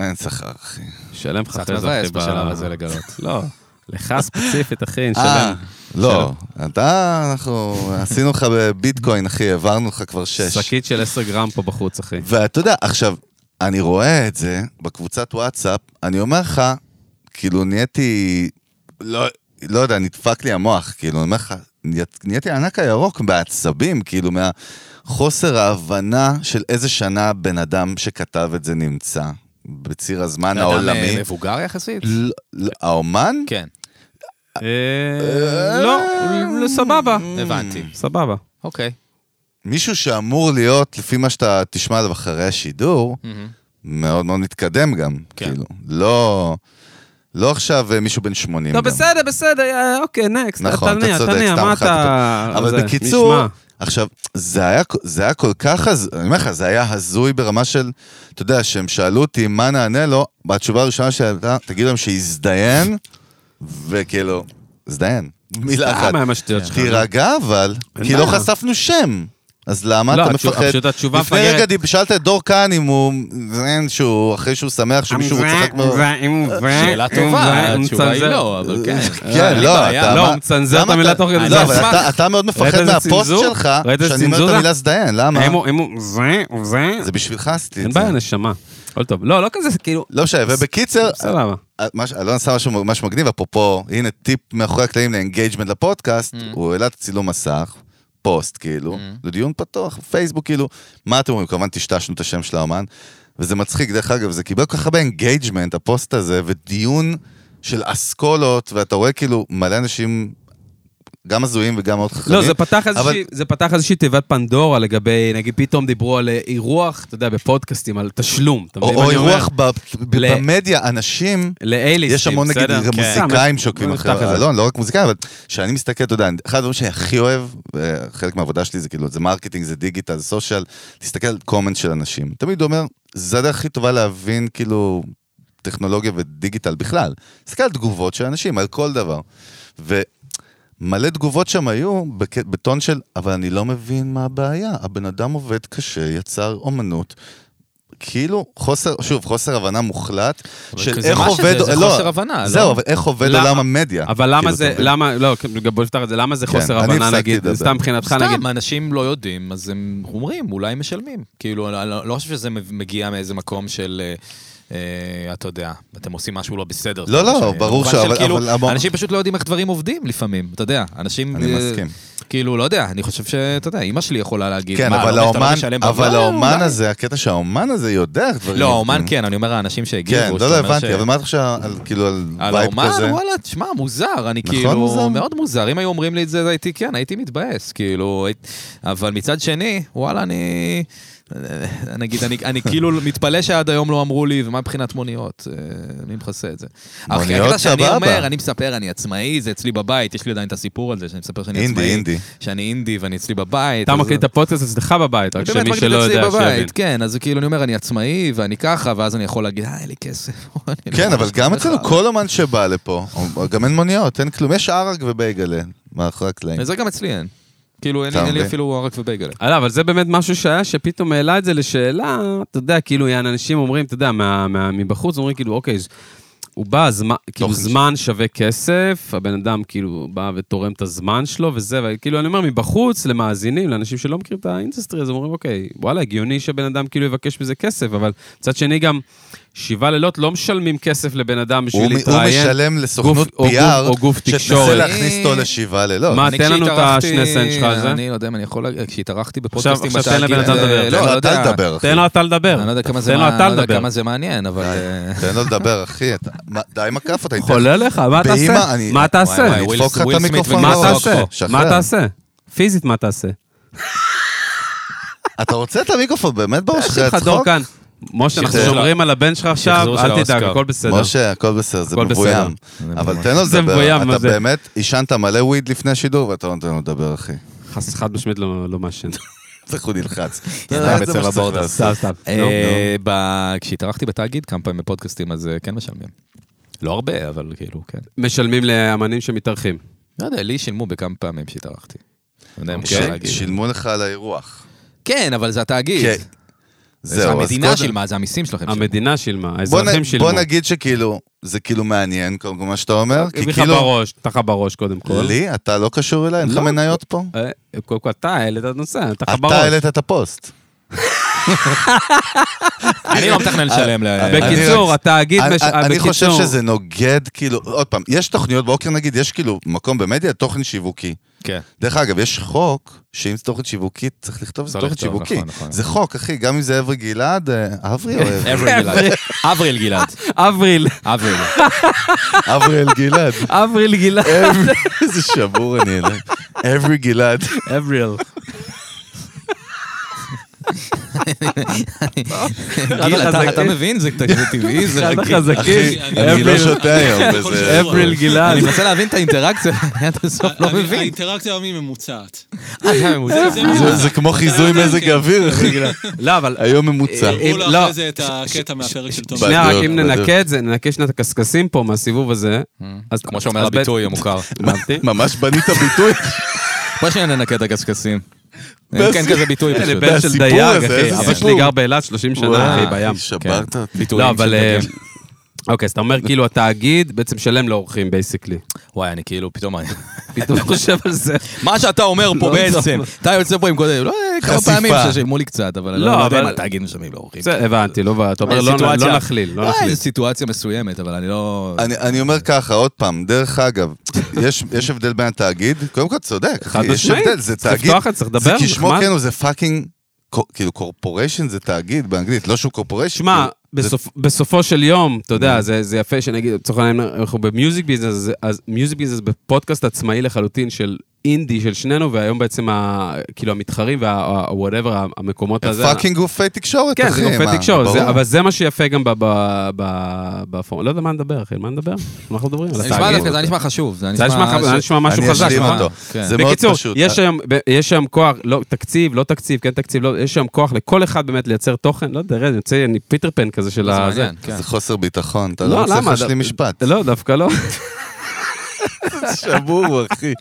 אין שכר, אחי.
שלם לך
קצת
אחרי זה,
מבאס
אחי, ב-
בשלב הזה לגלות.
לא, לך ספציפית, אחי,
אה,
נשלם.
לא, אתה, אנחנו עשינו לך בביטקוין, אחי, העברנו לך כבר שש.
שקית של 10 גרם פה בחוץ, אחי.
ואתה יודע, עכשיו, אני רואה את זה בקבוצת וואטסאפ, אני אומר לך, כאילו נהייתי, לא, לא יודע, נדפק לי המוח, כאילו, אני אומר לך, נהיית- נהייתי הענק הירוק בעצבים, כאילו, מהחוסר ההבנה של איזה שנה בן אדם שכתב את זה נמצא. בציר הזמן העולמי.
אדם אה, מבוגר יחסית?
לא- לא- האומן?
כן,
אה, לא, לא, סבבה.
הבנתי.
אה.
סבבה.
אוקיי.
מישהו שאמור להיות, לפי מה שאתה תשמע עליו אחרי השידור, מאוד מאוד מתקדם גם,
כן.
כאילו. לא... לא עכשיו אה, מישהו בן 80.
לא,
גם.
בסדר, בסדר, אה, אוקיי, נקסט.
נכון, אתה צודק,
תניע,
סתם
מה
חלקתי
אתה...
אבל
זה,
בקיצור,
נשמע.
עכשיו, זה היה, זה היה כל כך, הז- אני אומר לך, זה היה הזוי ברמה של, אתה יודע, שהם שאלו אותי מה נענה לו, והתשובה הראשונה שהייתה, תגיד להם שיזדיין, וכאילו, הזדיין. מילה
אה,
אחת.
מה עם השטויות שלך?
תירגע אבל,
כן, אין
כי לא
בעיה.
חשפנו שם. אז למה
לא,
אתה
התשוב-
מפחד?
פשוט התשובה
לפני
מפגרת.
רגע דיב- שאלת את דור כאן אם הוא... אין שהוא... אחרי שהוא שמח שמישהו צחק מאוד.
הוא
שאלה טובה, התשובה היא
מצנזר.
לא, אבל כן.
כן, לא,
בעיה.
אתה...
לא,
מה-
הוא מצנזר את
למה
המילה
אתה-
תוך כדי.
לא,
זה
אבל
על סמך.
אתה- אתה מאוד
ראית
מפחד
איזה
מהפוסט
צנזור?
שלך,
ראית איזה
שאני אומר את
צנזור זה?
המילה זדיין, למה?
אם הוא- אם הוא זה, הוא זה,
זה בשבילך עשיתי
אין
את זה.
בעיה, נשמה. הכל טוב. לא, לא כזה, כאילו,
לא משנה, ובקיצר,
סבבה.
אה, מה ש- אלון שם משהו ממש מגניב, אפרופו, הנה טיפ מאחורי הקלעים לאנגייג'מנט לפודקאסט,
Mm.
הוא העלה את הצילום מסך, פוסט כאילו, זה דיון פתוח, פייסבוק כאילו, מה אתם אומרים? כמובן טשטשנו את השם של האומן, וזה מצחיק, דרך אגב, זה קיבל כל כך הרבה אנגייג'מנט, הפוסט הזה, ודיון של אסכולות, ואתה רואה כאילו מלא אנשים, גם הזויים וגם מאוד חכמים.
לא, זה פתח
אבל-
איזושהי- זה פתח איזושהי תיבת פנדורה לגבי, נגיד, פתאום דיברו על אה, אירוח, אתה יודע, בפודקאסטים, על תשלום. אתה
או
מבין מה
או
אני אומר?
אירוח ב- ב-
ל-
במדיה, אנשים...
לאייליסטים,
יש המון נגיד
בסדר?
גם
כן.
מוזיקאים שעוקבים
בוא
אחרי
נפתח את זה.
אלון, לא רק מוזיקאים, אבל כשאני מסתכל, אתה יודע, אחד הדברים שאני הכי אוהב, אה, חלק מהעבודה שלי זה כאילו, זה מרקטינג, זה דיגיטל, סושיאל, תסתכל על קומנט של אנשים. תמיד הוא אומר, זה הדרך הכי טובה להבין כאילו טכנולוגיה ודיגיטל בכלל. תסתכל על תגובות של אנשים, על כל דבר. ומלא תגובות שם היו בק- בטון של, אבל אני לא מבין מה הבעיה, הבן אדם עובד קשה, יצר אומנות. כאילו חוסר, שוב, חוסר הבנה מוחלט
אבל
של
זה
איך
מה
עובד,
שזה, זה
לא,
חוסר הבנה, לא?
זהו, אבל איך עובד
למה?
עולם המדיה.
אבל למה
כאילו,
זה,
אתה מבין?
למה, לא, כן, בוא נפתח את זה, למה זה חוסר
אני
הבנה,
הפסקתי
נגיד,
לדבר.
סתם מבחינתך, נגיד,
סתם, אנשים לא יודעים, אז הם אומרים, אולי משלמים. כאילו, אני לא- לא חושב שזה מגיע מאיזה מקום של... אה, אה, אתה יודע, אתם עושים משהו לא בסדר.
לא, לא,
שאני-
ברור
במובן של
ש- אבל-
כאילו,
אבל המון-
אנשים פשוט לא יודעים איך דברים עובדים לפעמים, אתה יודע. אנשים...
אני
אה,
מסכים.
כאילו, לא יודע, אני חושב שאתה יודע, אימא שלי יכולה להגיד,
כן,
מה,
אבל
לא אומר שאתה לא
האומן,
משלם
אבל
בעולם?"
האומן
אולי.
הזה, הקטע שהאומן הזה יודע איך דברים...
לא,
עובדים.
האומן כן, אני אומר האנשים שהגיבו.
כן,
זאת
לא, לא
אומרת ש-
הבנתי, אבל מה אתה חושב על כאילו, על
על
וייב
האומן,
כזה?
וואלה, תשמע, מוזר, אני
נכון,
כאילו,
מוזר?
מאוד מוזר. אם היו אומרים לי את זה, הייתי, כן, הייתי מתבאס, כאילו, היית- אבל מצד שני, וואלה, אני, נגיד, אני, אני כאילו מתפלא שעד היום לא אמרו לי, ומה מבחינת מוניות? אה, מי מכסה את זה? אבל
מוניות,
הקטע שאני
סבבה.
אומר, אני מספר, אני עצמאי, זה אצלי בבית, יש לי עדיין את הסיפור על זה, שאני מספר שאני
אינדי,
עצמאי.
אינדי.
שאני אינדי ואני אצלי בבית.
אתה
אז-
מקליט את הפודקאסט אצלך בבית, רק
באמת
שמי
מקליט
שלא
אצלי
יודע, שיבין.
בבית, כן, אז כאילו, אני אומר, אני עצמאי ואני ככה, ואז אני יכול להגיד, אה, אין לי כסף.
כן, אבל גם אצלנו, כל אומן שבא לפה, גם אין מוניות, אין כלום, יש ערק ובייגלה, מאחורי הקלעים.
זה גם אצלי אין. כאילו, אין
כן. אתה
לי- אין לי
מבין?
אפילו ערק ובייגלה.
לא, אבל זה באמת משהו שהיה, שפתאום העלה את זה לשאלה, אתה יודע, כאילו, יען, אנשים אומרים, אתה יודע, מה- מה- מבחוץ אומרים, כאילו, אוקיי, ז- הוא בא, זמן- כאילו,
תוכן.
זמן שווה כסף, הבן אדם כאילו בא ותורם את הזמן שלו וזה, וכאילו, אני אומר, מבחוץ, למאזינים, לאנשים שלא מכירים את האינדסטרי, אז אומרים, אוקיי, וואלה, הגיוני שבן אדם כאילו יבקש מזה כסף, אבל מצד שני גם, שבעה לילות לא משלמים כסף לבן אדם בשביל
הוא מ- הוא
להתראיין.
משלם לסוכנות
או גוף- או
PR,
גוף
שתנסה
תקשורת.
להכניס אותו לשבעה לילות.
מה,
אני
אה, תן לנו את
כשהתארחתי-
השני סנט שלך על זה.
אני לא יודע אם אני יכול להגיד, כשהתארחתי בפודקאסטים,
עכשיו תן לבן אדם לדבר.
תן
לא,
לו
לא
אתה
יודע.
לדבר, אחי.
תן לו אתה לדבר.
אני לא יודע כמה זה
תן לו
מע-
אתה
לא יודע
לדבר.
כמה זה מעניין, אבל... אה,
תן לו לדבר, אחי. אתה- מה, די עם הכאפות, אני אתן לך-
חולה לך, מה
באמא,
תעשה?
אני-
מה
וואי,
תעשה?
וואי,
אני אדפוק לך
וויל
את
סמית
המיקרופון
מה
ומה
בראש.
תעשה?
שחרר. אה,
מה תעשה? פיזית מה תעשה?
אתה רוצה את המיקרופון באמת בראש
יש
אחרי
לך דור
הצחוק?
כאן. משה, אנחנו
שחרר.
שומרים על הבן שלך
שחזור
עכשיו,
של
אל תדאג,
האוסקר.
הכל בסדר.
משה, הכל בסדר, זה
הכל
מבוים.
בסדר.
אבל
זה
תן לו
זה
לדבר,
מבוים, מה
אתה
זה?
באמת עישנת מלא וויד לפני השידור ואתה לא נותן לו לדבר, אחי.
חס- חד משמעית לא לא מעשן.
צריך הוא נלחץ.
ידיים
זה מה
אצל
שצריך
הבורדס.
לעשות.
סתם, סתם. נו.
אה, ב- כשהתארחתי בתאגיד כמה פעמים בפודקאסטים, אז אה, כן משלמים. לא הרבה, אבל כאילו, כן.
משלמים לאמנים שמתארחים.
לא יודע, לי שילמו בכמה פעמים שהתארחתי. לא יודע אם
כן,
אוקיי. ש-
אפשר להגיד.
שילמו לך על האירוח.
כן, אבל זה התאגיד.
כן.
זה
זהו, אז
המדינה
קודם-
שילמה, זה המיסים שלכם. שילמו.
המדינה שילמה,
בוא נ-
האזרחים שילמו.
בוא נגיד שכאילו, זה כאילו מעניין, קודם כל מה שאתה אומר, כי
הביא לך
כאילו,
בראש, תחת בראש קודם כל.
לי, אתה לא קשור אליי, אין לך
לא.
מניות פה?
אה, קודם כל אתה העלית את הנושא, תחת
אתה
בראש.
העלית את הפוסט.
אני לא מתכנן לשלם ל...
בקיצור,
אני-
התאגיד...
אני-
מש-
אני
בקיצור-
חושב שזה נוגד, כאילו, עוד פעם, יש תוכניות בבוקר נגיד, יש כאילו מקום במדיה, תוכן שיווקי.
כן.
דרך אגב, יש חוק שאם זה תוכן שיווקי, צריך לכתוב שזה
צריך
תוכן
לכתוב,
שיווקי.
נכון, נכון.
זה חוק, אחי, גם אם זה אברי גלעד, אה, אברי או אברי?
אבריל גלעד. אבריל גלעד.
אבריל,
אבריל.
אברי אל גלעד.
אבריל גילה.
אברי- איזה שבור אני אליי. אברי גלעד.
אבריל.
גיל, אתה- אתה מבין? זה זה טבעי, זה
אחד
רגיל.
החזקים,
אחי, אני לא
אבריל-
שותה היום,
אני יכול
וזה...
לשבור.
אבריל גלעד.
אני מנסה להבין את האינטראקציה, עד הסוף לא
אני-
מבין.
האינטראקציה היום היא ממוצעת.
אה, ממוצע.
זה ממוצע.
זה- זה כמו חיזוי
יודע,
מזג
כן.
אוויר, אחי גלעד.
לא, אבל...
היום ממוצע.
אה,
אמרו
אם-
לו
לא.
אחרי זה את הקטע מהפרק של תום.
שנייה, רק
בדיוק,
אם
בדיוק.
ננקה את זה, ננקה שנייה את הקשקשים פה מהסיבוב הזה. אז-
Mm. כמו שאומר
אז בית- אה.
הביטוי המוכר.
הבנתי.
ממש בנית ביטוי.
בוא שניה ננקה את הקשקשים. אין כן כזה ביטוי פשוט.
לבן של
הסיפור
דייג,
הזה,
אחי.
איזה
אבא שלי
סיפור.
גר באילת 30 שנה,
וואי,
אחי, בים.
שברת
כן.
אותי.
ביטויים
לא, אבל...
של
אה,
דגים.
אוקיי, אז אתה אומר כאילו התאגיד בעצם שלם לאורחים, בייסיקלי.
וואי, אני כאילו, פתאום...
פתאום חושב על זה.
מה שאתה אומר פה
לא
בעצם, אתה יוצא פה עם גודל, לא, כמה
חשיפה.
פעמים ששילמו לי קצת, אבל אני
לא,
לא יודע
אבל-
אם התאגיד משלמים לאורחים.
בסדר, הבנתי, לא, אתה אומר לא-
סיטואציה-
לא נכליל, לא
אה,
נכליל.
זו סיטואציה מסוימת, אבל אני
נכון.
לא...
אני, אני אומר ככה, עוד פעם, דרך אגב, יש, יש הבדל בין התאגיד, קודם כל צודק,
חד
אחי, יש
משמעית.
הבדל, זה
צריך
תאגיד,
לפתוח את זה, צריך
זה
לדבר,
כשמו
נחמד.
כן הוא, זה פאקינג, קו- כאילו קורפוריישן זה תאגיד באנגלית, לא שהוא קורפוריישן.
שמע,
זה-
בסופ- בסופו של יום, אתה יודע, זה זה יפה שנגיד, לצורך העניין, אנחנו במיוזיק ביזנס, אז- אז מיוזיק ביזנס בפודקאסט עצמאי לחלוטין של אינדי של שנינו, והיום בעצם, ה- כאילו, המתחרים וה-whatever, המקומות הזה.
פאקינג גופי תקשורת,
כן,
אחי.
זה גופי
מה,
תקשורת, זה-
אה, ברור.
אבל זה מה שיפה גם ב- ב- ב- בפורום. לא יודע מה נדבר, אחי, מה נדבר? מה אנחנו מדברים? על
זה נשמע
התאגיד.
דווקא, זה נשמע חשוב. זה
זה
נשמע...
נשמע
ש-
חב- זה נשמע משהו
אני
חזק,
אשלים
נכון?
אותו.
כן.
זה מאוד
בקיצור,
פשוט. אה,
יש היום, ב- יש היום כוח, לא, תקציב, לא תקציב, כן תקציב, לא, יש היום כוח לכל אחד באמת לייצר תוכן, לא יודע, ראה, אני יוצא, אני פיטר פן כזה של
זה
ה... זה.
מעניין, כן.
זה חוסר ביטחון, אתה לא מצליח
למה?
להשלים
דו-
משפט.
לא, דווקא לא.
שבור, אחי.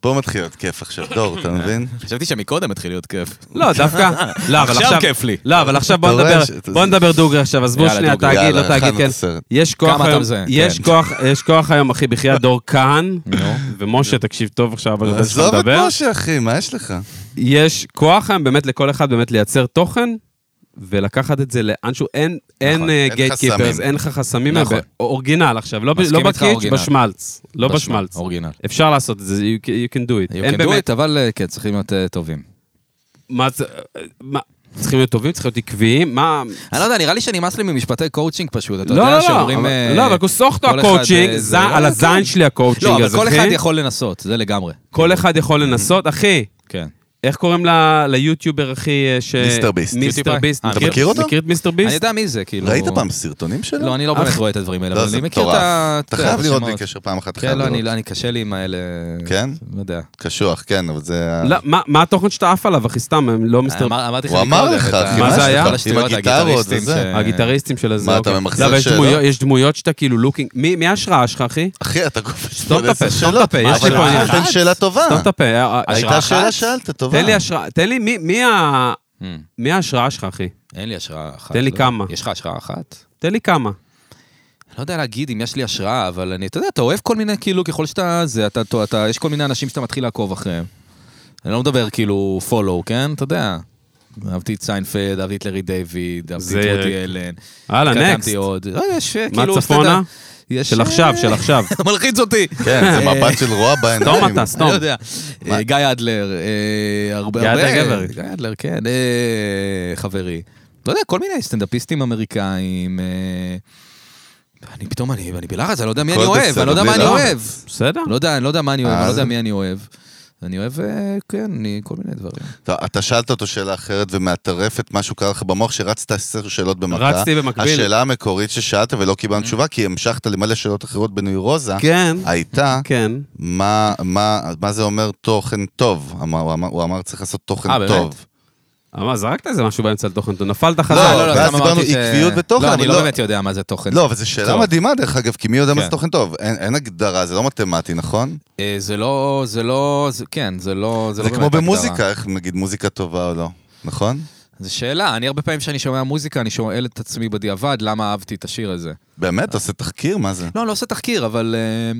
פה מתחיל להיות כיף עכשיו, דור, אתה מבין?
חשבתי שמקודם התחיל להיות כיף.
לא, דווקא. לא, אבל
עכשיו
עכשיו...
כיף לי.
לא, אבל עכשיו בוא
אתה רואה
נדבר,
ש-
בוא נדבר דוגרי עכשיו, עזבו
יאללה,
שנייה,
דוגרי.
תאגיד,
יאללה,
לא תאגיד,
הכנו את
כן.
הסרט.
יש כוח
כמה אתה
היום,
מזהה,
יש
כן.
כוח, יש כוח היום, אחי, בחייאת דור כהן, ומשה, תקשיב טוב עכשיו, אבל זה
עזוב
שאתה
את
מדבר.
משה, אחי, מה יש לך?
יש כוח היום באמת לכל אחד באמת לייצר תוכן, ולקחת את זה לאנשהו, אין, אין
נכון, אין
גייט קיפרס,
חסמים.
אין לך חסמים,
נכון.
אורגינל עכשיו, לא ב-
מסכים
לא
איתך,
בקיץ',
אורגינל.
בשמלץ, לא
תשמע,
בשמלץ.
אורגינל.
אפשר לעשות את זה, you can- you can do it.
You
אין
can do
באמת,
it, אבל אה, כן, צריכים להיות אה, טובים.
מה זה, מה, צריכים להיות טובים, צריכים להיות עקביים, מה...
אני לא יודע, נראה לי שנמאס לי ממשפטי קואוצ'ינג פשוט. אתה
לא, לא,
יודע
לא,
שאומרים...
אבל-
אה,
לא, אבל כוסוכטו
כל אחד,
הקואוצ'ינג,
אה,
זה
זה-
על
לא,
הזין
כן.
שלי
לא,
הקואוצ'ינג
אבל
הזה,
כל אחד
אחי.
יכול Mhm. לנסות, זה לגמרי.
כל אחד יכול לנסות, אחי.
כן.
איך קוראים ל- ליוטיובר הכי... אה, ש-
מיסטר ביסט.
מיסטר
יוטיוביי.
ביסט.
אה,
אתה
מכיר-
מכיר אותו?
מכיר את מיסטר ביסט?
אני יודע מי זה, כאילו...
ראית פעם סרטונים שלו?
לא, אני לא באמת רואה את הדברים האלה,
לא,
אבל
זה
אני מכיר
מטורף.
את ה...
אתה חייב לראות
השמות.
בלי קשר פעם אחת.
כן,
חייב
לא, אני-
לראות.
אני קשה לי עם האלה...
כן?
לא יודע.
קשוח, כן, אבל זה... ה-
לא, מה- מה התוכן שאתה עף עליו, אחי? סתם, הם לא מיסטר...
אמר- אמרתי לך
הוא אמר
מקודם,
לך,
את ה-
אחי,
מה זה היה?
כל
עם
השטויות,
הגיטרות
הגיטריסטים
וזה.
ש-
הגיטריסטים של הזה,
מה, אתה
אוקיי.
ממחזר
לא, אבל יש
שאלות? אה.
דמויות- יש דמויות שאתה כאילו לוקינג... מי ההשראה שלך, אחי?
אחי, אתה קופץ
סתום את הפה, סתום את הפה, יש לי
אבל
פה
אני
עניין.
נותן שאלה טובה.
סתום את הפה. אה, אה,
הייתה
השראה
שאלה
אחת?
שאלת, טובה.
תן לי השראה, תן לי מי- מי ה...
Hmm.
מי ההשראה שלך, אחי?
אין לי השראה אחת.
תן לי
לא.
כמה.
יש לך השראה אחת?
תן לי כמה.
אני לא יודע להגיד אם יש לי השראה, אבל אני, אתה יודע, אתה אוהב כל מיני, כאילו, ככל שאתה זה, אתה, אתה, אתה, יש כל מיני אנשים שאתה מתחיל לעקוב אחריהם. אני לא מדבר כאילו follow, כן? אתה יודע. אהבתי את סיינפלד, אהבתי את לארי דיוויד, אהבתי את
זה-
רודי אלן.
הלאה,
קטמתי
נקסט.
עוד. לא, יש, אה,
מה
כאילו,
צפונה?
שאתה- יש...
של עכשיו, של עכשיו.
אתה מלחיץ אותי. אה,
כן, זה מבט של רואה בעיניים.
סתום אתה, סתום.
אני לא יודע. אה, גיא אדלר, אה, הרבה...
גיא
הרבה-
אדלר גבר.
גיא אדלר, כן, אה, חברי. לא יודע, כל מיני סטנדאפיסטים אמריקאים. אה, אני פתאום, אני אני בלחץ, אני לא יודע מי
הכל
אני אוהב,
בסדר,
אני לא יודע מה
בלי
אני
לחץ.
אוהב.
בסדר?
לא יודע, אני לא יודע מה אני אוהב, אני לא
אז-
יודע מי אני אוהב. אני אוהב, אה, כן, אני- כל מיני דברים.
אתה- אתה שאלת אותו שאלה אחרת ומעטרפת משהו קרה לך במוח, שרצת עשר שאלות במכה.
רצתי במקביל.
השאלה המקורית ששאלת ולא
Mm.
קיבלנו תשובה, כי המשכת למלא שאלות אחרות בנוירוזה,
כן,
הייתה,
כן.
מה- מה מה זה אומר תוכן טוב? אמר- הוא אמר- הוא אמר, צריך לעשות
אה,
תוכן
באמת?
טוב.
אמר, אה, זרקת איזה משהו באמצע לתוכן, אתה נפלת חזק.
לא, לא, ואז
סתם
דיברנו
אמרתי ש-
עקביות ותוכן,
לא,
אבל
אני לא
לא-
באמת יודע מה זה תוכן.
לא, אבל זו שאלה
טוב.
מדהימה, דרך אגב, כי מי יודע מה זה
כן.
תוכן טוב? אין אין הגדרה, זה לא מתמטי, נכון?
אה, זה לא, זה לא, זה- כן, זה לא,
זה
לא
כמו
באמת הגדרה.
במוזיקה, איך נגיד מוזיקה טובה או לא, נכון?
זו שאלה, אני הרבה פעמים כשאני שומע מוזיקה, אני שואל את עצמי בדיעבד למה אהבתי את השיר הזה.
באמת, אתה עושה תחקיר, מה זה?
לא, אני לא עושה תחקיר, אבל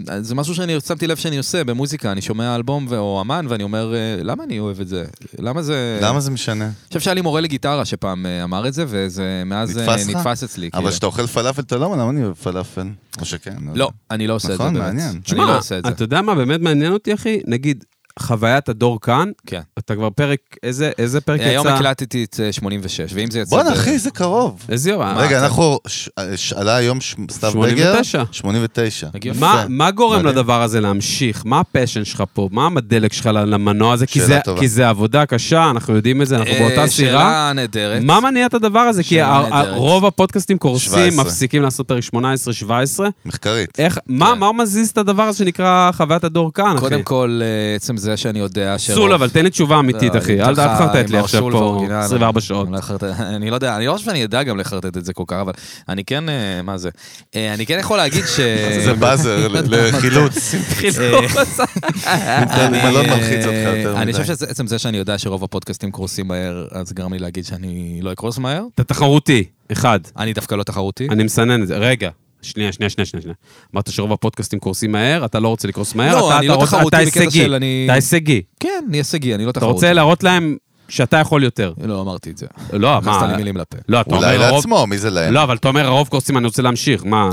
אה, זה משהו שאני שמתי לב שאני עושה במוזיקה. אני שומע אלבום ו- או אמן, ואני אומר, אה, למה אני אוהב את זה? למה זה...
למה זה משנה?
אני חושב שהיה לי מורה לגיטרה שפעם אה, אמר את זה, וזה מאז אה,
נתפס לך?
נתפס אצלי.
אבל
כאילו.
כשאתה אוכל פלאפל, אתה לא אומר, למה אני אוהב פלאפל? או שכן.
לא, אני לא עושה את זה
נכון,
באמת.
מעניין.
אני
תשמע,
לא עושה את זה.
אתה יודע מה באמת מעניין אותי, אחי? נגיד, חוויית הדור כאן,
כן.
אתה כבר פרק, איזה איזה פרק יצא?
היום הקלטתי את אה, 86, ואם זה יצא...
בואנה,
ב-
אחי, זה קרוב.
איזה יום? מה-
רגע, אנחנו, ש- שאלה היום ש- סתיו בגר.
89.
89.
הגיוני.
מה,
יפה.
מה גורם
מדהים.
לדבר הזה להמשיך? מה הפשן שלך פה? מה הדלק שלך למנוע הזה? כי
שאלה
זה,
טובה.
כי זה עבודה קשה, אנחנו יודעים את זה, אנחנו
אה,
באותה סירה.
שאלה נהדרת.
מה מניע את הדבר הזה? כי
שאלה
ה- ה-
נהדרת.
רוב הפודקאסטים קורסים,
17.
מפסיקים לעשות פרק 18-17.
מחקרית.
כן.
איך, מה, מה מזיז את הדבר הזה שנקרא חוויית הדור כאן, אחי?
קודם כל, אה, עצם זה זה שאני יודע ש...
סול, אבל תן לי תשובה
לא,
אמיתית, אחי. אל אל תחרטט לי עכשיו פה 24 שעות.
אני לא יודע, אני לא חושב שאני אדע גם לחרטט את זה כל כך, אבל אני כן, אה, מה זה? אה, אני כן יכול להגיד ש...
זה באזר לחילוץ.
לא
אה, אני-
הוא מאוד מלחיץ אותך יותר
אני
מדי.
חושב שעצם זה שאני יודע שרוב הפודקאסטים קורסים מהר, אז גרם לי להגיד שאני לא אקרוס מהר.
אתה תחרותי, אחד.
אני דווקא לא תחרותי.
אני מסנן את זה. רגע, שנייה, שנייה, שנייה, שנייה. שנייה. אמרת שרוב הפודקאסטים קורסים מהר, אתה לא רוצה לקרוס מהר,
לא,
אתה,
אני
אתה
לא
רוצה-
תחרותי
אתה
בקטע
הישגי,
של אני-
אתה הישגי.
כן, אני הישגי, אני לא
אתה
תחרותי.
רוצה להראות להם שאתה יכול יותר.
לא אמרתי את זה.
לא, מה...
הכנסת לי מילים לפה.
לא, אתה
אולי
אומר הרוב...
לעצמו, כן. מי זה להם?
לא, אבל אתה אומר הרוב קורסים, אני רוצה להמשיך, מה...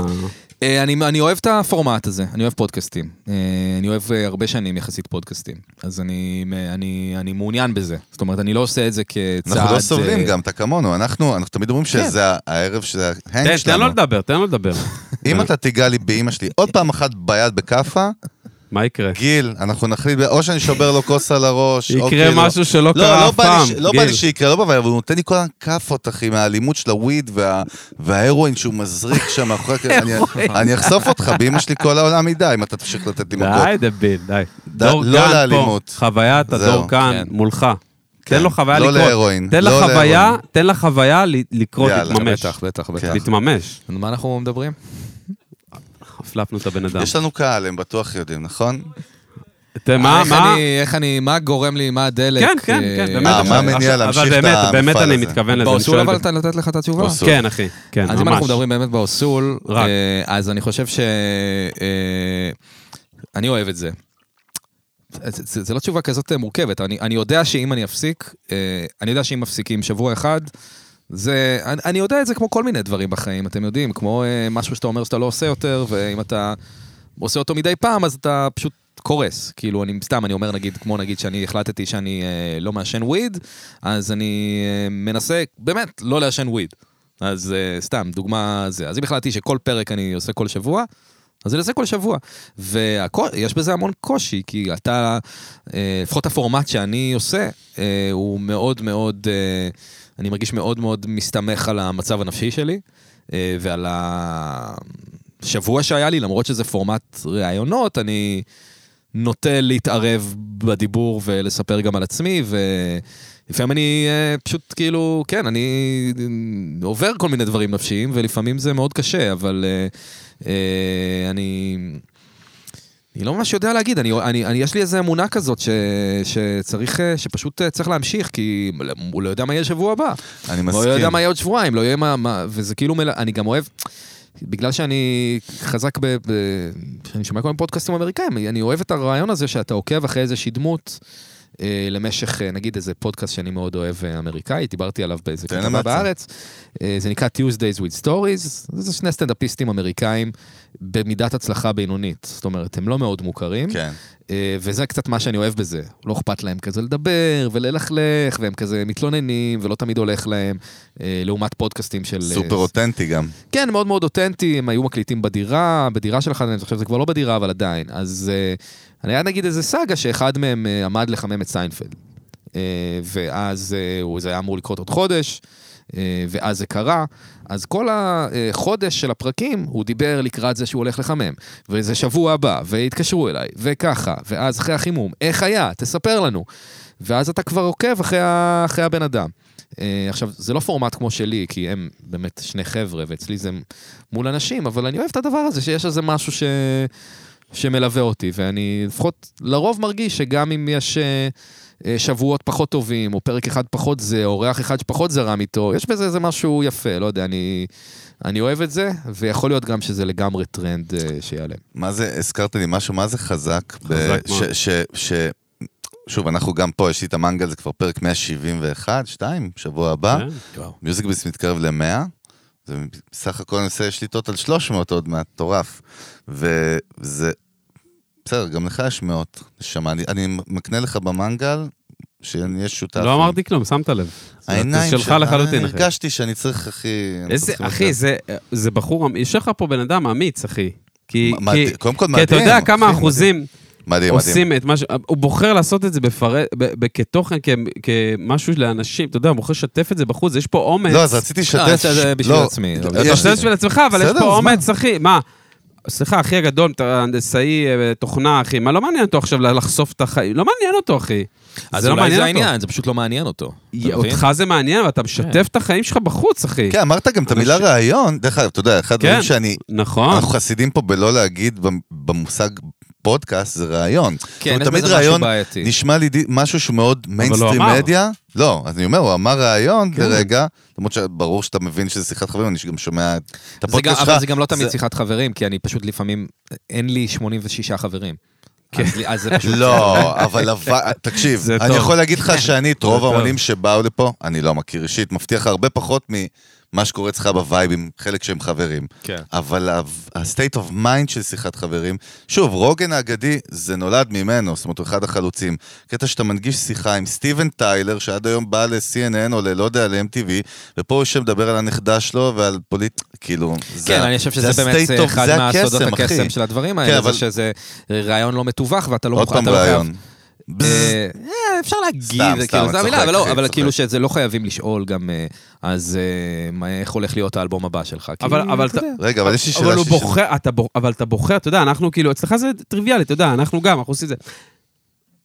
אה, אני, אני אוהב את הפורמט הזה, אני אוהב פודקאסטים. אה, אני אוהב אה, הרבה שנים יחסית פודקאסטים. אז אני, אה, אני, אני מעוניין בזה. זאת אומרת, אני לא עושה את זה כצעד...
אנחנו
אה,
לא סובלים גם, אתה כמונו, אנחנו אנחנו תמיד אומרים
כן.
שזה ה- הערב, שזה
תן,
ההנג
תן לו
שלנו.
לדבר, תן לו לדבר.
אם אתה תיגע לי באימא שלי עוד פעם אחת ביד בכאפה,
מה יקרה?
גיל, אנחנו נחליט, או שאני שובר לו כוס על הראש, או
יקרה
כאילו-
משהו שלא
לא,
קרה
לא
אף
בא לי
פעם,
ש- לא בא לי
גיל.
שיקרה, לא בא לי, אבל הוא נותן לי כל הכאפות, אחי, מהאלימות של הוויד וה- וההרואין שהוא מזריק שם מאחורי... אני- אני אחשוף אותך, באמא שלי כל העולם ידע, אם אתה תמשיך לתת לי מכות.
די, דביל, די.
ד-
דור
לא
כאן פה,
לאלימות.
חוויית
זהו,
הדור כאן
כן.
מולך.
כן.
תן לו חוויה
לא
לקרות.
להרואין,
תן
לא
לחוויה,
להרואין.
תן לחוויה ל- לקרות,
יאללה,
להתממש.
בטח, בטח, בטח.
כן.
להתממש.
על מה אנחנו מדברים?
הפלפנו את הבן אדם.
יש לנו קהל, הם בטוח יודעים, נכון?
תראה, מה,
אה,
אה,
איך
מה...
אני, איך אני, מה גורם לי, מה הדלק?
כן, כן, כן,
אה,
באמת.
מה
עכשיו-
מניע
עכשיו-
להמשיך
אבל
את
באמת, באמת
המפעל
אני
הזה?
מתכוון לזה. אני
באוסול
שואל
אבל
את-
אתה לתת לך את התשובה?
באוסול.
כן, אחי, כן,
אז אם אנחנו
ממש.
מדברים באמת באוסול,
רק.
אה, אז אני חושב ש... אה, אני אוהב את זה. זה- זה זה לא תשובה כזאת מורכבת, אני אני יודע שאם אני אפסיק, אה, אני יודע שאם מפסיקים שבוע אחד, זה... אני אני יודע את זה כמו כל מיני דברים בחיים, אתם יודעים, כמו אה, משהו שאתה אומר שאתה לא עושה יותר, ואם אתה עושה אותו מדי פעם, אז אתה פשוט... קורס, כאילו אני סתם, אני אומר נגיד, כמו נגיד שאני החלטתי שאני אה, לא מעשן וויד, אז אני אה, מנסה באמת לא לעשן וויד. אז אה, סתם, דוגמה זה. אז אם החלטתי שכל פרק אני עושה כל שבוע, אז אני עושה כל שבוע. ויש בזה המון קושי, כי אתה, אה, לפחות הפורמט שאני עושה, אה, הוא מאוד מאוד, אה, אני מרגיש מאוד מאוד מסתמך על המצב הנפשי שלי, אה, ועל השבוע שהיה לי, למרות שזה פורמט ראיונות, אני נוטה להתערב בדיבור ולספר גם על עצמי, ולפעמים אני אה, פשוט כאילו, כן, אני אה, עובר כל מיני דברים נפשיים, ולפעמים זה מאוד קשה, אבל אה, אה, אני... אני לא ממש יודע להגיד, אני, אני, אני, יש לי איזו אמונה כזאת ש, שצריך, אה, שפשוט אה, צריך להמשיך, כי הוא לא יודע מה יהיה שבוע הבא.
אני
לא יודע
מסכים.
מה יהיה עוד שבועיים, לא יהיה מה... מה וזה כאילו, מל... אני גם אוהב, בגלל שאני חזק ב... ב... שאני שומע כל מיני פודקאסטים אמריקאים, אני אוהב את הרעיון הזה שאתה עוקב אחרי איזושהי דמות. אה, למשך, אה, נגיד, איזה פודקאסט שאני מאוד אוהב אה, אמריקאי, דיברתי עליו באיזה
תן
כתבה
המלצה.
בארץ. אה, זה נקרא Tuesdays with Stories, זה שני סטנדאפיסטים אמריקאים במידת הצלחה בינונית. זאת אומרת, הם לא מאוד מוכרים.
כן.
אה, וזה קצת מה שאני אוהב בזה. לא אכפת להם כזה לדבר וללכלך, והם כזה מתלוננים, ולא תמיד הולך להם, אה, לעומת פודקאסטים של... אה,
סופר אותנטי גם.
כן, מאוד מאוד אותנטי, הם היו מקליטים בדירה, בדירה של אחד מהם, עכשיו זה כבר לא בדירה, אבל עדיין. אז אה, אני היה נגיד איזה סאגה שאחד מהם אה, עמד לחמם את סיינפלד. אה, ואז אה, הוא- זה היה אמור לקרות עוד חודש, אה, ואז זה קרה. אז כל החודש של הפרקים, הוא דיבר לקראת זה שהוא הולך לחמם. וזה שבוע הבא, והתקשרו אליי, וככה, ואז אחרי החימום, איך היה? תספר לנו. ואז אתה כבר עוקב אחרי, ה... אחרי הבן אדם. אה, עכשיו, זה לא פורמט כמו שלי, כי הם באמת שני חבר'ה, ואצלי זה מול אנשים, אבל אני אוהב את הדבר הזה, שיש איזה משהו ש... שמלווה אותי, ואני לפחות לרוב מרגיש שגם אם יש אה, אה, שבועות פחות טובים, או פרק אחד פחות זה, או אורח אחד שפחות זרם איתו, יש בזה איזה משהו יפה, לא יודע, אני, אני אוהב את זה, ויכול להיות גם שזה לגמרי טרנד אה, שיעלה.
מה זה, הזכרת לי משהו, מה זה חזק? ב-
חזק
ש-
מאוד.
ש... ש... שוב, אנחנו גם פה, יש לי את המנגל, זה כבר פרק 171, 2, שבוע הבא.
כן.
מיוזיק ביס מתקרב ל-100, זה בסך הכל אני עושה שליטות על 300 עוד מעט, מטורף. וזה, בסדר, גם לך יש מאות, נשמה, אני, אני מקנה לך במנגל, שאני אהיה שותף.
לא אמרתי כלום, שמת לב.
העיניים
זה שלך
שלה,
לחלוטין, אחי.
הרגשתי שאני צריך, אחי... אני
איזה,
צריך
אחי,
יותר.
זה- זה בחור, אמ- יש לך פה בן אדם אמיץ, אחי. כי,
מה-
כי,
מדהים, קודם כל
כי
מדהים.
אתה יודע
אחי,
כמה
מדהים.
אחוזים
מדהים, מדהים.
עושים את מה ש... הוא בוחר לעשות את זה בפר... ב... ב... כתוכן, כ... כמשהו לאנשים, אתה יודע, הוא בוחר לשתף את זה בחוץ, יש פה אומץ.
לא, אז רציתי לשתף...
לא, זה- זה בשביל
לא,
עצמי.
יש
אתה
לי-
עושה את זה בשביל עצמך, אבל יש
בסדר,
פה
אז מה?
אומץ, אחי, מה? סליחה, אחי הגדול, אתה הנדסאי אה, תוכנה, אחי, מה לא מעניין אותו עכשיו לחשוף את החיים? לא מעניין אותו, אחי.
אז אולי זה העניין, זה פשוט לא מעניין אותו. אתה
יא,
מבין? כן.
אותך זה מעניין, אבל אתה משתף את החיים שלך בחוץ, אחי.
כן, אמרת גם את המילה רעיון. דרך אגב, אתה יודע, אחד הדברים
כן.
שאני...
אה.
נכון.
אנחנו חסידים פה בלא להגיד במ- במושג פודקאסט זה רעיון. זאת אומרת,
כן, יש בזה
תמיד
משהו
רעיון
בעייתי.
נשמע לי די- משהו שהוא מאוד
הוא
מיינסטרים
אמר.
מדיה. לא, אז אני אומר, הוא אמר רעיון
כן.
לרגע, למרות שברור שאתה מבין שזה שיחת חברים, אני גם שומע את
זה גם,
הפודקאסט שלך.
אבל זה גם לא תמיד
זה-
שיחת חברים, כי אני פשוט לפעמים, אין לי 86 חברים. אז לי- אז זה פשוט...
כן. לא, אבל אבל- תקשיב,
זה
אני
טוב.
יכול להגיד לך שאני את רוב
טוב.
האומנים שבאו לפה, אני לא מכיר אישית, מבטיח הרבה פחות ממה שקורה אצלך בווייבים, חלק שהם חברים.
כן.
אבל ה-state of mind של שיחת חברים, שוב, רוגן האגדי, זה נולד ממנו, זאת אומרת, הוא אחד החלוצים. קטע שאתה מנגיש שיחה עם סטיבן טיילר, שעד היום בא ל-CNN או ללא יודע, ל-MTV, ופה הוא יושב לדבר על הנכדה שלו ועל פוליט... כאילו, זה
כן,
ה-
אני חושב
זה
שזה באמת
ה-state of-
אחד
זה
מהסודות
הקסם, אחי.
הקסם של הדברים
כן,
האלה, זה
אבל-
שזה רעיון לא מתווך ואתה לא
עוד
מוכן,
פעם
אתה לא חייב...
רעיון.
אה, אה, אפשר
סתם,
להגיד,
סתם,
כאילו,
אני
זו המילה,
צוחק,
אבל לא,
אחי,
אבל
צוחק.
כאילו שזה לא חייבים לשאול גם, אה, אז אה, מה- איך הולך להיות האלבום הבא שלך.
אבל-
כאילו,
אבל
אתה
אתה-
יודע.
רגע, אבל יש לי שאלה
אבל הוא
שיש לי.
בוחר, אתה בוח- אבל אתה בוחר, אתה יודע, אנחנו כאילו, אצלך זה טריוויאלי, אתה יודע, אנחנו גם, אנחנו עושים את זה.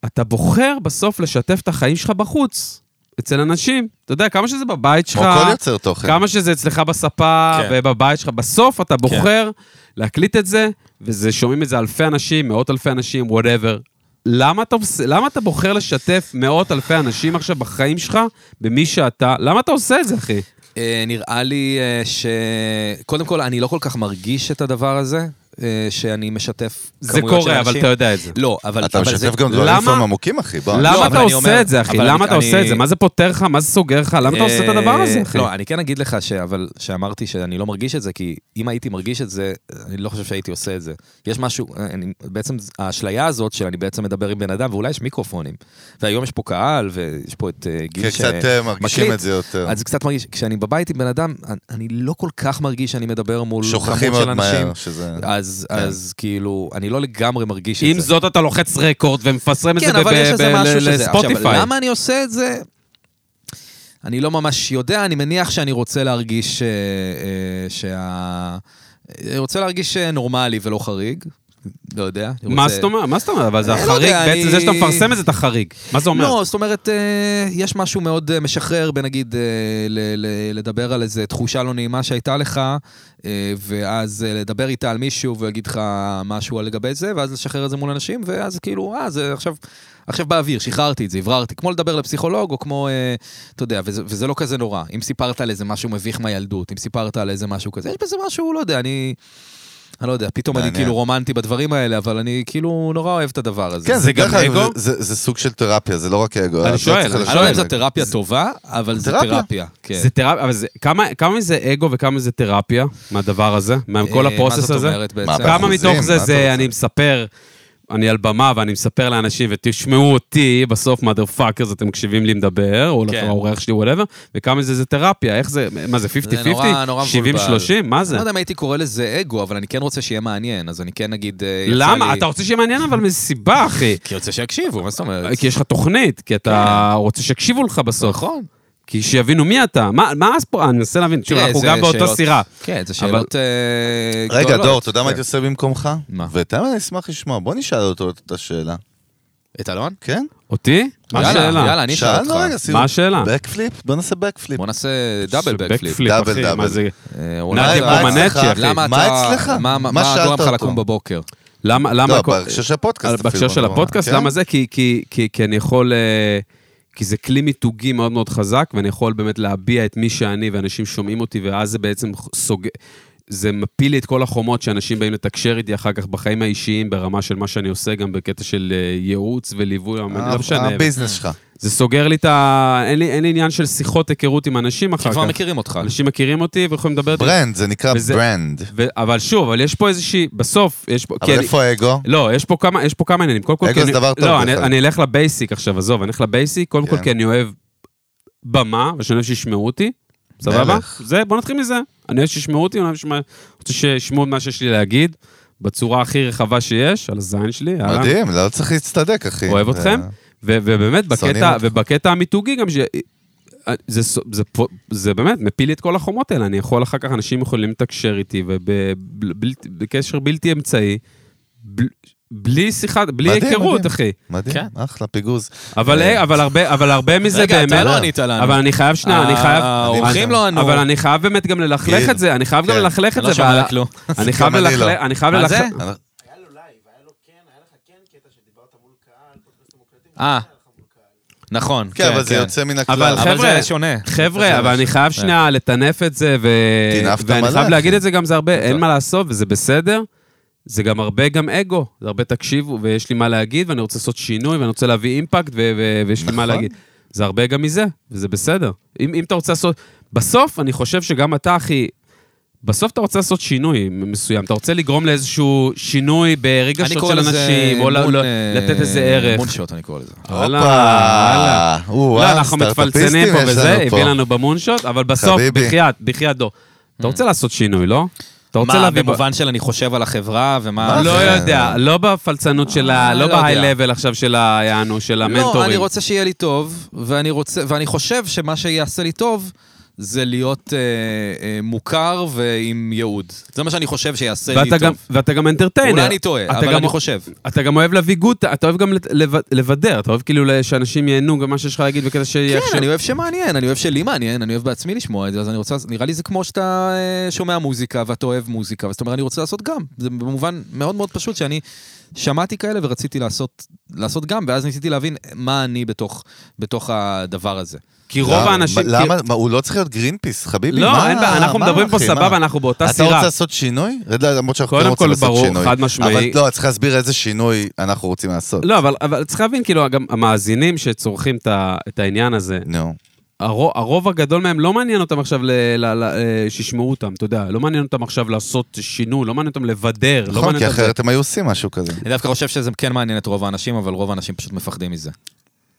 אתה בוחר בסוף לשתף את החיים שלך בחוץ, אצל אנשים. אתה יודע, כמה שזה בבית שלך,
כמו כל יוצר תוכן.
כמה שזה אצלך בספה
כן.
ובבית שלך, בסוף אתה בוחר להקליט את זה, וזה, שומעים את זה אלפי אנשים, מאות אלפי אנשים, וואטאבר. למה אתה, עוש- למה אתה בוחר לשתף מאות אלפי אנשים עכשיו בחיים שלך, במי שאתה, למה אתה עושה את זה, אחי?
אה, נראה לי אה, ש... קודם כל, אני לא כל כך מרגיש את הדבר הזה, אה, שאני משתף
זה
כמויות של
קורה, אבל
אנשים.
אתה יודע את זה.
לא, אבל...
אתה
אבל זה-
משתף גם דברים
למה-
לפעמים עמוקים, אחי. בוא.
למה
לא,
אתה
אבל אני
עושה
אומר-
את זה, אחי?
אבל
למה
אני-
אתה עושה את זה?
אני-
מה זה פותר לך? מה זה סוגר לך? למה אתה עושה את הדבר הזה,
אה,
אחי?
לא, אני כן אגיד לך ש... אבל שאמרתי שאני לא מרגיש את זה, כי אם הייתי מרגיש את זה, אני לא חושב שהייתי עושה את זה. יש משהו, אה, אני, בעצם האשליה הזאת שאני בעצם מדבר עם בן אדם, ואולי יש מיקרופונים. והיום יש פה קהל, ויש פה את אה, גיל
כי קצת אה, מרגישים
מקליט,
את זה יותר.
אז זה קצת מרגיש, כשאני בבית עם בן אדם, אני- אני לא כל כך מרגיש שאני מדבר מול כמות
שוכחים
של
מאוד
אנשים.
מהר שזה...
אז,
כן.
אז כאילו, אני לא לגמרי מרגיש את
עם
זה.
זאת אתה לוחץ רקורד ומפסרם את זה
כן, אבל יש איזה משהו שזה. עכשיו,
לספוטיפיי.
למה אני עושה את זה? אני לא ממש יודע, אני מניח שאני רוצה להרגיש אה, אה, שה... אה, רוצה להרגיש אה, נורמלי ולא חריג. לא יודע. אני
מה
רוצה-
זאת אומרת? מה זאת אומרת? אבל זה
אני לא
החריג,
יודע,
בעצם
אני-
זה שאתה מפרסם את זה, אתה חריג. מה זה אומר?
לא, זאת אומרת, אה, יש משהו מאוד אה, משחרר בנגיד אה, ל- ל- לדבר על איזה תחושה לא נעימה שהייתה לך, אה, ואז אה, לדבר איתה על מישהו ויגיד לך משהו על לגבי זה, ואז לשחרר את זה מול אנשים, ואז כאילו, אה, זה עכשיו... עכשיו באוויר, שחררתי את זה, הבררתי. כמו לדבר לפסיכולוג, או כמו, אה, אתה יודע, וזה, וזה לא כזה נורא. אם סיפרת על איזה משהו מביך מהילדות, אם סיפרת על איזה משהו כזה, יש בזה משהו, לא יודע, אני... אני לא יודע, פתאום אני
מעניין.
כאילו רומנטי בדברים האלה, אבל אני כאילו נורא אוהב את הדבר הזה.
כן, זה
גם
דרך אגב,
אגו?
זה- זה זה סוג של תרפיה, זה לא רק אגו.
אני
את לא
שואל,
צריכה
אני
לשבת.
אני לא יודע אם זו תרפיה טובה, אבל זה
תרפיה.
תרפיה. כן.
זה תרפיה, אבל זה- כמה- כמה זה אגו וכמה זה תרפיה מהדבר הזה?
אה,
מכל הפרוסס
מה זאת
הזה?
אומרת
מה,
בעצם?
כמה
באחוזים?
מתוך זה
מה אתה
זה
רוצה?
אני מספר, אני על במה ואני מספר לאנשים ותשמעו אותי, בסוף mother fuckers אתם מקשיבים לי מדבר, או
כן.
לאורח שלי וואטאבר, וכמה זה זה תרפיה, איך זה, מה זה 50-50?
זה נורא נורא מבולבל.
70-30? מה
אני
זה?
לא יודע אם הייתי קורא לזה אגו, אבל אני כן רוצה שיהיה מעניין, אז אני כן נגיד... אה, יצא
למה?
לי-
אתה רוצה שיהיה מעניין אבל מסיבה, אחי.
כי רוצה שיקשיבו, מה זאת אומרת?
אה, כי יש לך תוכנית, כי אתה רוצה שיקשיבו לך בסוף.
כן. נכון.
כי שיבינו מי אתה. מה מה הסיפור? אני מנסה להבין, תשמע,
תראה,
אנחנו
אה, זה
גם באותה
שאלות-
סירה.
כן, זה
אבל-
שאלות אה, גדולות.
רגע, דור, אתה יודע מה
כן.
הייתי עושה במקומך?
מה?
ואת האמת, אני אשמח לשמוע, בוא נשאל אותו את השאלה.
את אלון?
כן?
אותי? מה
יאללה,
השאלה?
יאללה, אני אשאל
שאלנו רגע,
אותך.
סיבוב.
השאלה?
בקפליפ? בוא נעשה בקפליפ.
בוא נעשה דאבל בקפליפ.
בקפליפ,
דאבל,
אחי,
דאבל.
מה זה?
אה,
נתי
אולי-
מה
למה-
פומנצ'י,
אצלך?
אחי.
למה אתה...
מה אצלך?
מה-
מה
מה
שאלת
גורם לך
אותו?
לקום בבוקר?
למה, למה...
לא,
הכל-
בהקשר של הפודקאסט
על-
אפילו,
בהקשר של
בוא נאמר.
הפודקאסט,
כן?
למה זה? כי, כי, כי, כי אני יכול... אה, כי זה כלי מיתוגי מאוד מאוד חזק, ואני יכול באמת להביע את מי שאני, ואנשים שומעים אותי, ואז זה בעצם סוג... זה מפיל לי את כל החומות שאנשים באים לתקשר איתי אחר כך בחיים האישיים, ברמה של מה שאני עושה, גם בקטע של אה, ייעוץ וליווי,
ה-
לא משנה.
הביזנס שלך.
זה סוגר לי את ה... אין לי, אין לי עניין של שיחות היכרות עם אנשים
כי
אחר כך.
כבר מכירים אותך.
אנשים מכירים אותי ויכולים לדבר איתי.
ברנד, זה נקרא
וזה-
ברנד.
ו... אבל שוב, אבל יש פה איזושהי... בסוף, יש פה... כי
אבל
אני-
איפה האגו?
לא, יש פה כמה, יש פה כמה עניינים. קודם כל,
אגו
כי
זה
אני-
דבר טוב,
לא,
דרך
אני,
אגב.
אני אלך לבייסיק עכשיו, עזוב, אני אלך לבייסיק, קודם כל
כן.
כי אני אוהב במה, ושאני אוהב שישמעו אותי, סבבה?
מלך.
זה, בוא נתחיל מזה. אני אוהב שישמעו אותי, אני אוהב שישמע- רוצה שישמעו את מה שיש לי להגיד, בצורה הכי רחבה שיש, על הזין שלי, אהלן.
מדהים, לא צריך להצטדק, אחי.
אה? אוהב
זה-
אתכם. ו- ובאמת,
שונאים
בקטע,
אותך.
ובקטע המיתוגי גם ש... זה, ס- זה, פה- זה באמת מפיל לי את כל החומות האלה, אני יכול אחר כך, אנשים יכולים לתקשר איתי, ובקשר בלתי אמצעי, בל, בלי שיחה, בלי
מדהים,
היכרות,
מדהים.
אחי.
מדהים,
כן.
אחלה פיגוז.
אבל, אה, אבל, הרבה, אבל הרבה מזה
רגע,
באמת...
אתה לא ענית לנו. אה,
אבל אני חייב שנייה, אני חייב...
האורחים לא ענו.
אבל אני חייב באמת גם ללכלך
כן.
את זה, אני חייב גם
כן.
ללכלך את
אני
זה.
לא שומע
ועל-
כלום.
אני חייב
גם אני לא.
ללכלך... אני חייב
מה זה?
ללכלך...
היה לו לייב, היה לו כן, היה לך כן קטע שדיברת מול קהל, פודקאסטים מוקלטים,
אה.
היה לך מול קהל.
נכון,
כן, אבל זה יוצא מן הכלל.
אבל
אבל
חבר'ה,
זה שונה.
חבר'ה, אבל אני חייב שנייה לטנף את זה, ו...
כן. טינפת
ואני
מלא, כן.
חייב
אחי.
להגיד את זה גם, זה הרבה, אין מה לעשות, וזה בסדר. זה גם הרבה גם אגו, זה הרבה תקשיבו, ויש לי מה להגיד, ואני רוצה לעשות שינוי, ואני רוצה להביא אימפקט, ו- ו- ויש לי מה
נכון.
להגיד. זה הרבה גם מזה, וזה בסדר. אם, אם אתה רוצה לעשות... בסוף, אני חושב שגם אתה, אחי... בסוף אתה רוצה לעשות שינוי מסוים, אתה רוצה לגרום לאיזשהו שינוי ברגשות של אנשים, או ל- ל- אה,
אה,
לתת איזה ערך.
מונשוט אני קורא לזה.
וואלה,
הופה,
וואלה.
אה,
או,
לא,
וואו,
אנחנו
סטארט-אפיסטים
מתפלצנים פה
יש
וזה,
לנו פה.
הביא לנו במונשוט, אבל בסוף,
חביבי.
בחייאת, בחייאת דו. אתה רוצה לעשות שינוי, לא? אתה רוצה
Mm. מה,
להביא... ב-
במובן של אני חושב על החברה ומה...
לא
זה?
יודע, לא בפלצנות של ה...
אה,
לא
לא יודע.
בהיי-לבל עכשיו של ה... יענו, של
לא, אני
המנטורים.
רוצה שיהיה לי טוב, ואני רוצה- ואני חושב שמה שיעשה לי טוב זה להיות אה, אה, מוכר ועם ייעוד. זה מה שאני חושב שיעשה לי
ואתה
טוב.
גם- ואתה גם אנטרטיינר.
אולי אני טועה,
אתה
אבל
גם-
אני חושב.
אתה גם אוהב להביא גוט, אתה אוהב גם לת- לב- לבדר, אתה אוהב כאילו ל- שאנשים ייהנו גם מה שיש לך להגיד וכזה שיהיה...
כן, אני אוהב שמעניין, אני אוהב שלי מעניין, אני אוהב בעצמי לשמוע את זה, אז אני רוצה, נראה לי זה כמו שאתה אה, שומע מוזיקה ואתה אוהב מוזיקה, אז אתה אומר, אני רוצה לעשות גם. זה במובן מאוד מאוד פשוט שאני שמעתי כאלה ורציתי לעשות, לעשות גם, ואז ניסיתי להבין מה אני בתוך, בתוך הדבר הזה.
כי רוב
למה-
האנשים...
למה? מה, הוא לא צריך להיות גרינפיס, חביבי.
לא,
מה-
אין בעיה, אנחנו
מה,
מדברים פה
אחי, מה?
סבבה, אנחנו באותה
אתה
סירה.
רוצה לעשות שינוי? רד, למרות שאנחנו כן
קודם כל,
רוצים לעשות שינוי.
ברור, חד משמעי.
אבל לא, צריך להסביר איזה שינוי אנחנו רוצים לעשות.
לא, אבל, אבל צריך להבין, כאילו, גם המאזינים שצורכים את, ה, את העניין הזה,
נו.
הרוב, הרוב הגדול מהם לא מעניין אותם עכשיו ל, ל, ל, אה, שישמעו אותם, אתה יודע, לא מעניין אותם עכשיו לעשות שינוי, לא מעניין אותם לבדר, לא
נכון,
מעניין
כי
אותם...
אחרת הם היו עושים משהו כזה.
אני דווקא חושב שזה כן מעניין את רוב האנשים, אבל רוב האנשים פשוט מפחדים מזה.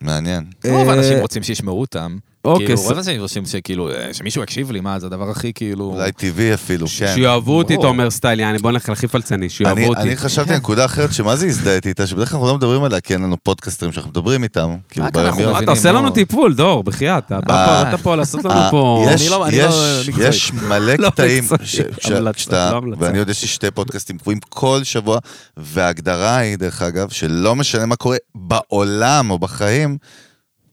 מעניין.
רוב
אה,
האנשים רוצים שישמעו אותם.
אוקיי,
כאילו,
ס-
רוב האנשים רוצים שכאילו, אה, שמישהו יקשיב לי, מה, זה הדבר הכי כאילו...
אולי טבעי אפילו, כן.
שיאהבו אותי, אתה
ברור.
אומר סטייל, יעני, בוא נלך הכי פלצני,
אני,
שיאהבו אותי.
אני חשבתי על נקודה אחרת, שמה זה הזדהיתי איתה, שבדרך כלל אנחנו לא מדברים עליה, כי אין לנו פודקאסטרים שאנחנו מדברים איתם, כאילו
רק אנחנו
ביום-יום.
מה, אתה
מבינים,
עושה לנו
לא.
טיפול, דור, בחייאת, אתה בא
אה.
פה, אתה פה לעשות לנו
אה,
פה...
יש-
אני לא- אני
יש-
לא- לא
יש מלא
לא
קטעים,
מקצועי.
ש- כש-
המלצה,
כשאתה-
לא המלצה.
ואני עוד יש לי שתי פודקאסטים קבועים כל שבוע, וההגדרה היא, דרך אגב, שלא משנה מה קורה בעולם או בחיים,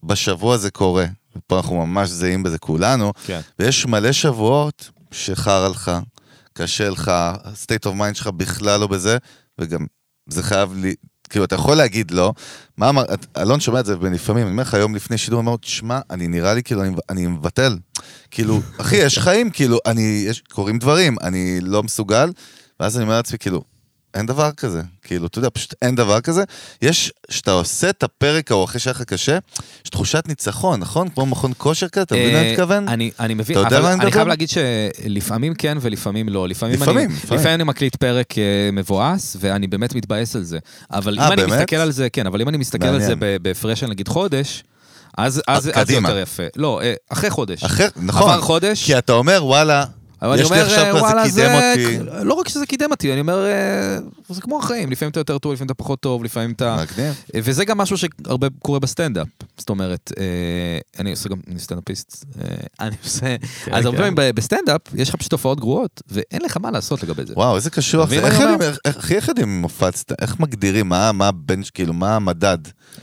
בשבוע זה קורה. פה אנחנו ממש זהים בזה כולנו,
כן.
ויש מלא שבועות שחרא לך, קשה לך, ה-state of mind שלך בכלל לא בזה, וגם זה חייב לי, כאילו, אתה יכול להגיד לא. מה אמר, את- אלון שומע את זה לפעמים, אני אומר לך, יום לפני שידור, אני אומר, תשמע, אני נראה לי כאילו, אני, אני מבטל. כאילו, אחי, יש חיים, כאילו, אני, יש, קורים דברים, אני לא מסוגל, ואז אני אומר לעצמי, כאילו, אין דבר כזה. כאילו, אתה יודע, פשוט אין דבר כזה. יש, כשאתה עושה את הפרק ההוא אחרי שהיה לך קשה, יש תחושת ניצחון, נכון? כמו מכון כושר כזה, אתה מבין מה אני
אה,
מתכוון?
אני, אני מבין,
אתה יודע
אבל
מה אני
אני
מדבר?
חייב להגיד שלפעמים כן ולפעמים לא. לפעמים,
לפעמים,
אני,
לפעמים.
לפעמים אני מקליט פרק אה, מבואס, ואני באמת מתבאס על זה. אבל
אה,
אם אני
באמת?
מסתכל על זה, כן, אבל אם אני מסתכל על זה
מעניין. אה,
ב- בהפרש של נגיד חודש, אז, אז, אז זה
קדימה.
יותר יפה. לא, אה, אחרי חודש.
אחר, נכון.
עבר חודש.
כי אתה אומר, וואלה,
אבל אני
יש לי
אומר,
עכשיו
אה,
כזה,
וואלה,
קידם
זה...
אותי.
לא רק שזה קידם אותי, אני אומר, אה, זה כמו החיים, לפעמים אתה יותר טוב, לפעמים אתה פחות טוב, לפעמים אתה... אה,
מגניב.
וזה גם משהו שהרבה קורה בסטנדאפ. זאת אומרת, אה, אני עושה גם, אני סטנדאפיסט, אה, אני עושה... אז הרבה
כן.
פעמים ב- בסטנדאפ, יש לך פשוט תופעות גרועות, ואין לך מה לעשות לגבי זה.
וואו, איזה קשוח.
מבין
זה.
מה אני
איך יודעים,
אומר?
איך- איך- אחי, איך יודעים אם הופצת? איך מגדירים? מה מה הבן, כאילו, מה המדד?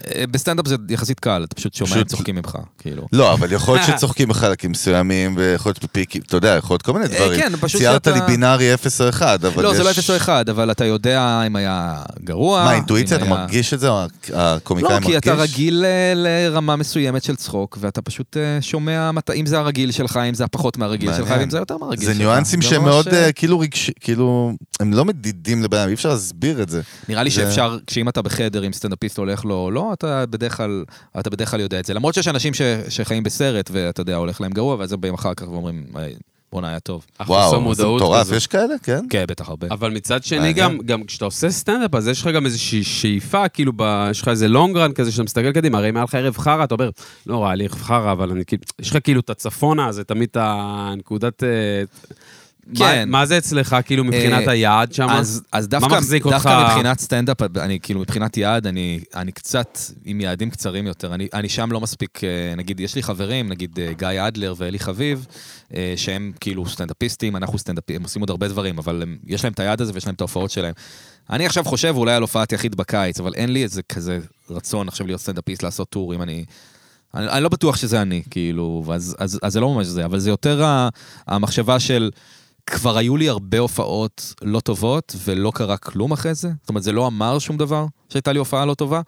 אה, בסטנדאפ זה יחסית קל, אתה פשוט שומע,
פשוט-
הם צוחקים ממך, כאילו.
לא, אבל יכול להיות שצוחקים בחלקים מסוימים, ויכול להיות בפיקים, אתה יודע, יכול להיות כל מיני
אה,
דברים.
כן, פשוט
ציירת
שאתה-
לי בינארי 0 או 1, אבל יש...
לא, זה לא 0 או 1, אבל אתה יודע אם היה גרוע.
מה,
אם
אינטואיציה? אתה
היה-
מרגיש את זה? או הקומיקאי
לא,
מרגיש?
כי אתה רגיל אה, לרמה מסוימת של צחוק, ואתה פשוט אה, שומע מת- אם זה הרגיל שלך, אם זה הפחות מהרגיל שלך,
מעניין.
ואם זה יותר מהרגיל
זה
שלך.
ניואנסים
ממש,
שהם מאוד
אה,
אה, כאילו רגשי, כאילו, הם לא מדידים לבן אדם, אי אפשר להסביר את זה.
נראה לי
זה-
שאפשר, כשאם אתה בחדר, אם סטנדאפיסט הולך לו או לא, אתה בדרך כלל, אתה בדרך כלל יודע את זה. למרות שיש אנשים ש, שחיים בסרט, ואתה יודע, הולך להם גרוע, ואז הם באים אחר כך ואומרים, "אה, בואנה, היה טוב.
אה,
חוסר
וואו, זה
מודעות
מטורף,
כזו.
יש כאלה? כן.
כן, בטח הרבה.
אבל מצד שני,
מעניין.
גם, גם כשאתה עושה סטנדאפ, אז יש לך גם איזושהי שאיפה, כאילו, ב, יש לך איזה לונג רן כזה שאתה מסתכל קדימה, הרי אם היה לך ערב חרא, אתה אומר, לא רע לי ערב חרא, אבל אני, כאילו- יש לך כאילו את הצפונה, זה תמיד את הנקודת... אה, מה, מה זה אצלך, כאילו, מבחינת
כן. אה,
היעד שם?
אז, אז דווקא,
מה מחזיק
דווקא
אותך-
מבחינת סטנדאפ, אני כאילו, מבחינת יעד, אני, אני קצת עם יעדים קצרים יותר. אני, אני שם לא מספיק, אה, נגיד, יש לי חברים, נגיד אה, גיא אדלר ואלי חביב, אה, שהם כאילו סטנדאפיסטים, אנחנו סטנדאפיסטים, הם עושים עוד הרבה דברים, אבל הם, יש להם את היעד הזה ויש להם את ההופעות שלהם. אני עכשיו חושב אולי על הופעת יחיד בקיץ, אבל אין לי איזה כזה רצון עכשיו להיות סטנדאפיסט, לעשות טורים, אני... אני, אני לא בטוח שזה אני, כאילו, אז, אז, אז זה לא ממש זה, אבל זה יותר ה, המחשבה של... כבר היו לי הרבה הופעות לא טובות, ולא קרה כלום אחרי זה. זאת אומרת, זה לא אמר שום דבר שהייתה לי הופעה לא טובה,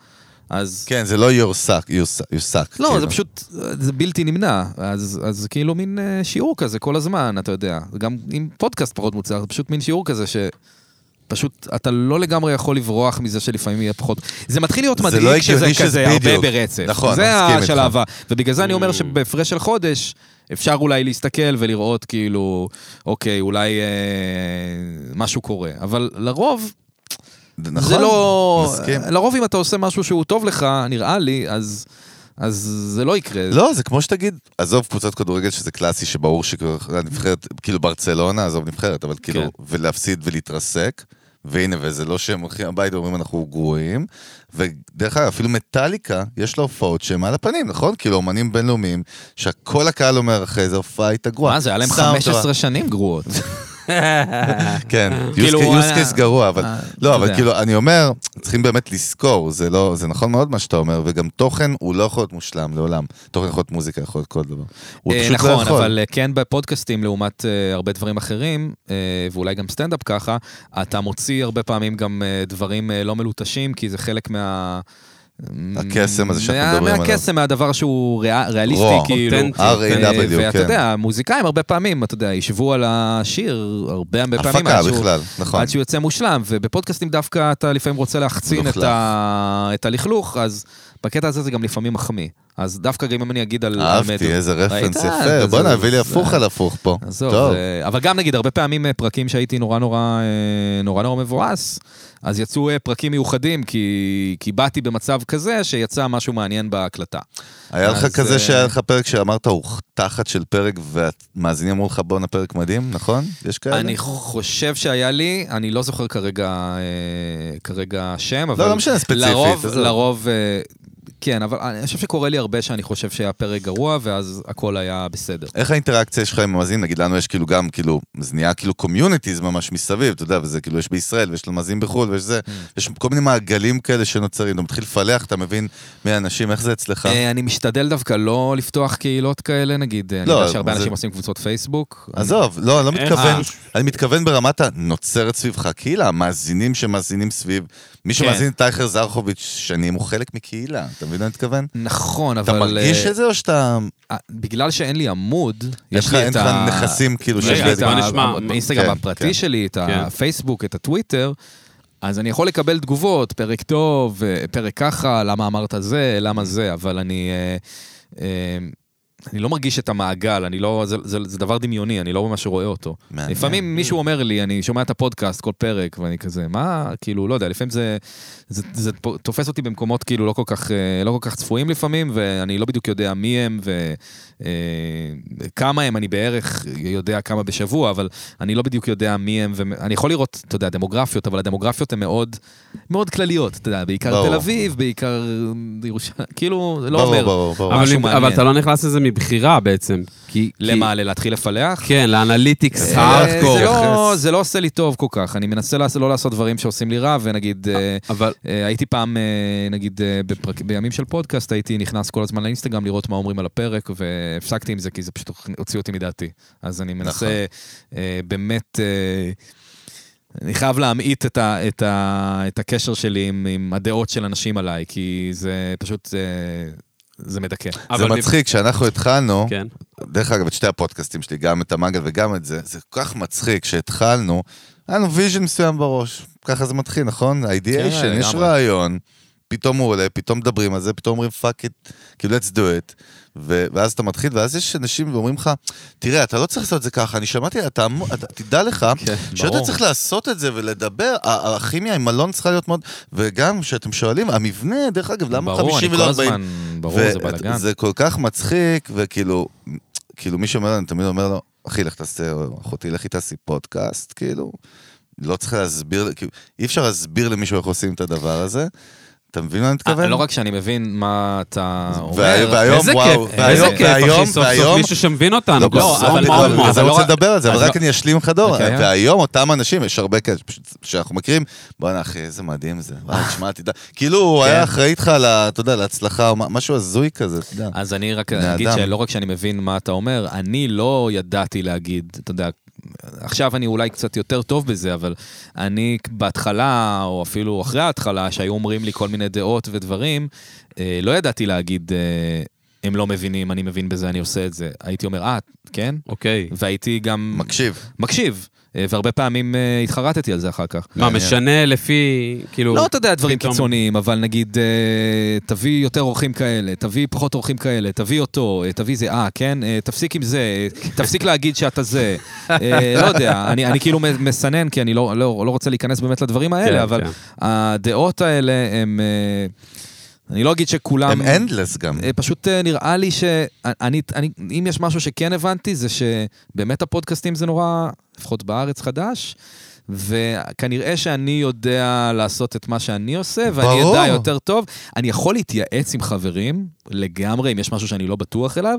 אז...
כן, זה לא יורסק, יוס- יוסק.
לא,
כאילו.
זה פשוט, זה בלתי נמנע. אז, אז כאילו מין אה, שיעור כזה כל הזמן, אתה יודע. גם עם פודקאסט פחות מוצלח, זה פשוט מין שיעור כזה ש... פשוט, אתה לא לגמרי יכול לברוח מזה שלפעמים יהיה פחות... זה מתחיל להיות
זה
מדאיג
לא
שזה
הגיוני שזה-
כזה הרבה
בדיוק.
ברצף.
נכון,
זה
מסכים איתך. Mm.
השלב ה... ובגלל זה אני אומר שבהפרש של חודש, אפשר אולי להסתכל ולראות כאילו, אוקיי, אולי אה, משהו קורה. אבל לרוב,
נכון,
זה לא...
מסכים.
לרוב אם אתה עושה משהו שהוא טוב לך, נראה לי, אז, אז זה לא יקרה.
לא, זה כמו שתגיד, עזוב קבוצת כדורגל שזה קלאסי, שברור שהנבחרת, כאילו ברצלונה, עזוב נבחרת, אבל כאילו,
כן.
ולהפסיד ולהתרסק, והנה, וזה לא שהם הולכים הביתה ואומרים אנחנו גרועים, ודרך אגב, אפילו מטאליקה, יש לה הופעות שהן על הפנים, נכון? כאילו, אומנים בינלאומיים, שכל הקהל אומר אחרי זה, הופעה הייתה גרועה.
מה זה, היה להם
סאונד
15
טובה."
שנים גרועות.
כן,
כאילו,
use
אה,
case גרוע, אבל...
אה, אתה
לא, אבל
יודע.
כאילו, אני אומר, צריכים באמת לזכור, זה לא, זה נכון מאוד מה שאתה אומר, וגם תוכן הוא לא יכול להיות מושלם לעולם. תוכן יכול להיות מוזיקה, יכול להיות כל דבר. הוא
אה,
פשוט לא יכול.
נכון, אבל אה, כן בפודקאסטים לעומת אה, הרבה דברים אחרים, אה, ואולי גם סטנדאפ ככה, אתה מוציא הרבה פעמים גם אה, דברים אה, לא מלוטשים, כי זה חלק מה...
הקסם הזה שאנחנו
מה-
מדברים עליו.
מהקסם, מהדבר שהוא ריאל- ריאליסטי,
רוע.
כאילו.
אותנטי.
R.A.W.,
אה, ואתה
כן.
יודע, מוזיקאים הרבה פעמים, אתה יודע, ישבו על השיר הרבה הרבה פעמים.
הפקה
עד שהוא-
בכלל, נכון.
עד שהוא יוצא מושלם, ובפודקאסטים דווקא אתה לפעמים רוצה להחצין את,
מלוכלך.
ה... את הלכלוך, אז בקטע הזה זה גם לפעמים מחמיא. אז דווקא גם אם אני אגיד על... על
אהבתי,
מדו-
איזה
ראית?
רפרנס יפה.
אז-
בוא'נה,
אז-
הביא לי הפוך על הפוך פה.
אה. עזוב,
טוב.
זה- אבל גם נגיד, הרבה פעמים אה, פרקים שהייתי נורא נורא, אה, נורא נורא מבואס, אז יצאו אה, פרקים מיוחדים, כי, כי באתי במצב כזה שיצא משהו מעניין בהקלטה.
היה לך
אז,
כזה
אה,
שהיה לך פרק שאמרת, הוא תחת של פרק, והמאזינים אמרו לך, בואנה, פרק מדהים, נכון? יש כאלה?
אני חושב שהיה לי, אני לא זוכר כרגע, אה, כרגע שם, אבל...
לא משנה, ספציפית,
לרוב,
עזוב.
לרוב, אה, כן, אבל אני חושב שקורה לי הרבה שאני חושב שהיה פרק גרוע, ואז הכל היה בסדר.
איך האינטראקציה שלך עם המאזינים? נגיד, לנו יש כאילו גם, כאילו, זה נהיה כאילו קומיוניטיז ממש מסביב, אתה יודע, וזה כאילו, יש בישראל, ויש למאזינים בחו"ל, ויש
Mm.
זה, יש כל מיני מעגלים כאלה שנוצרים, אתה מתחיל לפלח, אתה מבין מי האנשים, איך זה אצלך?
אה, אני משתדל דווקא לא לפתוח קהילות כאלה, נגיד, אה, אני
לא,
יודע שהרבה
זה-
אנשים עושים קבוצות פייסבוק.
עזוב, לא, אני לא
איך?
מתכוון,
אה.
אני מתכוון ברמת הנוצרת סביבך קהילה, המאזינים שמאזינים סביב, מי
כן.
שמאזין לטייכר זרחוביץ' שנים הוא חלק מקהילה, אתה מבין מה אני מתכוון?
נכון,
אתה
אבל...
מרגיש
אה,
את זה או שאתה,
אה, בגלל שאין לי עמוד,
יש
יש
לך
לי
אין
את
לך
ה...
נכסים כאילו
רגע,
שיש
יש לי את
לא, בוא
ה-
נשמע.
ה-
כן,
האינסטגרם הפרטי
כן.
שלי, את
כן.
הפייסבוק, את הטוויטר, אז אני יכול לקבל תגובות, פרק טוב, אה, פרק ככה, למה אמרת זה, למה זה, אבל אני... אה, אה, אני לא מרגיש את המעגל, אני לא, זה, זה, זה דבר דמיוני, אני לא ממש רואה אותו.
מעניין.
לפעמים מישהו אומר לי, אני שומע את הפודקאסט כל פרק, ואני כזה, מה, כאילו, לא יודע, לפעמים זה, זה, זה פו- תופס אותי במקומות כאילו לא כל, כך, אה, לא כל כך צפויים לפעמים, ואני לא בדיוק יודע מי הם וכמה אה, הם, אני בערך יודע כמה בשבוע, אבל אני לא בדיוק יודע מי הם, ואני יכול לראות, אתה יודע, דמוגרפיות, אבל הדמוגרפיות הן מאוד, מאוד כלליות, אתה יודע, בעיקר
ברור.
תל אביב, בעיקר ירושלים, כאילו, זה לא
ברור,
אומר.
ברור, ברור.
משהו
אבל,
מעניין.
אבל אתה לא נכנס לזה מבחירה בעצם. כי,
למה, להתחיל לפלח?
כי, כן, לאנליטיקס
אה,
הארדקור.
זה לא- זה לא עושה לי טוב כל כך, אני מנסה לעשות- לא לעשות דברים שעושים לי רע, ונגיד, אה,
אבל
אה, הייתי פעם, אה, נגיד, אה, בפרק- בימים של פודקאסט, הייתי נכנס כל הזמן לאינסטגרם לראות מה אומרים על הפרק, והפסקתי עם זה, כי זה פשוט הוציא אותי מדעתי. אז אני
נכון.
מנסה אה, באמת... אה, אני חייב להמעיט את, ה, את, ה, את הקשר שלי עם, עם הדעות של אנשים עליי, כי זה פשוט, אה, זה מדכא.
זה
אבל
מצחיק, כשאנחנו התחלנו,
כן.
דרך אגב, את שתי הפודקאסטים שלי, גם את המנגל וגם את זה, זה כל כך מצחיק שהתחלנו, היה לנו ויז'ן מסוים בראש, ככה זה מתחיל, נכון?
כן,
האידיאשן, יש
לגמרי.
רעיון, פתאום הוא עולה, פתאום מדברים על זה, פתאום אומרים פאק איט, כאילו let's do it, ו- ואז אתה מתחיל, ואז יש אנשים ואומרים לך, תראה, אתה לא צריך לעשות את זה ככה, אני שמעתי, אתה, אמור- אתה תדע לך,
כן,
שאתה
ברור.
צריך לעשות את זה ולדבר, ה- הכימיה עם אלון צריכה להיות מאוד, וגם כשאתם שואלים, המבנה, דרך אגב, למה
ברור, אני
50
כל
ולא 40?
הזמן, ברור, זה בלאגן.
זה כל כך מצחיק, וכאילו, כאילו מי שאומר, אני תמיד אומר לו, אחי, לך תעשה, או אחותי, לכי תעשי פודקאסט, כאילו. לא צריך להסביר, כאילו, אי אפשר להסביר למישהו איך עושים את הדבר הזה. אתה מבין מה אני מתכוון?
לא רק שאני מבין מה אתה
והיום-
אומר.
והיום,
איזה
וואו,
כיף, איזה
והיום,
כיף, אחי,
והיום,
סוף סוף
והיום-
מישהו שמבין אותנו.
לא,
בסוף.
אבל-
אבל
אבל-
אז אני
אבל-
רוצה לדבר על זה, אבל
אז
רק
לא-
אני אשלים לך דור.
אוקיי.
והיום אותם אנשים, יש הרבה כאלה שפשוט- שאנחנו מכירים, בואנה אחי, איזה מדהים זה. וואי,
אה.
תשמע, תדע. כאילו, הוא
כן.
היה אחראי איתך, על ה- אתה יודע, להצלחה, או מה- משהו הזוי כזה, אתה יודע.
אז אני רק
בני
אגיד
אדם.
שלא רק שאני מבין מה אתה אומר, אני לא ידעתי להגיד, אתה יודע, עכשיו אני אולי קצת יותר טוב בזה, אבל אני בהתחלה, או אפילו אחרי ההתחלה, שהיו אומרים לי כל מיני דעות ודברים, אה, לא ידעתי להגיד, אה, הם לא מבינים, אני מבין בזה, אני עושה את זה. הייתי אומר, אה, כן?
אוקיי.
והייתי גם
מקשיב.
מקשיב, אה, והרבה פעמים אה, התחרטתי על זה אחר כך.
מה, משנה לפי, כאילו...
לא, אתה יודע, דברים
פתאום-
קיצוניים, אבל נגיד, אה, תביא יותר אורחים כאלה, תביא פחות אורחים כאלה, תביא אותו, אה, תביא זה, אה, כן? אה, תפסיק עם זה, אה, תפסיק להגיד שאתה זה. אה, לא יודע, אני אני כאילו מסנן, כי אני לא לא- לא רוצה להיכנס באמת לדברים
כן,
האלה, אבל
כן.
הדעות האלה הם... אה, אני לא אגיד שכולם...
הם אנדלס גם.
אה, פשוט אה, נראה לי ש... אני, אני, אם יש משהו שכן הבנתי, זה שבאמת הפודקאסטים זה נורא, לפחות בארץ חדש, וכנראה שאני יודע לעשות את מה שאני עושה, ואני
ברור.
אדע יותר טוב. אני יכול להתייעץ עם חברים, לגמרי, אם יש משהו שאני לא בטוח אליו,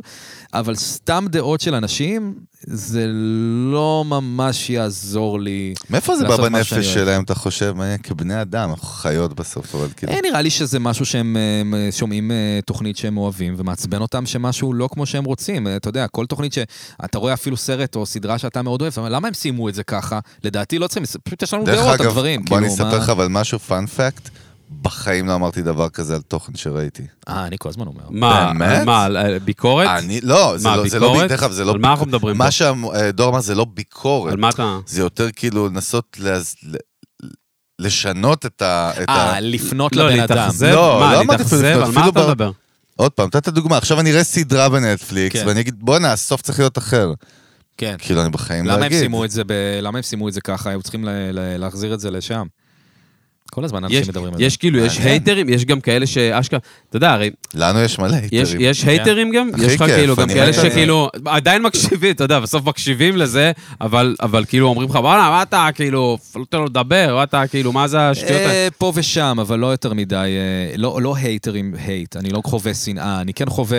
אבל סתם דעות של אנשים, זה לא ממש יעזור לי.
מאיפה זה בא
לעשות מה שאני
בנפש
אוהב.
שלהם, אתה חושב? מעניין, כבני אדם, אנחנו חיות בסוף, אבל כאילו...
אה, נראה לי שזה משהו שהם אה, מ- שומעים אה, תוכנית שהם אוהבים, ומעצבן אותם שמשהו לא כמו שהם רוצים. אה, אתה יודע, כל תוכנית שאתה רואה אפילו סרט או סדרה שאתה מאוד אוהב, אתה אומר, למה הם סיימו את זה ככה? לדעתי לא צריכים, פשוט יש לנו דעות על דברים.
בוא אני
כאילו, מה-
אספר לך אבל משהו, פאנפקט, בחיים לא אמרתי דבר כזה על תוכן שראיתי.
אה, אני כל הזמן אומר.
מה,
באמת?
מה, על- על ביקורת?
אני, לא, זה
מה,
לא, זה
ביקורת?
לא, דרך אגב, זה לא,
על מה אנחנו מדברים פה?
מה שהדור אמר זה לא ביקורת.
על מה אתה...
זה יותר כאילו לנסות להז... ל- לשנות את ה... את ה...
אה, לפנות
לא,
לבן אדם.
להתאכזב?
לא,
מה,
לא אמרתי
להתאכזב?
אפילו
על מה
לפנות,
אתה
אפילו
מדבר?
עוד פעם, נתת דוגמה, עכשיו אני אראה סדרה בנטפליקס,
כן.
ואני אגיד, בואנה, הסוף צריך להיות אחר.
כן.
כאילו, אני בחיים לא
למה הם
אגיד.
סיימו את זה ב- למה הם סיימו את זה ככה? היו צריכים ל- ל- להחזיר את זה לשם. כל הזמן
יש-
אנשים מדברים על זה.
יש כאילו, יש
מעניין.
הייטרים, יש גם כאלה שאשכרה, אתה יודע, הרי
לנו יש מלא
יש,
היתרים.
כן.
יש הייטרים גם?
הכי
יש לך
כיף,
כאילו גם
אני
כאלה
מת על זה.
שכאילו, עדיין מקשיבים, אתה יודע, בסוף מקשיבים לזה, אבל, אבל כאילו אומרים לך, וואלה, מה אתה כאילו, לא תן לו לדבר, מה אתה כאילו, מה זה השטויות האלה?
אה, פה ושם, אבל לא יותר מדי, אה, לא לא הייטרים הייט, אני לא חווה שנאה, אני כן חווה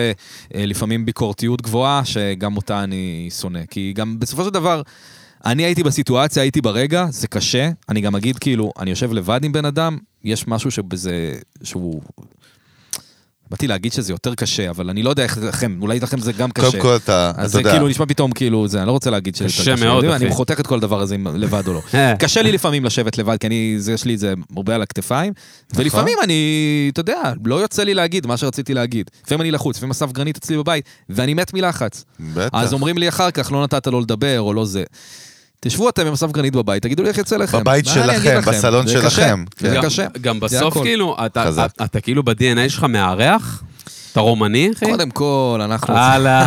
אה, לפעמים ביקורתיות גבוהה, שגם אותה אני שונא. כי גם בסופו של דבר, אני הייתי בסיטואציה, הייתי ברגע, זה קשה, אני גם אגיד כאילו, אני יושב לבד עם בן אדם, יש משהו שבזה, שהוא... באתי להגיד שזה יותר קשה, אבל אני לא יודע איך זה לכם, אולי לכם זה גם קשה.
קודם כל, אתה,
אז
אתה
זה
יודע,
כאילו נשמע פתאום כאילו, זה, אני לא רוצה להגיד שזה
קשה
יותר
מאוד,
אני- אני
אחי.
חותך את כל הדבר הזה אם לבד או לא.
אה.
קשה לי לפעמים לשבת לבד, כי אני, זה, יש לי את זה הרבה על הכתפיים, ולפעמים
נכון.
אני, אתה יודע, לא יוצא לי להגיד מה שרציתי להגיד. לפעמים אני לחוץ, לפעמים אסף גרנית אצלי בבית, ואני מת מלחץ.
בטח.
אז אומרים לי אחר כך, לא נתת לו לדבר, או לא זה. תשבו אתם עם אסף גרנית בבית, תגידו לי איך יצא לכם.
בבית
מה אני אגיד
שלכם,
לכם?
בסלון
זה קשה,
שלכם. כן.
זה
גם-
קשה.
גם
זה
בסוף
הכל.
כאילו, אתה,
חזק.
אתה, אתה כאילו ב-DNA שלך מארח? אתה רומני, אחי?
קודם כל, אנחנו...
הלאה.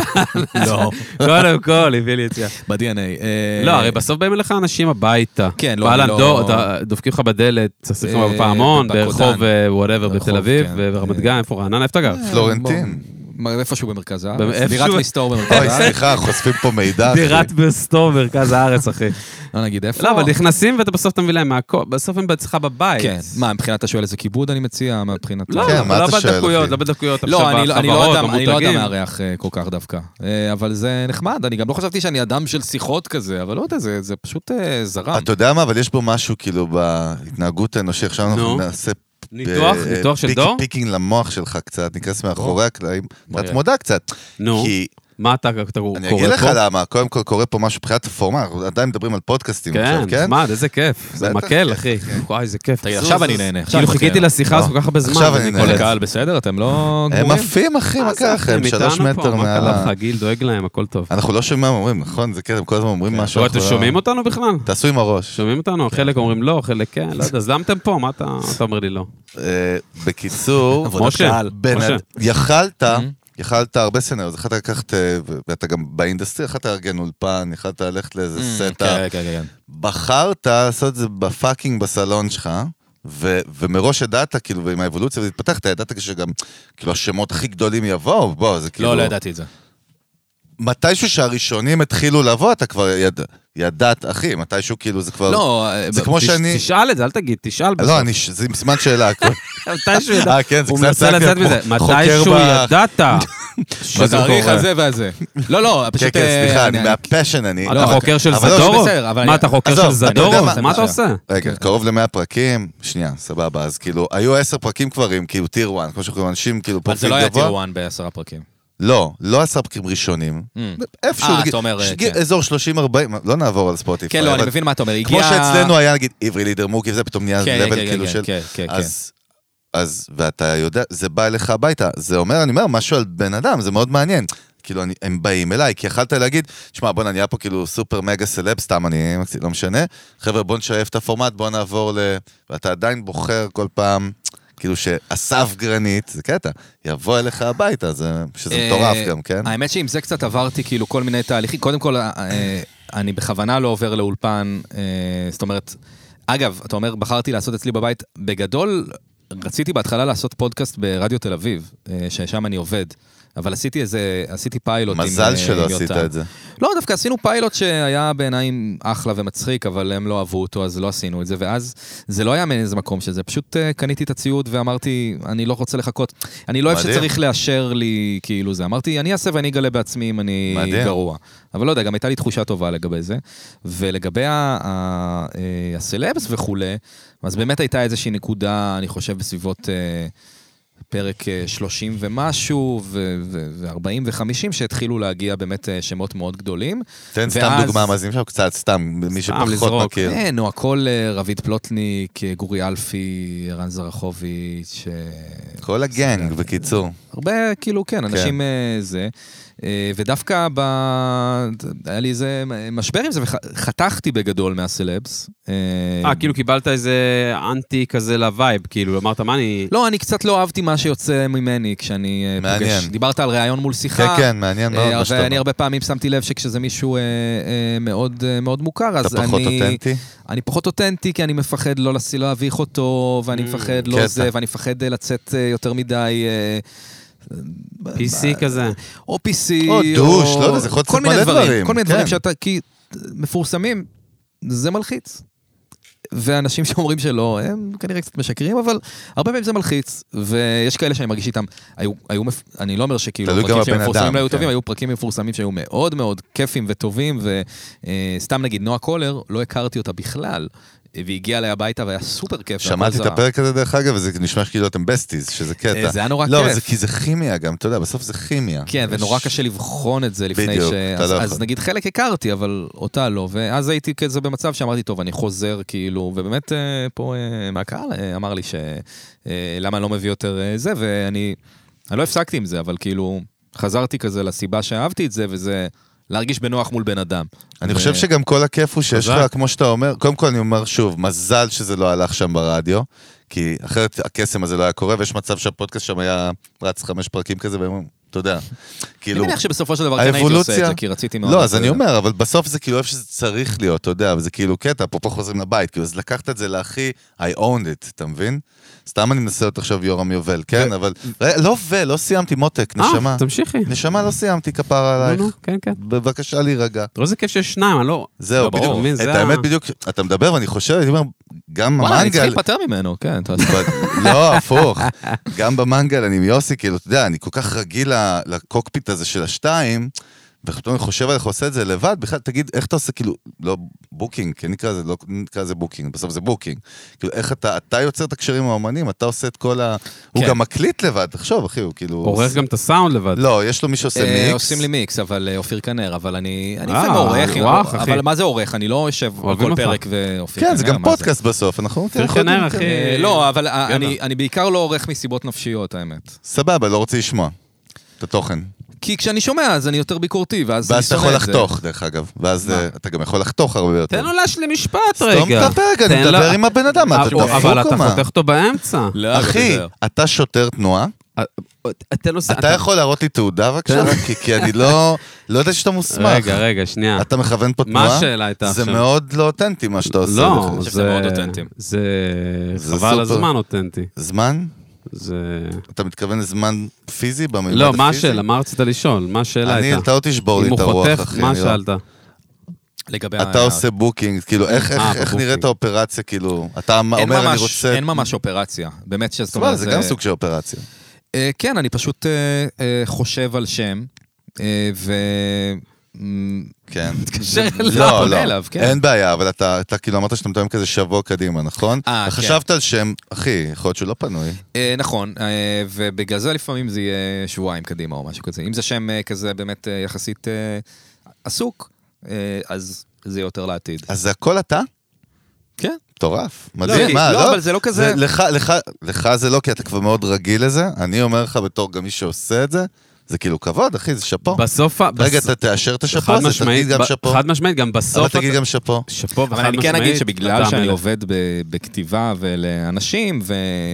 לא.
קודם כל, הביא לי את זה.
ב-DNA. אה,
לא, הרי בסוף באים אליך אנשים הביתה.
כן, לא,
אהלן,
אני לא-
דור, אתה- דופקים לך בדלת, צסים לך
אה,
בפעמון,
בקודן.
ברחוב וואטאבר
ברחוב,
בתל אביב, אה,
כן. אה,
ברמת גן, איפה רעננה, איפה אתה גר?
פלורנטין.
מ- איפשהו במרכז הארץ,
איפשהו-
דירת מסתור
אוי,
במרכז הארץ,
סליחה, חושפים פה מידע. אחי.
דירת בסטור, מרכז הארץ, אחי.
לא נגיד איפה.
לא, אבל נכנסים ואתה בסוף אתה מביא להם מהכל, בסוף הם אצלך בבית.
כן, מה, מבחינת אתה שואל איזה כיבוד אני מציע, מבחינת...
לא,
כן, מה
לא
אתה שואל,
בדקויות,
אחי?
לא בדקויות,
לא,
עכשיו
אני לא- אני לא
בחברות,
אדם- אני לא אדם
במותגים.
מארח אה, כל כך דווקא, אה, אבל זה נחמד, אני גם לא חשבתי שאני אדם של שיחות כזה, אבל לא יודע, זה זה פשוט אה, זרם.
אתה יודע מה, אבל יש פה משהו כאילו בהתנהגות האנושית, עכשיו אנחנו
נו.
נעשה...
ניתוח,
אה,
ב-
ניתוח של
פיק-
דור?
פיקינג למוח שלך קצת, ניכנס מאחורי הקלעים,
בוא
את
נראה.
מודה קצת.
נו,
כי
מה אתה אתה קורא פה?
אני אגיד לך למה, קודם כל קורה פה משהו מבחינת הפורמה, אנחנו עדיין מדברים על פודקאסטים
כן,
עכשיו, כן?
נחמד, איזה כיף. זה
בטח,
מקל,
כן,
אחי. וואי, איזה כיף.
תגיד,
זוז,
עכשיו
זוז.
אני נהנה, עכשיו
כאילו
אני
חיכיתי
נהנה. אה,
לשיחה הזאת כל כך הרבה זמן.
עכשיו
וזה
אני
קולט.
נהנה.
כל הקהל בסדר, אתם לא
הם
גמורים?
עפים, אחי, מה קרה לכם?
הם
שלוש
איתנו פה,
מטר
מה קרה
מה...
לך? גיל דואג להם, הכל טוב.
אנחנו לא שומעים מה הם אומרים, נכון? זה כן, הם כל הזמן אומרים משהו.
לא,
אנחנו
אתם
לא-
שומעים אותנו בכלל?
תעשו עם הראש.
שומעים אותנו? חלק אומרים לא, חלק כן, לא יודע, אז למה אתם פה? מה אתה אתה אומר לי לא?
אה, בקיצור,
עבודת
משה,
קהל.
בן
משה.
אד- יכלת, יכלת הרבה סצנריות, יכלת לקחת, אה, ו- ואתה גם באינדסטרי, יכלת לארגן אולפן, יכלת ללכת לאיזה סטאפ,
כן, כן, כן.
בחרת לעשות את זה בפאקינג בסלון שלך. ו- ומראש ידעת, כאילו, ועם האבולוציה, וזה התפתח, אתה ידעת שגם, כאילו, השמות הכי גדולים יבואו, בוא, זה כאילו...
לא, לא ידעתי את זה.
מתישהו שהראשונים התחילו לבוא, אתה כבר יד... ידעת, אחי, מתישהו כאילו זה כבר...
לא,
זה
ב-
כמו
תש-
שאני...
תשאל את זה, אל תגיד, תשאל. בסוף.
לא, אני... ש- זה עם סימן שאלה. הכל.
מתישהו ידעת.
אה, כן, זה
הוא
קצת
מנסה
צעקתי,
לצאת
פה,
מזה.
חוקר
מתישהו
ב-
ידעת. שזה
בתאריך
קורה.
הזה והזה. לא, לא, פשוט...
כן, כן,
אה,
סליחה, אני מהפשן, אני...
אתה חוקר של
אבל לא,
זדורוב?
בסדר, אבל
מה,
אני-
אתה חוקר
עזוב,
של
אתה יודע
זדורוב?
מה-
מה אתה
בסדר.
עושה?
כן.
רגע, קרוב ל-100 פרקים, שנייה, סבבה, אז כאילו, היו 10 פרקים כבר עם כאילו טיר 1, כמו שאנחנו קוראים אנשים, כאילו
אבל זה
פרופיל
לא
גבוה.
היה טיר 1 בעשרה פרקים.
לא, לא 10 פרקים ראשונים. איפשהו,
אה,
נגיד,
אתה אומר,
שג-
כן.
אזור 30-40, לא נעבור על ספוטיפיי.
כן, לא, אני
אבל
מבין מה אתה אומר.
כמו
הגיע-
שאצלנו היה, נגיד, עברי לידר מוקי וזה, פתאום נהיה
כן, כן,
לבל
כן,
כאילו
כן,
של...
כן, כן,
אז, אז, ואתה יודע, זה בא אליך הביתה. זה אומר, אני אומר, משהו על בן אדם, זה מאוד מעניין. כאילו, אני, הם באים אליי, כי יכלת להגיד, שמע, בוא נהיה פה כאילו סופר מגה סלב, סתם אני, לא משנה. חבר'ה, בוא נשאף את הפורמט, בוא נעבור ל... ואתה עדיין בוחר כל פעם, כאילו שאסף גרנית, זה קטע, יבוא אליך הביתה, זה, שזה
אה,
מטורף גם, כן?
האמת שעם זה קצת עברתי כאילו כל מיני תהליכים. קודם כל, אה, אה, אני בכוונה לא עובר לאולפן, אה, זאת אומרת, אגב, אתה אומר, בחרתי לעשות אצלי בבית, בגדול, רציתי בהתחלה לעשות פודקאסט ברדיו תל אביב, אה, ששם אני עובד, אבל עשיתי איזה, עשיתי פיילוט. עם,
מזל
אה,
שלא
עם
עשית
יותם.
את זה.
לא, דווקא עשינו פיילוט שהיה בעיניים אחלה ומצחיק, אבל הם לא אהבו אותו, אז לא עשינו את זה, ואז זה לא היה מאיזה מקום של זה, פשוט אה, קניתי את הציוד ואמרתי, אני לא רוצה לחכות. אני לא אוהב
מדהים.
שצריך לאשר לי כאילו זה. אמרתי, אני אעשה ואני אגלה בעצמי אם אני
מדהים.
גרוע. אבל לא יודע, גם הייתה לי תחושה טובה לגבי זה. ולגבי ה- ה- אה, הסלבס וכולי, אז באמת הייתה איזושהי נקודה, אני חושב, בסביבות... אה, פרק אה, 30 ומשהו, ו-40 ו-50, שהתחילו להגיע באמת אה, שמות מאוד גדולים.
תן סתם
ואז-
דוגמה מהמאזינים שלנו, קצת סתם, מי שפחות
לזרוק.
מכיר.
כן, נועה קולר, רביד פלוטניק, אה, גורי אלפי, ערן זרחוביץ', אה,
כל הגנג, בקיצור.
הרבה, כאילו, כן, אנשים אה, זה. אה, ודווקא ב... היה לי איזה משבר עם זה, וחתכתי בגדול מהסלבס.
כן.
אה, כאילו קיבלת איזה אנטי כזה לווייב, כאילו, אמרת, מה אני...
לא, אני קצת לא אהבתי מה שיוצא ממני כשאני אה, פוגש.
מעניין.
דיברת על ראיון מול
כן,
שיחה.
כן, מעניין מאוד
אה,
מה שאתה
ואני
אומר.
הרבה פעמים שמתי לב שכשזה מישהו אה, אה, מאוד אה, מאוד מוכר,
אתה
אז
פחות
אני-
אותנטי?
אני פחות אותנטי, כי אני מפחד לא לס- לא להביך אותו, ואני
Mm,
מפחד
קטע.
לא זה, ואני מפחד אה, לצאת אה, יותר מדי... אה,
לא,
PC כזה.
או PC,
או דוש, לא יודע, זה יכול להיות
כל מיני
מלא
דברים,
דברים,
כל מיני
כן.
דברים שאתה, כי מפורסמים, זה מלחיץ. ואנשים שאומרים שלא, הם כנראה קצת משקרים, אבל הרבה פעמים זה מלחיץ, ויש כאלה שאני מרגיש איתם, היו, היו, מפ- אני לא אומר שכאילו,
תלוי גם
פרקים
בבן
שהם מפורסמים
אדם,
לא היו
כן.
טובים, היו פרקים מפורסמים שהיו מאוד מאוד כיפים וטובים, וסתם נגיד נועה קולר, לא הכרתי אותה בכלל, והיא הגיעה אליי הביתה והיה סופר כיף. והכל
שמעתי את
זרם.
הפרק הזה דרך אגב, וזה נשמע שכאילו אתם בסטיז, שזה קטע.
אה, זה היה נורא
לא,
כיף.
אבל זה כי זה כימיה גם, אתה יודע, בסוף זה כימיה.
כן,
יש-
ונורא קשה לבחון את זה לפני
בדיוק,
ש...
אתה
אז,
לא
אז
יכול.
נגיד חלק הכרתי, אבל אותה לא, ואז הייתי כזה במצב שאמרתי, טוב, אני חוזר כאילו, ובאמת אה, פה אה, מהקהל אה, אמר לי ש... אה, למה אני לא מביא יותר אה, זה, ואני אני לא הפסקתי עם זה, אבל כאילו, חזרתי כזה לסיבה שאהבתי את זה, וזה להרגיש בנוח מול בן אדם.
אני
ו-
חושב שגם כל הכיף הוא שיש
חזק.
לך, כמו שאתה אומר, קודם כל אני אומר שוב, מזל שזה לא הלך שם ברדיו, כי אחרת הקסם הזה לא היה קורה, ויש מצב שהפודקאסט שם היה רץ חמש פרקים כזה, והם אומרים, אתה יודע,
אני
כאילו...
מניח שבסופו של דבר כן הייתי עושה את
האבולוציה-
זה, כי רציתי מאוד...
לא, אז אני
לעשות את זה.
אומר, אבל בסוף זה כאילו איפה שזה צריך להיות, אתה יודע, וזה כאילו קטע, אפרופו חוזרים לבית, כאילו, אז לקחת את זה להכי, I owned it, אתה מבין? סתם אני מנסה להיות עכשיו יורם יובל, כן, אבל... רגע, לא ו, לא סיימתי, מותק, נשמה.
אה, תמשיכי.
נשמה, לא סיימתי כפרה
נו,
עלייך.
נו, כן, כן.
בבקשה להירגע.
אתה רואה איזה כיף שיש שניים, אני לא...
זהו,
לא, ברור,
בדיוק.
מבין, זה
את
ה-
האמת בדיוק, אתה מדבר ואני חושב, אני אומר, גם
וואלה, אני צריך
המנגל...
להיפטר ממנו, כן. אתה יודע.
ב- לא, הפוך. גם במנגל אני עם יוסי, כאילו, אתה יודע, אני כל כך רגיל ל- לקוקפיט הזה של השתיים, ופתאום אני חושב על איך עושה את זה לבד, בכלל, תגיד, איך אתה עושה, כאילו, לא בוקינג, כן נקרא לזה, לא נקרא לזה בוקינג, בסוף זה בוקינג. כאילו, איך אתה, אתה יוצר את הקשרים עם האומנים, אתה עושה את כל ה... הוא
כן.
גם מקליט לבד, תחשוב, אחי, הוא כאילו...
עורך גם את הסאונד לבד.
לא, יש לו מי שעושה
אה,
מיקס.
עושים לי מיקס, אבל אה, אופיר כנר, אבל אני... אני
אה,
לפעמים עורך,
וואח, אחי.
אבל מה זה עורך? אני לא יושב על
אוהבים
כל
אותך.
פרק ואופיר כנר.
כן, זה גם
אה, מה
פודקאסט כן. בסוף, אנחנו...
צריך
אנחנו יודעים,
כנר,
כן.
אחי.
אה, לא, אבל אה,
יאללה.
אני- אני בעיקר לא עורך מסיבות נפשיות, האמת.
סבבה, לא רוצה לשמוע את התוכן.
כי כשאני שומע, אז אני יותר ביקורתי, ואז אני
ואז אתה
שונא
יכול
את זה.
לחתוך, דרך אגב. ואז אה, אתה גם יכול לחתוך הרבה יותר.
תן לו להשלים משפט
סתום
רגע.
את הפרק, אני
תן לו-
מדבר עם הבן אדם, מה, אתה
אבל-
דפוק
אבל
או
אתה
מה?
חותך אותו באמצע. אה,
לא, אבל
אחי,
בסדר.
אתה שוטר תנועה?
תן לו... ס-
אתה יכול להראות לי תעודה בבקשה? כי- כי אני לא לא יודע שאתה מוסמך.
רגע, רגע, שנייה.
אתה מכוון פה
מה
תנועה?
השאלה הייתה
זה
עכשיו?
מאוד לא אותנטי מה שאתה עושה.
לא,
דרך אגב.
חושב שזה מאוד אותנטי.
זה
זה
חבל
סופר.
הזמן אותנטי.
זמן?
זה...
אתה מתכוון לזמן פיזי בממד
לא, מה
הפיזי?
השאלה? מה רצית לשאול? מה השאלה
אני,
הייתה?
אתה לא תשבור לי
אם
את
הוא
הרוח, אחי.
חותך, מה
אני לא-
שאלת?
לגבי
אתה עושה בוקינג, כאילו, איך-
אה,
איך- איך
בבוקינג.
נראית האופרציה, כאילו, אתה אומר, אני רוצה...
אין ממש אופרציה, באמת שזאת
סבבה,
אומרת...
זה גם סוג של אופרציה.
אה, כן, אני פשוט אה, אה, חושב על שם, אה, ו... מ,
כן.
מתקשר אליו,
לא,
עונה
לא,
אליו, כן.
אין בעיה, אבל אתה אתה כאילו אמרת שאתה מתאם כזה שבוע קדימה, נכון?
אה, כן.
חשבת על שם, אחי, יכול להיות שהוא לא פנוי.
אה, נכון, אה, ובגלל זה לפעמים זה יהיה שבועיים קדימה או משהו כזה. אם זה שם אה, כזה באמת אה, יחסית אה, עסוק, אה, אז זה יהיה יותר לעתיד.
אז זה הכל אתה?
כן.
מטורף.
כי-
מדהים, מה,
לא,
לא?
אבל זה לא כזה-
זה- לך- לך- לך זה לא, כי אתה כבר מאוד רגיל לזה. אני אומר לך, בתור גם מי שעושה את זה, זה כאילו כבוד, אחי, זה שאפו.
בסוף... ה-
רגע,
בס-
אתה תאשר את השאפו
חד
הזה,
משמעית,
תגיד גם
ב-
שאפו.
חד משמעית, גם
אבל
בסוף...
תגיד
אתה-
גם שאפו.
שאפו וחד
אבל אני
משמעית.
כן אגיד שבגלל
אתה
שאני
המלך.
עובד ב- בכתיבה ולאנשים,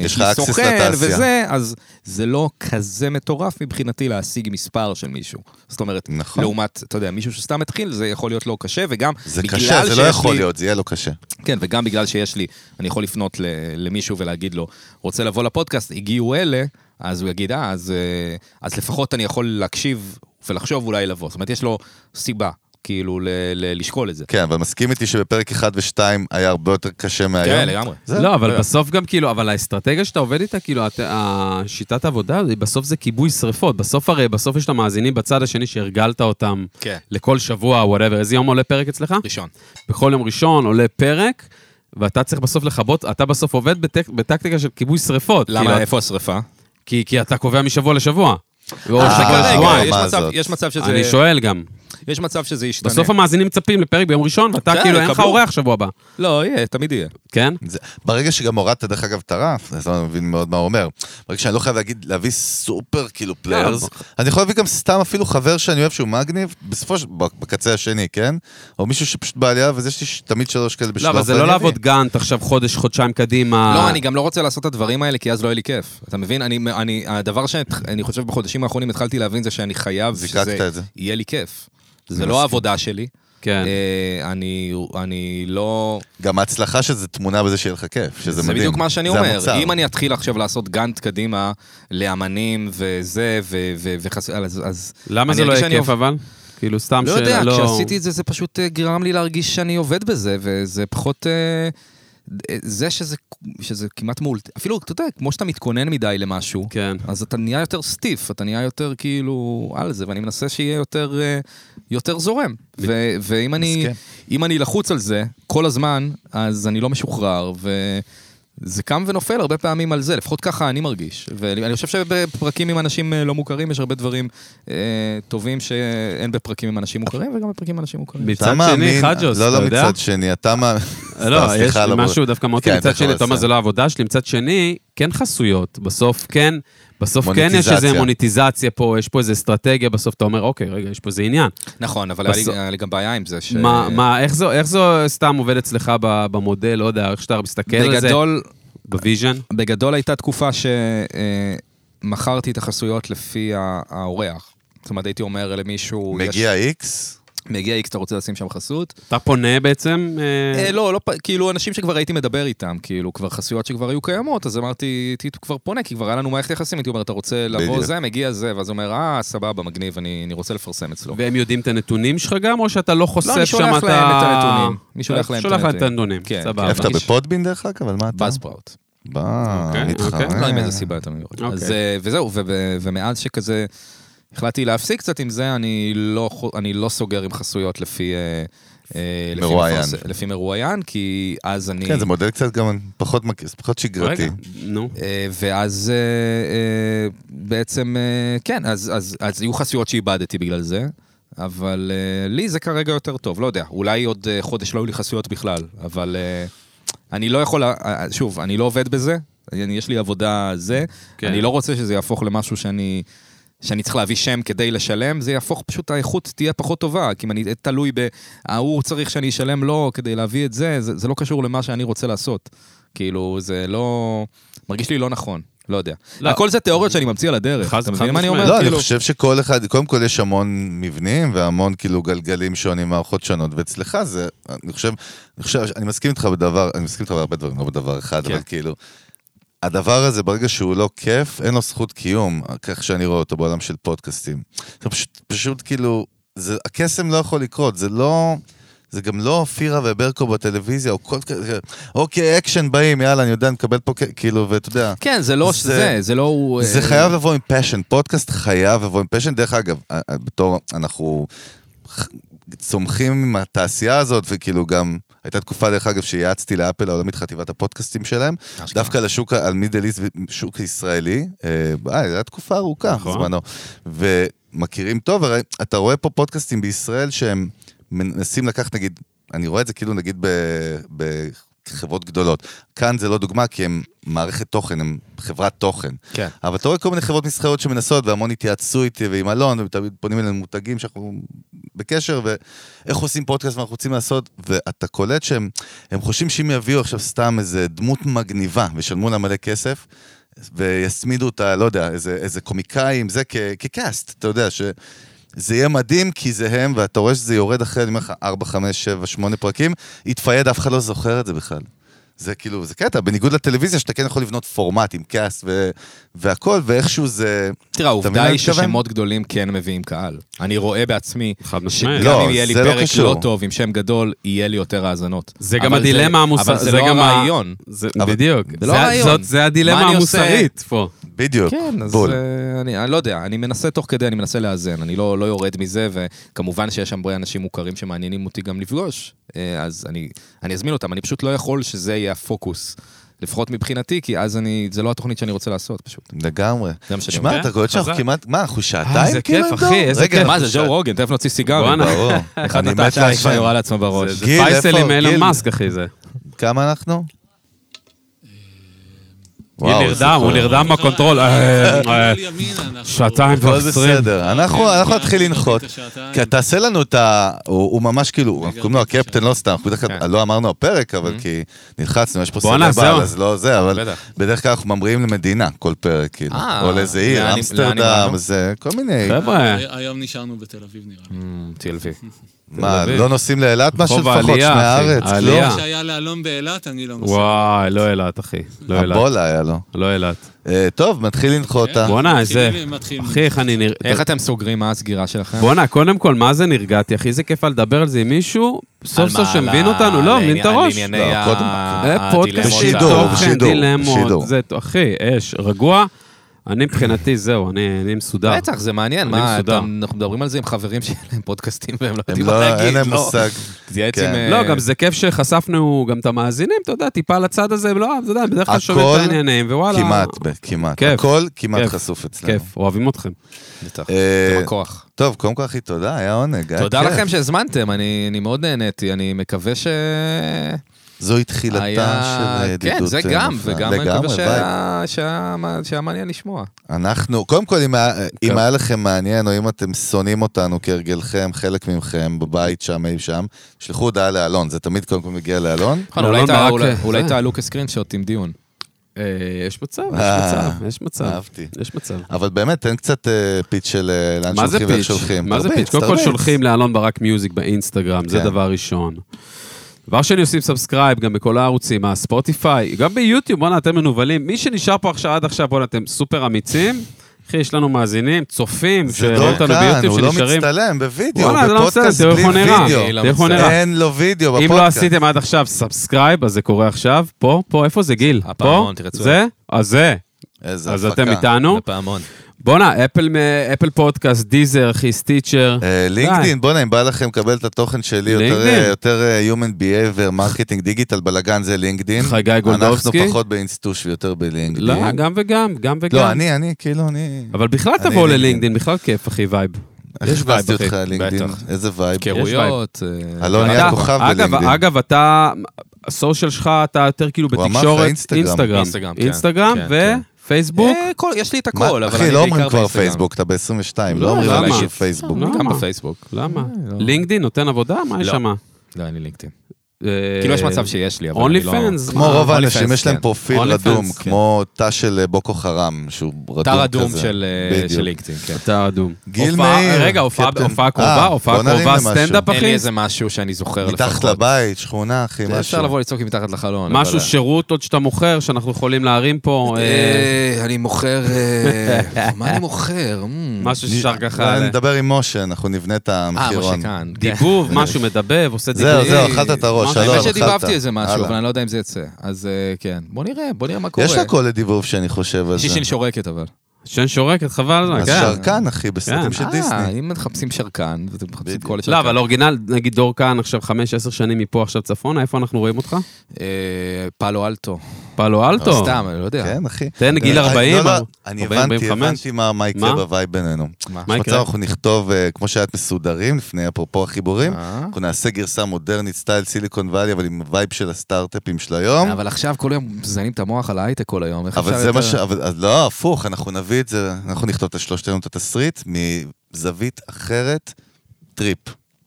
יש לך access
וסוכן
לתעשייה.
וזה, אז זה לא כזה מטורף מבחינתי להשיג מספר של מישהו. זאת אומרת,
נכון.
לעומת, אתה יודע, מישהו שסתם התחיל, זה יכול להיות לו קשה, וגם
זה
בגלל
קשה, זה לא
שיש
יכול
לי-
להיות, זה יהיה לו קשה.
כן, וגם בגלל שיש לי, אני יכול לפנות ל- למישהו ולהגיד לו, רוצה לבוא לפודקאסט, הגיעו אלה, אז הוא יגיד, אה, אז, אה, אז לפחות אני יכול להקשיב ולחשוב אולי לבוא. זאת אומרת, יש לו סיבה, כאילו, ל- ל- לשקול את זה.
כן, אבל מסכים איתי שבפרק 1 ו-2 היה הרבה יותר קשה מהיום.
כן, לגמרי.
זה-
לא,
לא.
אבל בסוף גם כאילו, אבל האסטרטגיה שאתה עובד איתה, כאילו, הת- השיטת העבודה, היא בסוף זה כיבוי שריפות. בסוף הרי, בסוף יש את המאזינים בצד השני שהרגלת אותם
כן.
לכל שבוע, וואטאבר. איזה יום עולה פרק אצלך?
ראשון.
בכל יום ראשון עולה פרק, ואתה צריך בסוף לכבות, אתה בסוף עובד בטק, בטקטיקה של כיבוי שרפות. כאילו,
למה, איפה השריפה?
כי, כי אתה קובע משבוע לשבוע. או
אה,
שבוע
רגע,
לשבועיים.
יש
מה
מצב-
זאת?
יש מצב שזה...
אני שואל גם.
יש מצב שזה ישתנה.
בסוף המאזינים מצפים לפרק ביום ראשון, ואתה
כן,
כאילו, אין לך
יקבלו.
אורח שבוע הבא.
לא, יהיה, תמיד יהיה.
כן?
זה, ברגע שגם הורדת, דרך אגב, את הרף, אז אני לא מבין מאוד מה הוא אומר. ברגע שאני לא חייב להגיד, להביא סופר כאילו
לא,
פליירס, אני יכול להביא גם סתם אפילו חבר שאני אוהב שהוא מגניב, בסופו של... בקצה השני, כן? או מישהו שפשוט בעלייה, אז יש לי ש- תמיד שלוש כאלה
לא,
בשלב.
אבל זה
ואני
לא
אביא.
לעבוד גאנט עכשיו חודש, חודשיים
אה.
קדימה.
לא, אני גם לא רוצה לעשות את הדברים האלה, כי אז לא יהיה לי כיף. אתה מבין? אני, אני, הדבר שאני חושב בחודשים האחרונים התחלתי להבין זה שאני חייב
זיקקת
שזה
את זה.
יהיה לי כיף. זה
אני
לא
מסכים.
העבודה שלי.
כן.
אה, אני, אני לא...
גם ההצלחה שזה תמונה בזה שיהיה לך כיף, שזה
זה
מדהים.
בדיוק מה שאני
זה
אומר.
המוצר.
אם אני אתחיל עכשיו לעשות גאנט קדימה לאמנים וזה, ו- ו- וחס... אז... אז
למה
אני
זה לא
ארגיש
יהיה
שאני
כיף אבל? כאילו, סתם
לא
שאלה,
יודע, כשעשיתי את זה, זה פשוט אה, גרם לי להרגיש שאני עובד בזה, וזה פחות... אה, אה, זה שזה, שזה כמעט מול... אפילו, אתה יודע, כמו שאתה מתכונן מדי למשהו,
כן.
אז אתה נהיה יותר סטיף, אתה נהיה יותר כאילו על זה, ואני מנסה שיהיה יותר, אה, יותר זורם. ו- ואם אני,
מסכים.
אם אני לחוץ על זה כל הזמן, אז אני לא משוחרר, ו... זה קם ונופל הרבה פעמים על זה, לפחות ככה אני מרגיש. ואני חושב שבפרקים עם אנשים אה, לא מוכרים יש הרבה דברים אה, טובים שאין בפרקים עם אנשים מוכרים, וגם בפרקים עם אנשים מוכרים.
מצד
אתה
שני,
מאמין-
חג'וס,
לא,
אתה
לא
יודע?
מצד שני, אתה מאמין...
לא,
סתם,
יש
סליחה על
לי
הבור-
משהו דווקא מוטי,
כן,
מצד
אתה
שני,
יכול
אתה אומר,
לסיים.
זה לא העבודה שלי, מצד שני, כן חסויות, בסוף כן, בסוף כן יש
מוניטיזציה.
איזה מוניטיזציה פה, יש פה איזה אסטרטגיה, בסוף אתה אומר, אוקיי, רגע, יש פה איזה עניין.
נכון, אבל היה לי-
בסוף-
היה לי גם בעיה עם זה. ש-
מה, מה, איך זו- איך זו סתם עובד אצלך ב- במודל, לא יודע, איך שאתה מסתכל על זה,
בגדול,
בוויז'ן?
בגדול הייתה תקופה שמכרתי את החסויות לפי ה- האורח. זאת אומרת, הייתי אומר למישהו...
לא-
מגיע איקס,
יש- מגיע איקס, אתה רוצה לשים שם חסות?
אתה פונה בעצם? אה,
אה, לא, לא, פ- כאילו אנשים שכבר הייתי מדבר איתם, כאילו כבר חסויות שכבר היו קיימות, אז אמרתי, הייתי כבר פונה, כי כבר היה לנו מערכת יחסים, הייתי אומר, אתה רוצה לבוא
בדיוק.
זה, מגיע זה, ואז הוא אומר, אה, סבבה, מגניב, אני אני רוצה לפרסם אצלו.
והם יודעים את הנתונים שלך גם, או שאתה לא חושף שם
אני
את ה... אה,
שולח להם את הנתונים. אני שולח להם את
שולח להם את
הנתונים.
הנתונים,
כן,
סבבה.
כן.
איפה אתה
מרגיש-
בפודבין דרך אגב? על מה אתה?
בזפראוט.
בא,
אוקיי,
מתחרה.
אוקיי.
לא עם איזה סיבה אתה מבין.
אוקיי.
אז אה, וזהו, ו- ו- ומאז שכזה החלטתי להפסיק קצת עם זה, אני לא חו- אני לא סוגר עם חסויות לפי... אה, אה, לפי
מרואיין.
מפרס- לפי מרואיין, כי אז אני...
כן, זה מודל קצת גם פחות מכיר, זה פחות שגרתי.
רגע, נו.
אה, ואז אה, אה, בעצם, אה, כן, אז, אז, אז היו חסויות שאיבדתי בגלל זה, אבל אה, לי זה כרגע יותר טוב, לא יודע, אולי עוד אה, חודש לא היו לי חסויות בכלל, אבל אה, אני לא יכול, אה, אה, שוב, אני לא עובד בזה, אני, יש לי עבודה זה,
כן.
כן. אני לא רוצה שזה יהפוך למשהו שאני... שאני צריך להביא שם כדי לשלם, זה יהפוך פשוט, האיכות תהיה פחות טובה, כי אם אני תלוי ב... ההוא צריך שאני אשלם לו כדי להביא את זה, זה, זה לא קשור למה שאני רוצה לעשות. כאילו, זה לא... מרגיש לי לא נכון, לא יודע.
לא.
הכל זה תיאוריות שאני ממציא על הדרך,
חד-
אתה מבין מה
חד
אני
משמעית.
אומר?
לא, אני
כאילו,
חושב שכל אחד, קודם כל יש המון מבנים והמון כאילו גלגלים שונים, מערכות שונות, ואצלך זה, אני חושב, אני חושב, אני מסכים איתך בדבר, אני מסכים איתך בהרבה דברים, לא בדבר אחד,
כן.
אבל כאילו, הדבר הזה, ברגע שהוא לא כיף, אין לו זכות קיום, כך שאני רואה אותו בעולם של פודקאסטים. זה פשוט, פשוט כאילו, זה, הקסם לא יכול לקרות, זה לא... זה גם לא אופירה וברקו בטלוויזיה, או כל כזה, אוקיי, אקשן באים, יאללה, אני יודע, נקבל פה, כ- כאילו, ואתה יודע.
כן, זה לא
זה-
זה, זה לא... הוא,
זה
אה,
חייב לבוא עם פשן, פודקאסט חייב לבוא עם פשן. דרך אגב, אה, אה, בתור, אנחנו ח- צומחים עם התעשייה הזאת, וכאילו גם, הייתה תקופה, דרך אגב, שייעצתי לאפל העולמית חטיבת הפודקאסטים שלהם,
אשכרה.
דווקא לשוק, ה- על מידל איסט, שוק ישראלי, אה, אה, זו הייתה תקופה ארוכה
נכון.
בזמנו, ומכירים טוב, הרי אתה רואה פה פודקאסטים בישראל שהם מנסים לקחת, נגיד, אני רואה את זה כאילו נגיד ב... ב חברות גדולות. כאן זה לא דוגמה, כי הם מערכת תוכן, הם חברת תוכן.
כן.
אבל אתה רואה כל מיני חברות מסחריות שמנסות, והמון התייעצו איתי ועם אלון, ותמיד פונים אלינו מותגים שאנחנו בקשר, ואיך עושים פודקאסט מה אנחנו רוצים לעשות, ואתה קולט שהם הם חושבים שאם יביאו עכשיו סתם איזה דמות מגניבה וישלמו לה מלא כסף, ויצמידו אותה, לא יודע, איזה, איזה קומיקאים, זה כ, כקאסט, אתה יודע, ש... זה יהיה מדהים, כי זה הם, ואתה רואה שזה יורד אחרי, אני אומר לך, 4, 5, 7, 8 פרקים, התפייד, אף אחד לא זוכר את זה בכלל. זה כאילו, זה קטע, בניגוד לטלוויזיה, שאתה כן יכול לבנות פורמט עם קאסט ו- והכל, ואיכשהו זה...
תראה,
מבין
העובדה
מה
היא
אני מתכוון?
ששמות גדולים כן מביאים קהל. אני רואה בעצמי,
חד משמעית.
שגם
לא,
אם יהיה לי
זה לא
פרק
קשור.
לא טוב עם שם גדול, יהיה לי יותר האזנות.
זה גם
אבל
הדילמה המוסרית.
אבל זה לא הרעיון.
אבל-
בדיוק.
זה לא
זה-
הרעיון.
זאת- זה הדילמה
מה אני עושה?
המוסרית פה.
בדיוק,
כן, אז
בול.
אה, אני אני לא יודע, אני מנסה תוך כדי, אני מנסה לאזן, אני לא לא יורד מזה, וכמובן שיש שם הרבה אנשים מוכרים שמעניינים אותי גם לפגוש, אה, אז אני- אני אזמין אותם, אני פשוט לא יכול שזה יהיה הפוקוס, לפחות מבחינתי, כי אז אני, זה לא התוכנית שאני רוצה לעשות פשוט.
לגמרי.
זה מה שאני
שמע,
אומר.
אתה קולט שאנחנו
חזק.
כמעט, מה, אנחנו
אה,
שעתיים
איזה
כאילו
כיף,
עם
אחי,
דור?
איזה
רגע,
כיף.
מה
אנחנו
זה,
שעתיים.
ג'ו רוגן, תכף נוציא סיגרים.
בואנה.
ברור.
אחד
אני
נתן
מת
שעי כבר
לעשן.
יורה לעצמו בראש.
זה
גיל,
פייסל
איפה?
עם אילון
גיל.
מאסק, אחי, זה.
כמה אנחנו?
גיל
וואו, זה
נרדם, הוא
כבר-
נרדם בקונטרול. אה, אה,
על ימין אנחנו-
שעתיים
הכל
ועשרים.
בסדר, אנחנו אנחנו נתחיל
אוקיי,
לנחות.
את השעתיים.
כי תעשה לנו את ה... הוא הוא ממש כאילו, אנחנו קוראים לו
אוקיי,
הקפטן, לא סתם, אנחנו בדרך כלל
כן.
לא אמרנו הפרק, אבל כי נלחצנו, יש פה
Mm-hmm. בואנה,
סלב על,
זהו.
אז לא זה, אבל
בטח.
בדרך כלל אנחנו ממריאים למדינה כל פרק, כאילו.
אה,
או לאיזה עיר,
לאן- לאן
אמסטרדם,
הגענו?
זה כל מיני...
חבר'ה,
הי- אה, היום נשארנו בתל אביב נראה לי.
Mm,
TLV.
מה,
אביב.
לא נוסעים לאילת משהו
רחוב
לפחות? שמי
העלייה, אחי,
הארץ,
העלייה.
כלום?
מה שהיה לאלון באילת, אני לא מסכים.
וואי, לא אילת, אחי. לא אילת.
הבולה היה לו.
לא אילת.
אה, טוב, מתחיל לנחותה.
בואנה,
מתחילים,
איזה...
מתחילים.
אחי, איך אני נראה...
איך אתם סוגרים, מה הסגירה שלכם?
בואנה, קודם כל, מה זה נרגעתי, אחי? איזה כיף היה לדבר על זה עם מישהו, סוף סוף שמבין אותנו, לא, מבין את הראש.
לענייני
לא,
ה-
קודם-
אה, פודקאסט
הדילמות
של
בשידור,
ה-
תוכן,
בשידור, בשידור.
דילמות, זה, אחי, אש, רגוע. אני מבחינתי, זהו, אני אני
לא.
מסודר.
בטח, זה מעניין,
אני
מה,
מסודר.
אתה- אנחנו מדברים על זה עם חברים שאין להם פודקאסטים והם לא
הם
יודעים מה
לא,
להגיד.
אין להם
לא.
מושג.
תתייעץ
כן.
עם... אה,
לא, גם זה כיף שחשפנו גם את המאזינים, אתה יודע, טיפה לצד הזה, לא, אתה יודע, בדרך כלל שומעים
הכל
את העניינים, ווואלה.
כמעט, ב- כמעט.
כיף.
הכל כמעט
כיף.
חשוף אצלנו.
כיף, אוהבים אתכם.
בטח,
אה, כן.
אתם הכוח.
טוב, קודם כל אחי, תודה, היה עונג. היה
תודה
כיף.
לכם שהזמנתם, אני אני מאוד נהניתי, אני מקווה ש...
זו התחילתה
היה-
של ידידות.
כן, זה
אה,
גם,
נפלאה.
וגם אני מקווה
לגמרי, ביי.
שהיה- שהיה שהיה מעניין
לא,
לשמוע.
אנחנו, קודם כל, אם היה- אם
כן.
היה לכם מעניין, או אם אתם שונאים אותנו כהרגלכם, חלק מכם, בבית שם, אי שם, שלחו הודעה לאלון, זה תמיד קודם כל מגיע לאלון.
נכון,
אלון
אולי תע-
ברק,
אולי-
אה,
אולי
זה.
תעלו כסקרינשוט עם דיון.
אה, יש מצב, יש
אה,
מצב, יש מצב.
אהבתי.
יש מצב.
אבל באמת, תן קצת אה, פיץ של אה, לאן
מה זה
שולחים ואיך
פיץ'?
שולחים.
מה זה
תרביץ,
פיץ'? קודם כל
תרביץ.
שולחים לאלון ברק מיוזיק באינסטגרם, זה
כן.
דבר ראשון. דבר שני, עושים סאבסקרייב גם בכל הערוצים, הספוטיפיי, גם ביוטיוב, בואנה, אתם מנוולים. מי שנשאר פה עכשיו עד עכשיו, בואנה, אתם סופר אמיצים. אחי, יש לנו מאזינים, צופים,
זה
שראו אה, אותנו
דורקן, הוא
ביוטיוב,
לא
שנשארים.
מצטלם בווידאו,
וואלה, זה לא בסדר,
בפודקאסט
תראו איך הוא
בלי
נראה.
וידאו.
תראו איך הוא נראה.
אין לו וידאו
אם
בפודקאסט.
לא עשיתם עד עכשיו סאבסקרייב, אז זה קורה עכשיו. פה, פה, איפה זה גיל? פה?
הפעמון, תרצו.
זה? אז זה.
איזה
אז
הפקה.
אתם איתנו.
לפעמון.
בואנה, אפל מ- אפל פודקאסט, דיזר, אחי, סטיצ'ר.
אה, לינקדאין, בוא'נה, אם בא לכם לקבל את התוכן שלי, יותר,
לינקדאין.
אה, יותר אה, Human Behavior, מרקטינג, דיגיטל, בלאגן, זה לינקדאין.
חגי גולדובסקי?
אנחנו פחות באינסטוש ויותר בלינקדאין.
לא, גם וגם, גם וגם.
כן. לא, אני, אני, כאילו, אני...
אבל בכלל
אני
תבוא
לינקדאין.
ללינקדאין, בכלל כיף, אחי, וייב.
איך
יש וייב,
הכנסתי אותך
אחי.
ללינקדאין?
בטח.
איזה וייב.
היכרויות. אה,
אלון
אתה-
היה לא כוכב
אגב,
בלינקדאין.
אגב, אתה, הסושיאל שלך, אתה יותר כאילו
הוא אמר לך
בתקשורת,
אינסטגרם.
אינסטגרם,
אינסטגרם, כן.
אינסטגרם
כן, כן.
ופייסבוק.
אה, כל- יש לי את
מה,
הכל, אבל אני
אחי, לא אומרים
בעיקר
כבר
באינסטגרם. אה,
פייסבוק, אתה ב-22,
לא,
לא אומרים
למה?
עליי של פייסבוק.
לא.
גם
למה?
בפייסבוק.
אה,
למה?
לא.
לינקדאין נותן עבודה? מה יש
לא.
שם? אה,
לא, אין לי לינקדאין. כאילו יש מצב שיש לי, אבל אני
אונלי
לא...
פאנס.
כמו רוב האנשים,
OnlyFans,
יש להם
כן.
פרופיל
OnlyFans,
רדום,
כן.
כמו תא של אה, בוקו חרם, שהוא רדום כזה.
אתר אדום של אה,
בדיוק.
של לינקדאין, כן.
אתה אדום.
גיל
הופעה-
מאיר,
רגע, הופעה
קפטן.
הופעה
אה,
קרובה, הופעה
בוא נרים
קרובה,
למשהו.
סטנדאפ,
אין לי
אחי?
איזה משהו שאני זוכר
מתחת
לפחות.
לבית, שכונה, אחי,
אפשר
משהו.
לבוא לצעוק לי מתחת לחלון.
משהו,
אבל- אה.
שירות עוד שאתה מוכר, שאנחנו יכולים להרים פה, אה,
אה, אני מוכר... אה, מה אני מוכר? מ,
משהו שאפשר ככה...
אבל אה, נדבר עם משה, אנחנו נבנה את
אה, מה
המחירון.
שכאן. כן.
דיבוב, משהו מדבב, עושה
זהו,
דיבוב.
זהו, אכלת את הראש,
משהו-
שלום,
האמת
לא אכלת.
שדיבבתי איזה משהו,
הלאה.
אבל אני לא יודע אם זה יצא. אז אה, כן. בוא נראה, בוא נראה מה קורה.
יש לה קול לדיבוב שאני חושב על זה.
שישין שורקת אבל.
שן שורקת, חבל על הזמן,
אז
כן.
שרקן, אחי, בסרטים
כן.
של
אה,
דיסני.
אם מחפשים שרקן, ואתם מחפשים
בדיוק.
קול לשרקן.
לא, אבל אורגינל, נגיד דור כאן עכשיו 5-10 שנים מפה עכשיו צפונה, איפה אנחנו רואים אותך?
אה, פאלו אלטו.
פאלו אלטו.
סתם, אני לא יודע.
כן, אחי.
תן גיל
אה,
40,
לא, לא,
אבל-
אני
40,
הבנתי,
45.
הבנתי מה מה יקרה
מה?
בווייב בינינו.
מה?
מה
במצב
יקרה?
אנחנו נכתוב, אה, כמו שאת מסודרים לפני, אפרופו החיבורים,
אה?
אנחנו נעשה גרסה מודרנית, סטייל סיליקון וואלי, אבל עם וייב של הסטארט-אפים של היום.
אבל עכשיו כל יום מזיינים את המוח על ההייטק כל היום. איך
אה? אבל
אפשר
זה מה
יותר-
ש... אבל- אז לא, הפוך, אנחנו נביא את זה, אנחנו נכתוב את השלושתנו את התסריט מזווית אחרת, טריפ.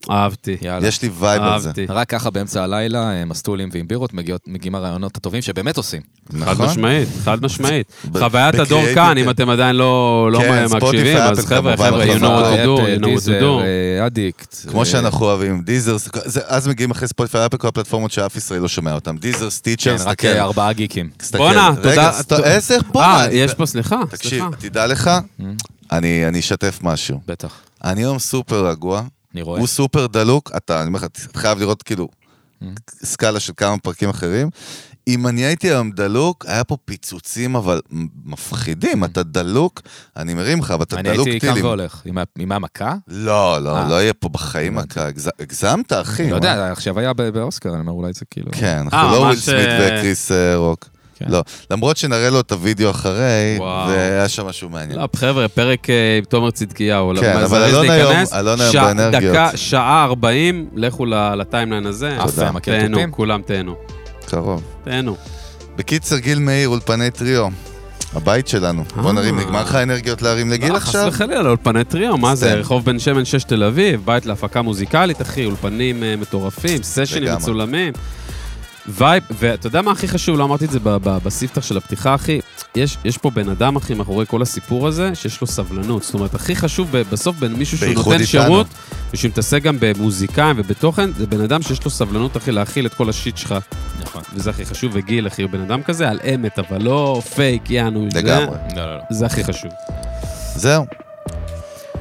לא.
אהבתי.
יאללה.
יש לי וייב על זה.
אהבתי.
רק ככה באמצע הלילה, אה, מסטולים ועם בירות, מגיעות- מגיעים הרעיונות הטובים שבאמת עושים.
חד
נכון?
משמעית, חד משמעית.
ב-
חוויית הדור
בקריאייטיב,
כאן,
כן.
אם אתם עדיין לא לא
כן,
מקשיבים,
ספוטיפיי,
אז
אפל
חבר'ה,
כמובן,
חבר'ה,
אה,
you know what to do,
חבר'ה,
you know what to
דיזר,
do.
אה, אדיקט.
כמו
אה,
שאנחנו אוהבים, דיזר, זה- אז מגיעים אחרי ספוטיפיי אפל, כל הפלטפורמות שאף ישראלי לא שומע אותם. דיזר,
כן,
סטיצ'ר,
רק
סתכל.
אה, ארבעה גיקים.
תסתכל.
בואנה,
רגע,
תודה.
סת- עשר, בואנה.
אה, יש פה, סליחה,
תקשיב,
סליחה. Mm.
תדע לך, אני אני אשתף משהו.
בטח,
אני היום סופר רגוע,
אני רואה.
הוא סופר דלוק, אתה, אני אומר לך, אתה חייב לראות כאילו
Mm.
סקאלה של כמה פרקים אחרים. אם אני הייתי היום דלוק, היה פה פיצוצים, אבל
Mm.
מפחידים. אתה דלוק, אני מרים לך, אבל אתה
לא
אני
דלוק
הייתי קם
טילים.
והולך. עם ה- עם המכה?
לא, לא,
אה.
לא יהיה פה בחיים מכה. הגז- הגזמת,
כן.
אחי.
לא
מה?
יודע, עכשיו היה ב- באוסקר, אני אומר, אולי זה כאילו...
כן,
אה,
אנחנו לא וויל
ממש,
סמית
אה,
וקריס אה, רוק.
כן.
לא, למרות שנראה לו את הוידאו אחרי,
וואו.
והיה שם משהו מעניין.
לא, חבר'ה, פרק אה, עם תומר צדקיהו.
כן,
למה,
אבל
זרז
אלון היום-
להיכנס.
אלון היום
שעה-
באנרגיות.
דקה, שעה 40, לכו ל- לטיימליין הזה.
עף
תודה.
מהקטוטים.
תהנו, כולם תהנו.
קרוב.
תהנו.
בקיצר, גיל מאיר, אולפני טריו. הבית שלנו. בוא נרים,
אה.
נגמר לך האנרגיות להרים לגיל
לא,
עכשיו? כן.
חס וחלילה, לאולפני טריו, מה זה?
סתם.
רחוב בן שמן 6 תל אביב, בית להפקה מוזיקלית, אחי, אולפנים אה, מטורפים, סשנים
לגמרי.
מצולמים. וייב, ואתה יודע מה הכי חשוב? לא אמרתי את זה ב- ב- בספתח של הפתיחה, אחי. יש, יש פה בן אדם, אחי, מאחורי כל הסיפור הזה, שיש לו סבלנות. זאת אומרת, הכי חשוב ב- בסוף בין מישהו שהוא
בייחוד
נותן
איתנו.
שירות, ושמתעסק גם במוזיקאים ובתוכן, זה בן אדם שיש לו סבלנות, אחי, להכיל את כל השיט שלך.
נכון.
וזה הכי חשוב, וגיל, אחי, הוא בן אדם כזה, על אמת, אבל לא פייק, יענו. זה-
לגמרי.
לא, לא, לא.
זה הכי חשוב.
זהו.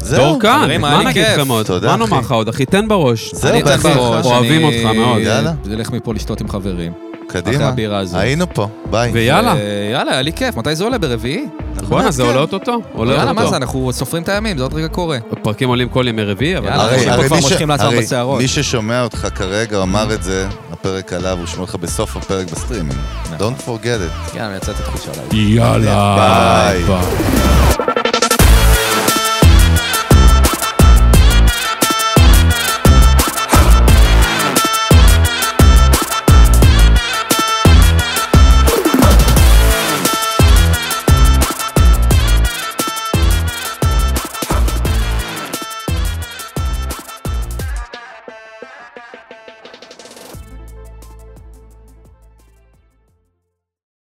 זהו.
דור כאן,
חברים, היה
מה
לי
נגיד
כיף.
לך עוד?
תודה,
מה
אחי.
נאמר לך עוד? אחי, תן בראש.
זהו,
אני
בהצלחה.
אתן בראש,
לא, אוהבים
אני-
אותך מאוד.
יאללה.
אלך מפה לשתות עם חברים. אחרי
קדימה.
הבירה הזאת.
היינו פה, ביי.
ויאללה.
אה, יאללה, היה לי כיף. מתי זה עולה? ברביעי?
בואנה, זה עולה אוטוטו? עולה אוקיי.
יאללה, מה זה?
אוטוטו.
אנחנו סופרים את הימים, זה עוד רגע קורה.
פרקים עולים כל ימי רביעי, אבל...
יאללה, אנשים פה כבר
מי ש-
מושכים לעצמם
הרי
בשערות.
מי ששומע אותך כרגע אמר את זה, הפרק עליו, הוא שומע אותך בסוף הפרק
נכון.
בסטרימינג. Don't forget it.
יאללה, אני יצא את התחושה עליי.
יאללה.
ביי.
ביי.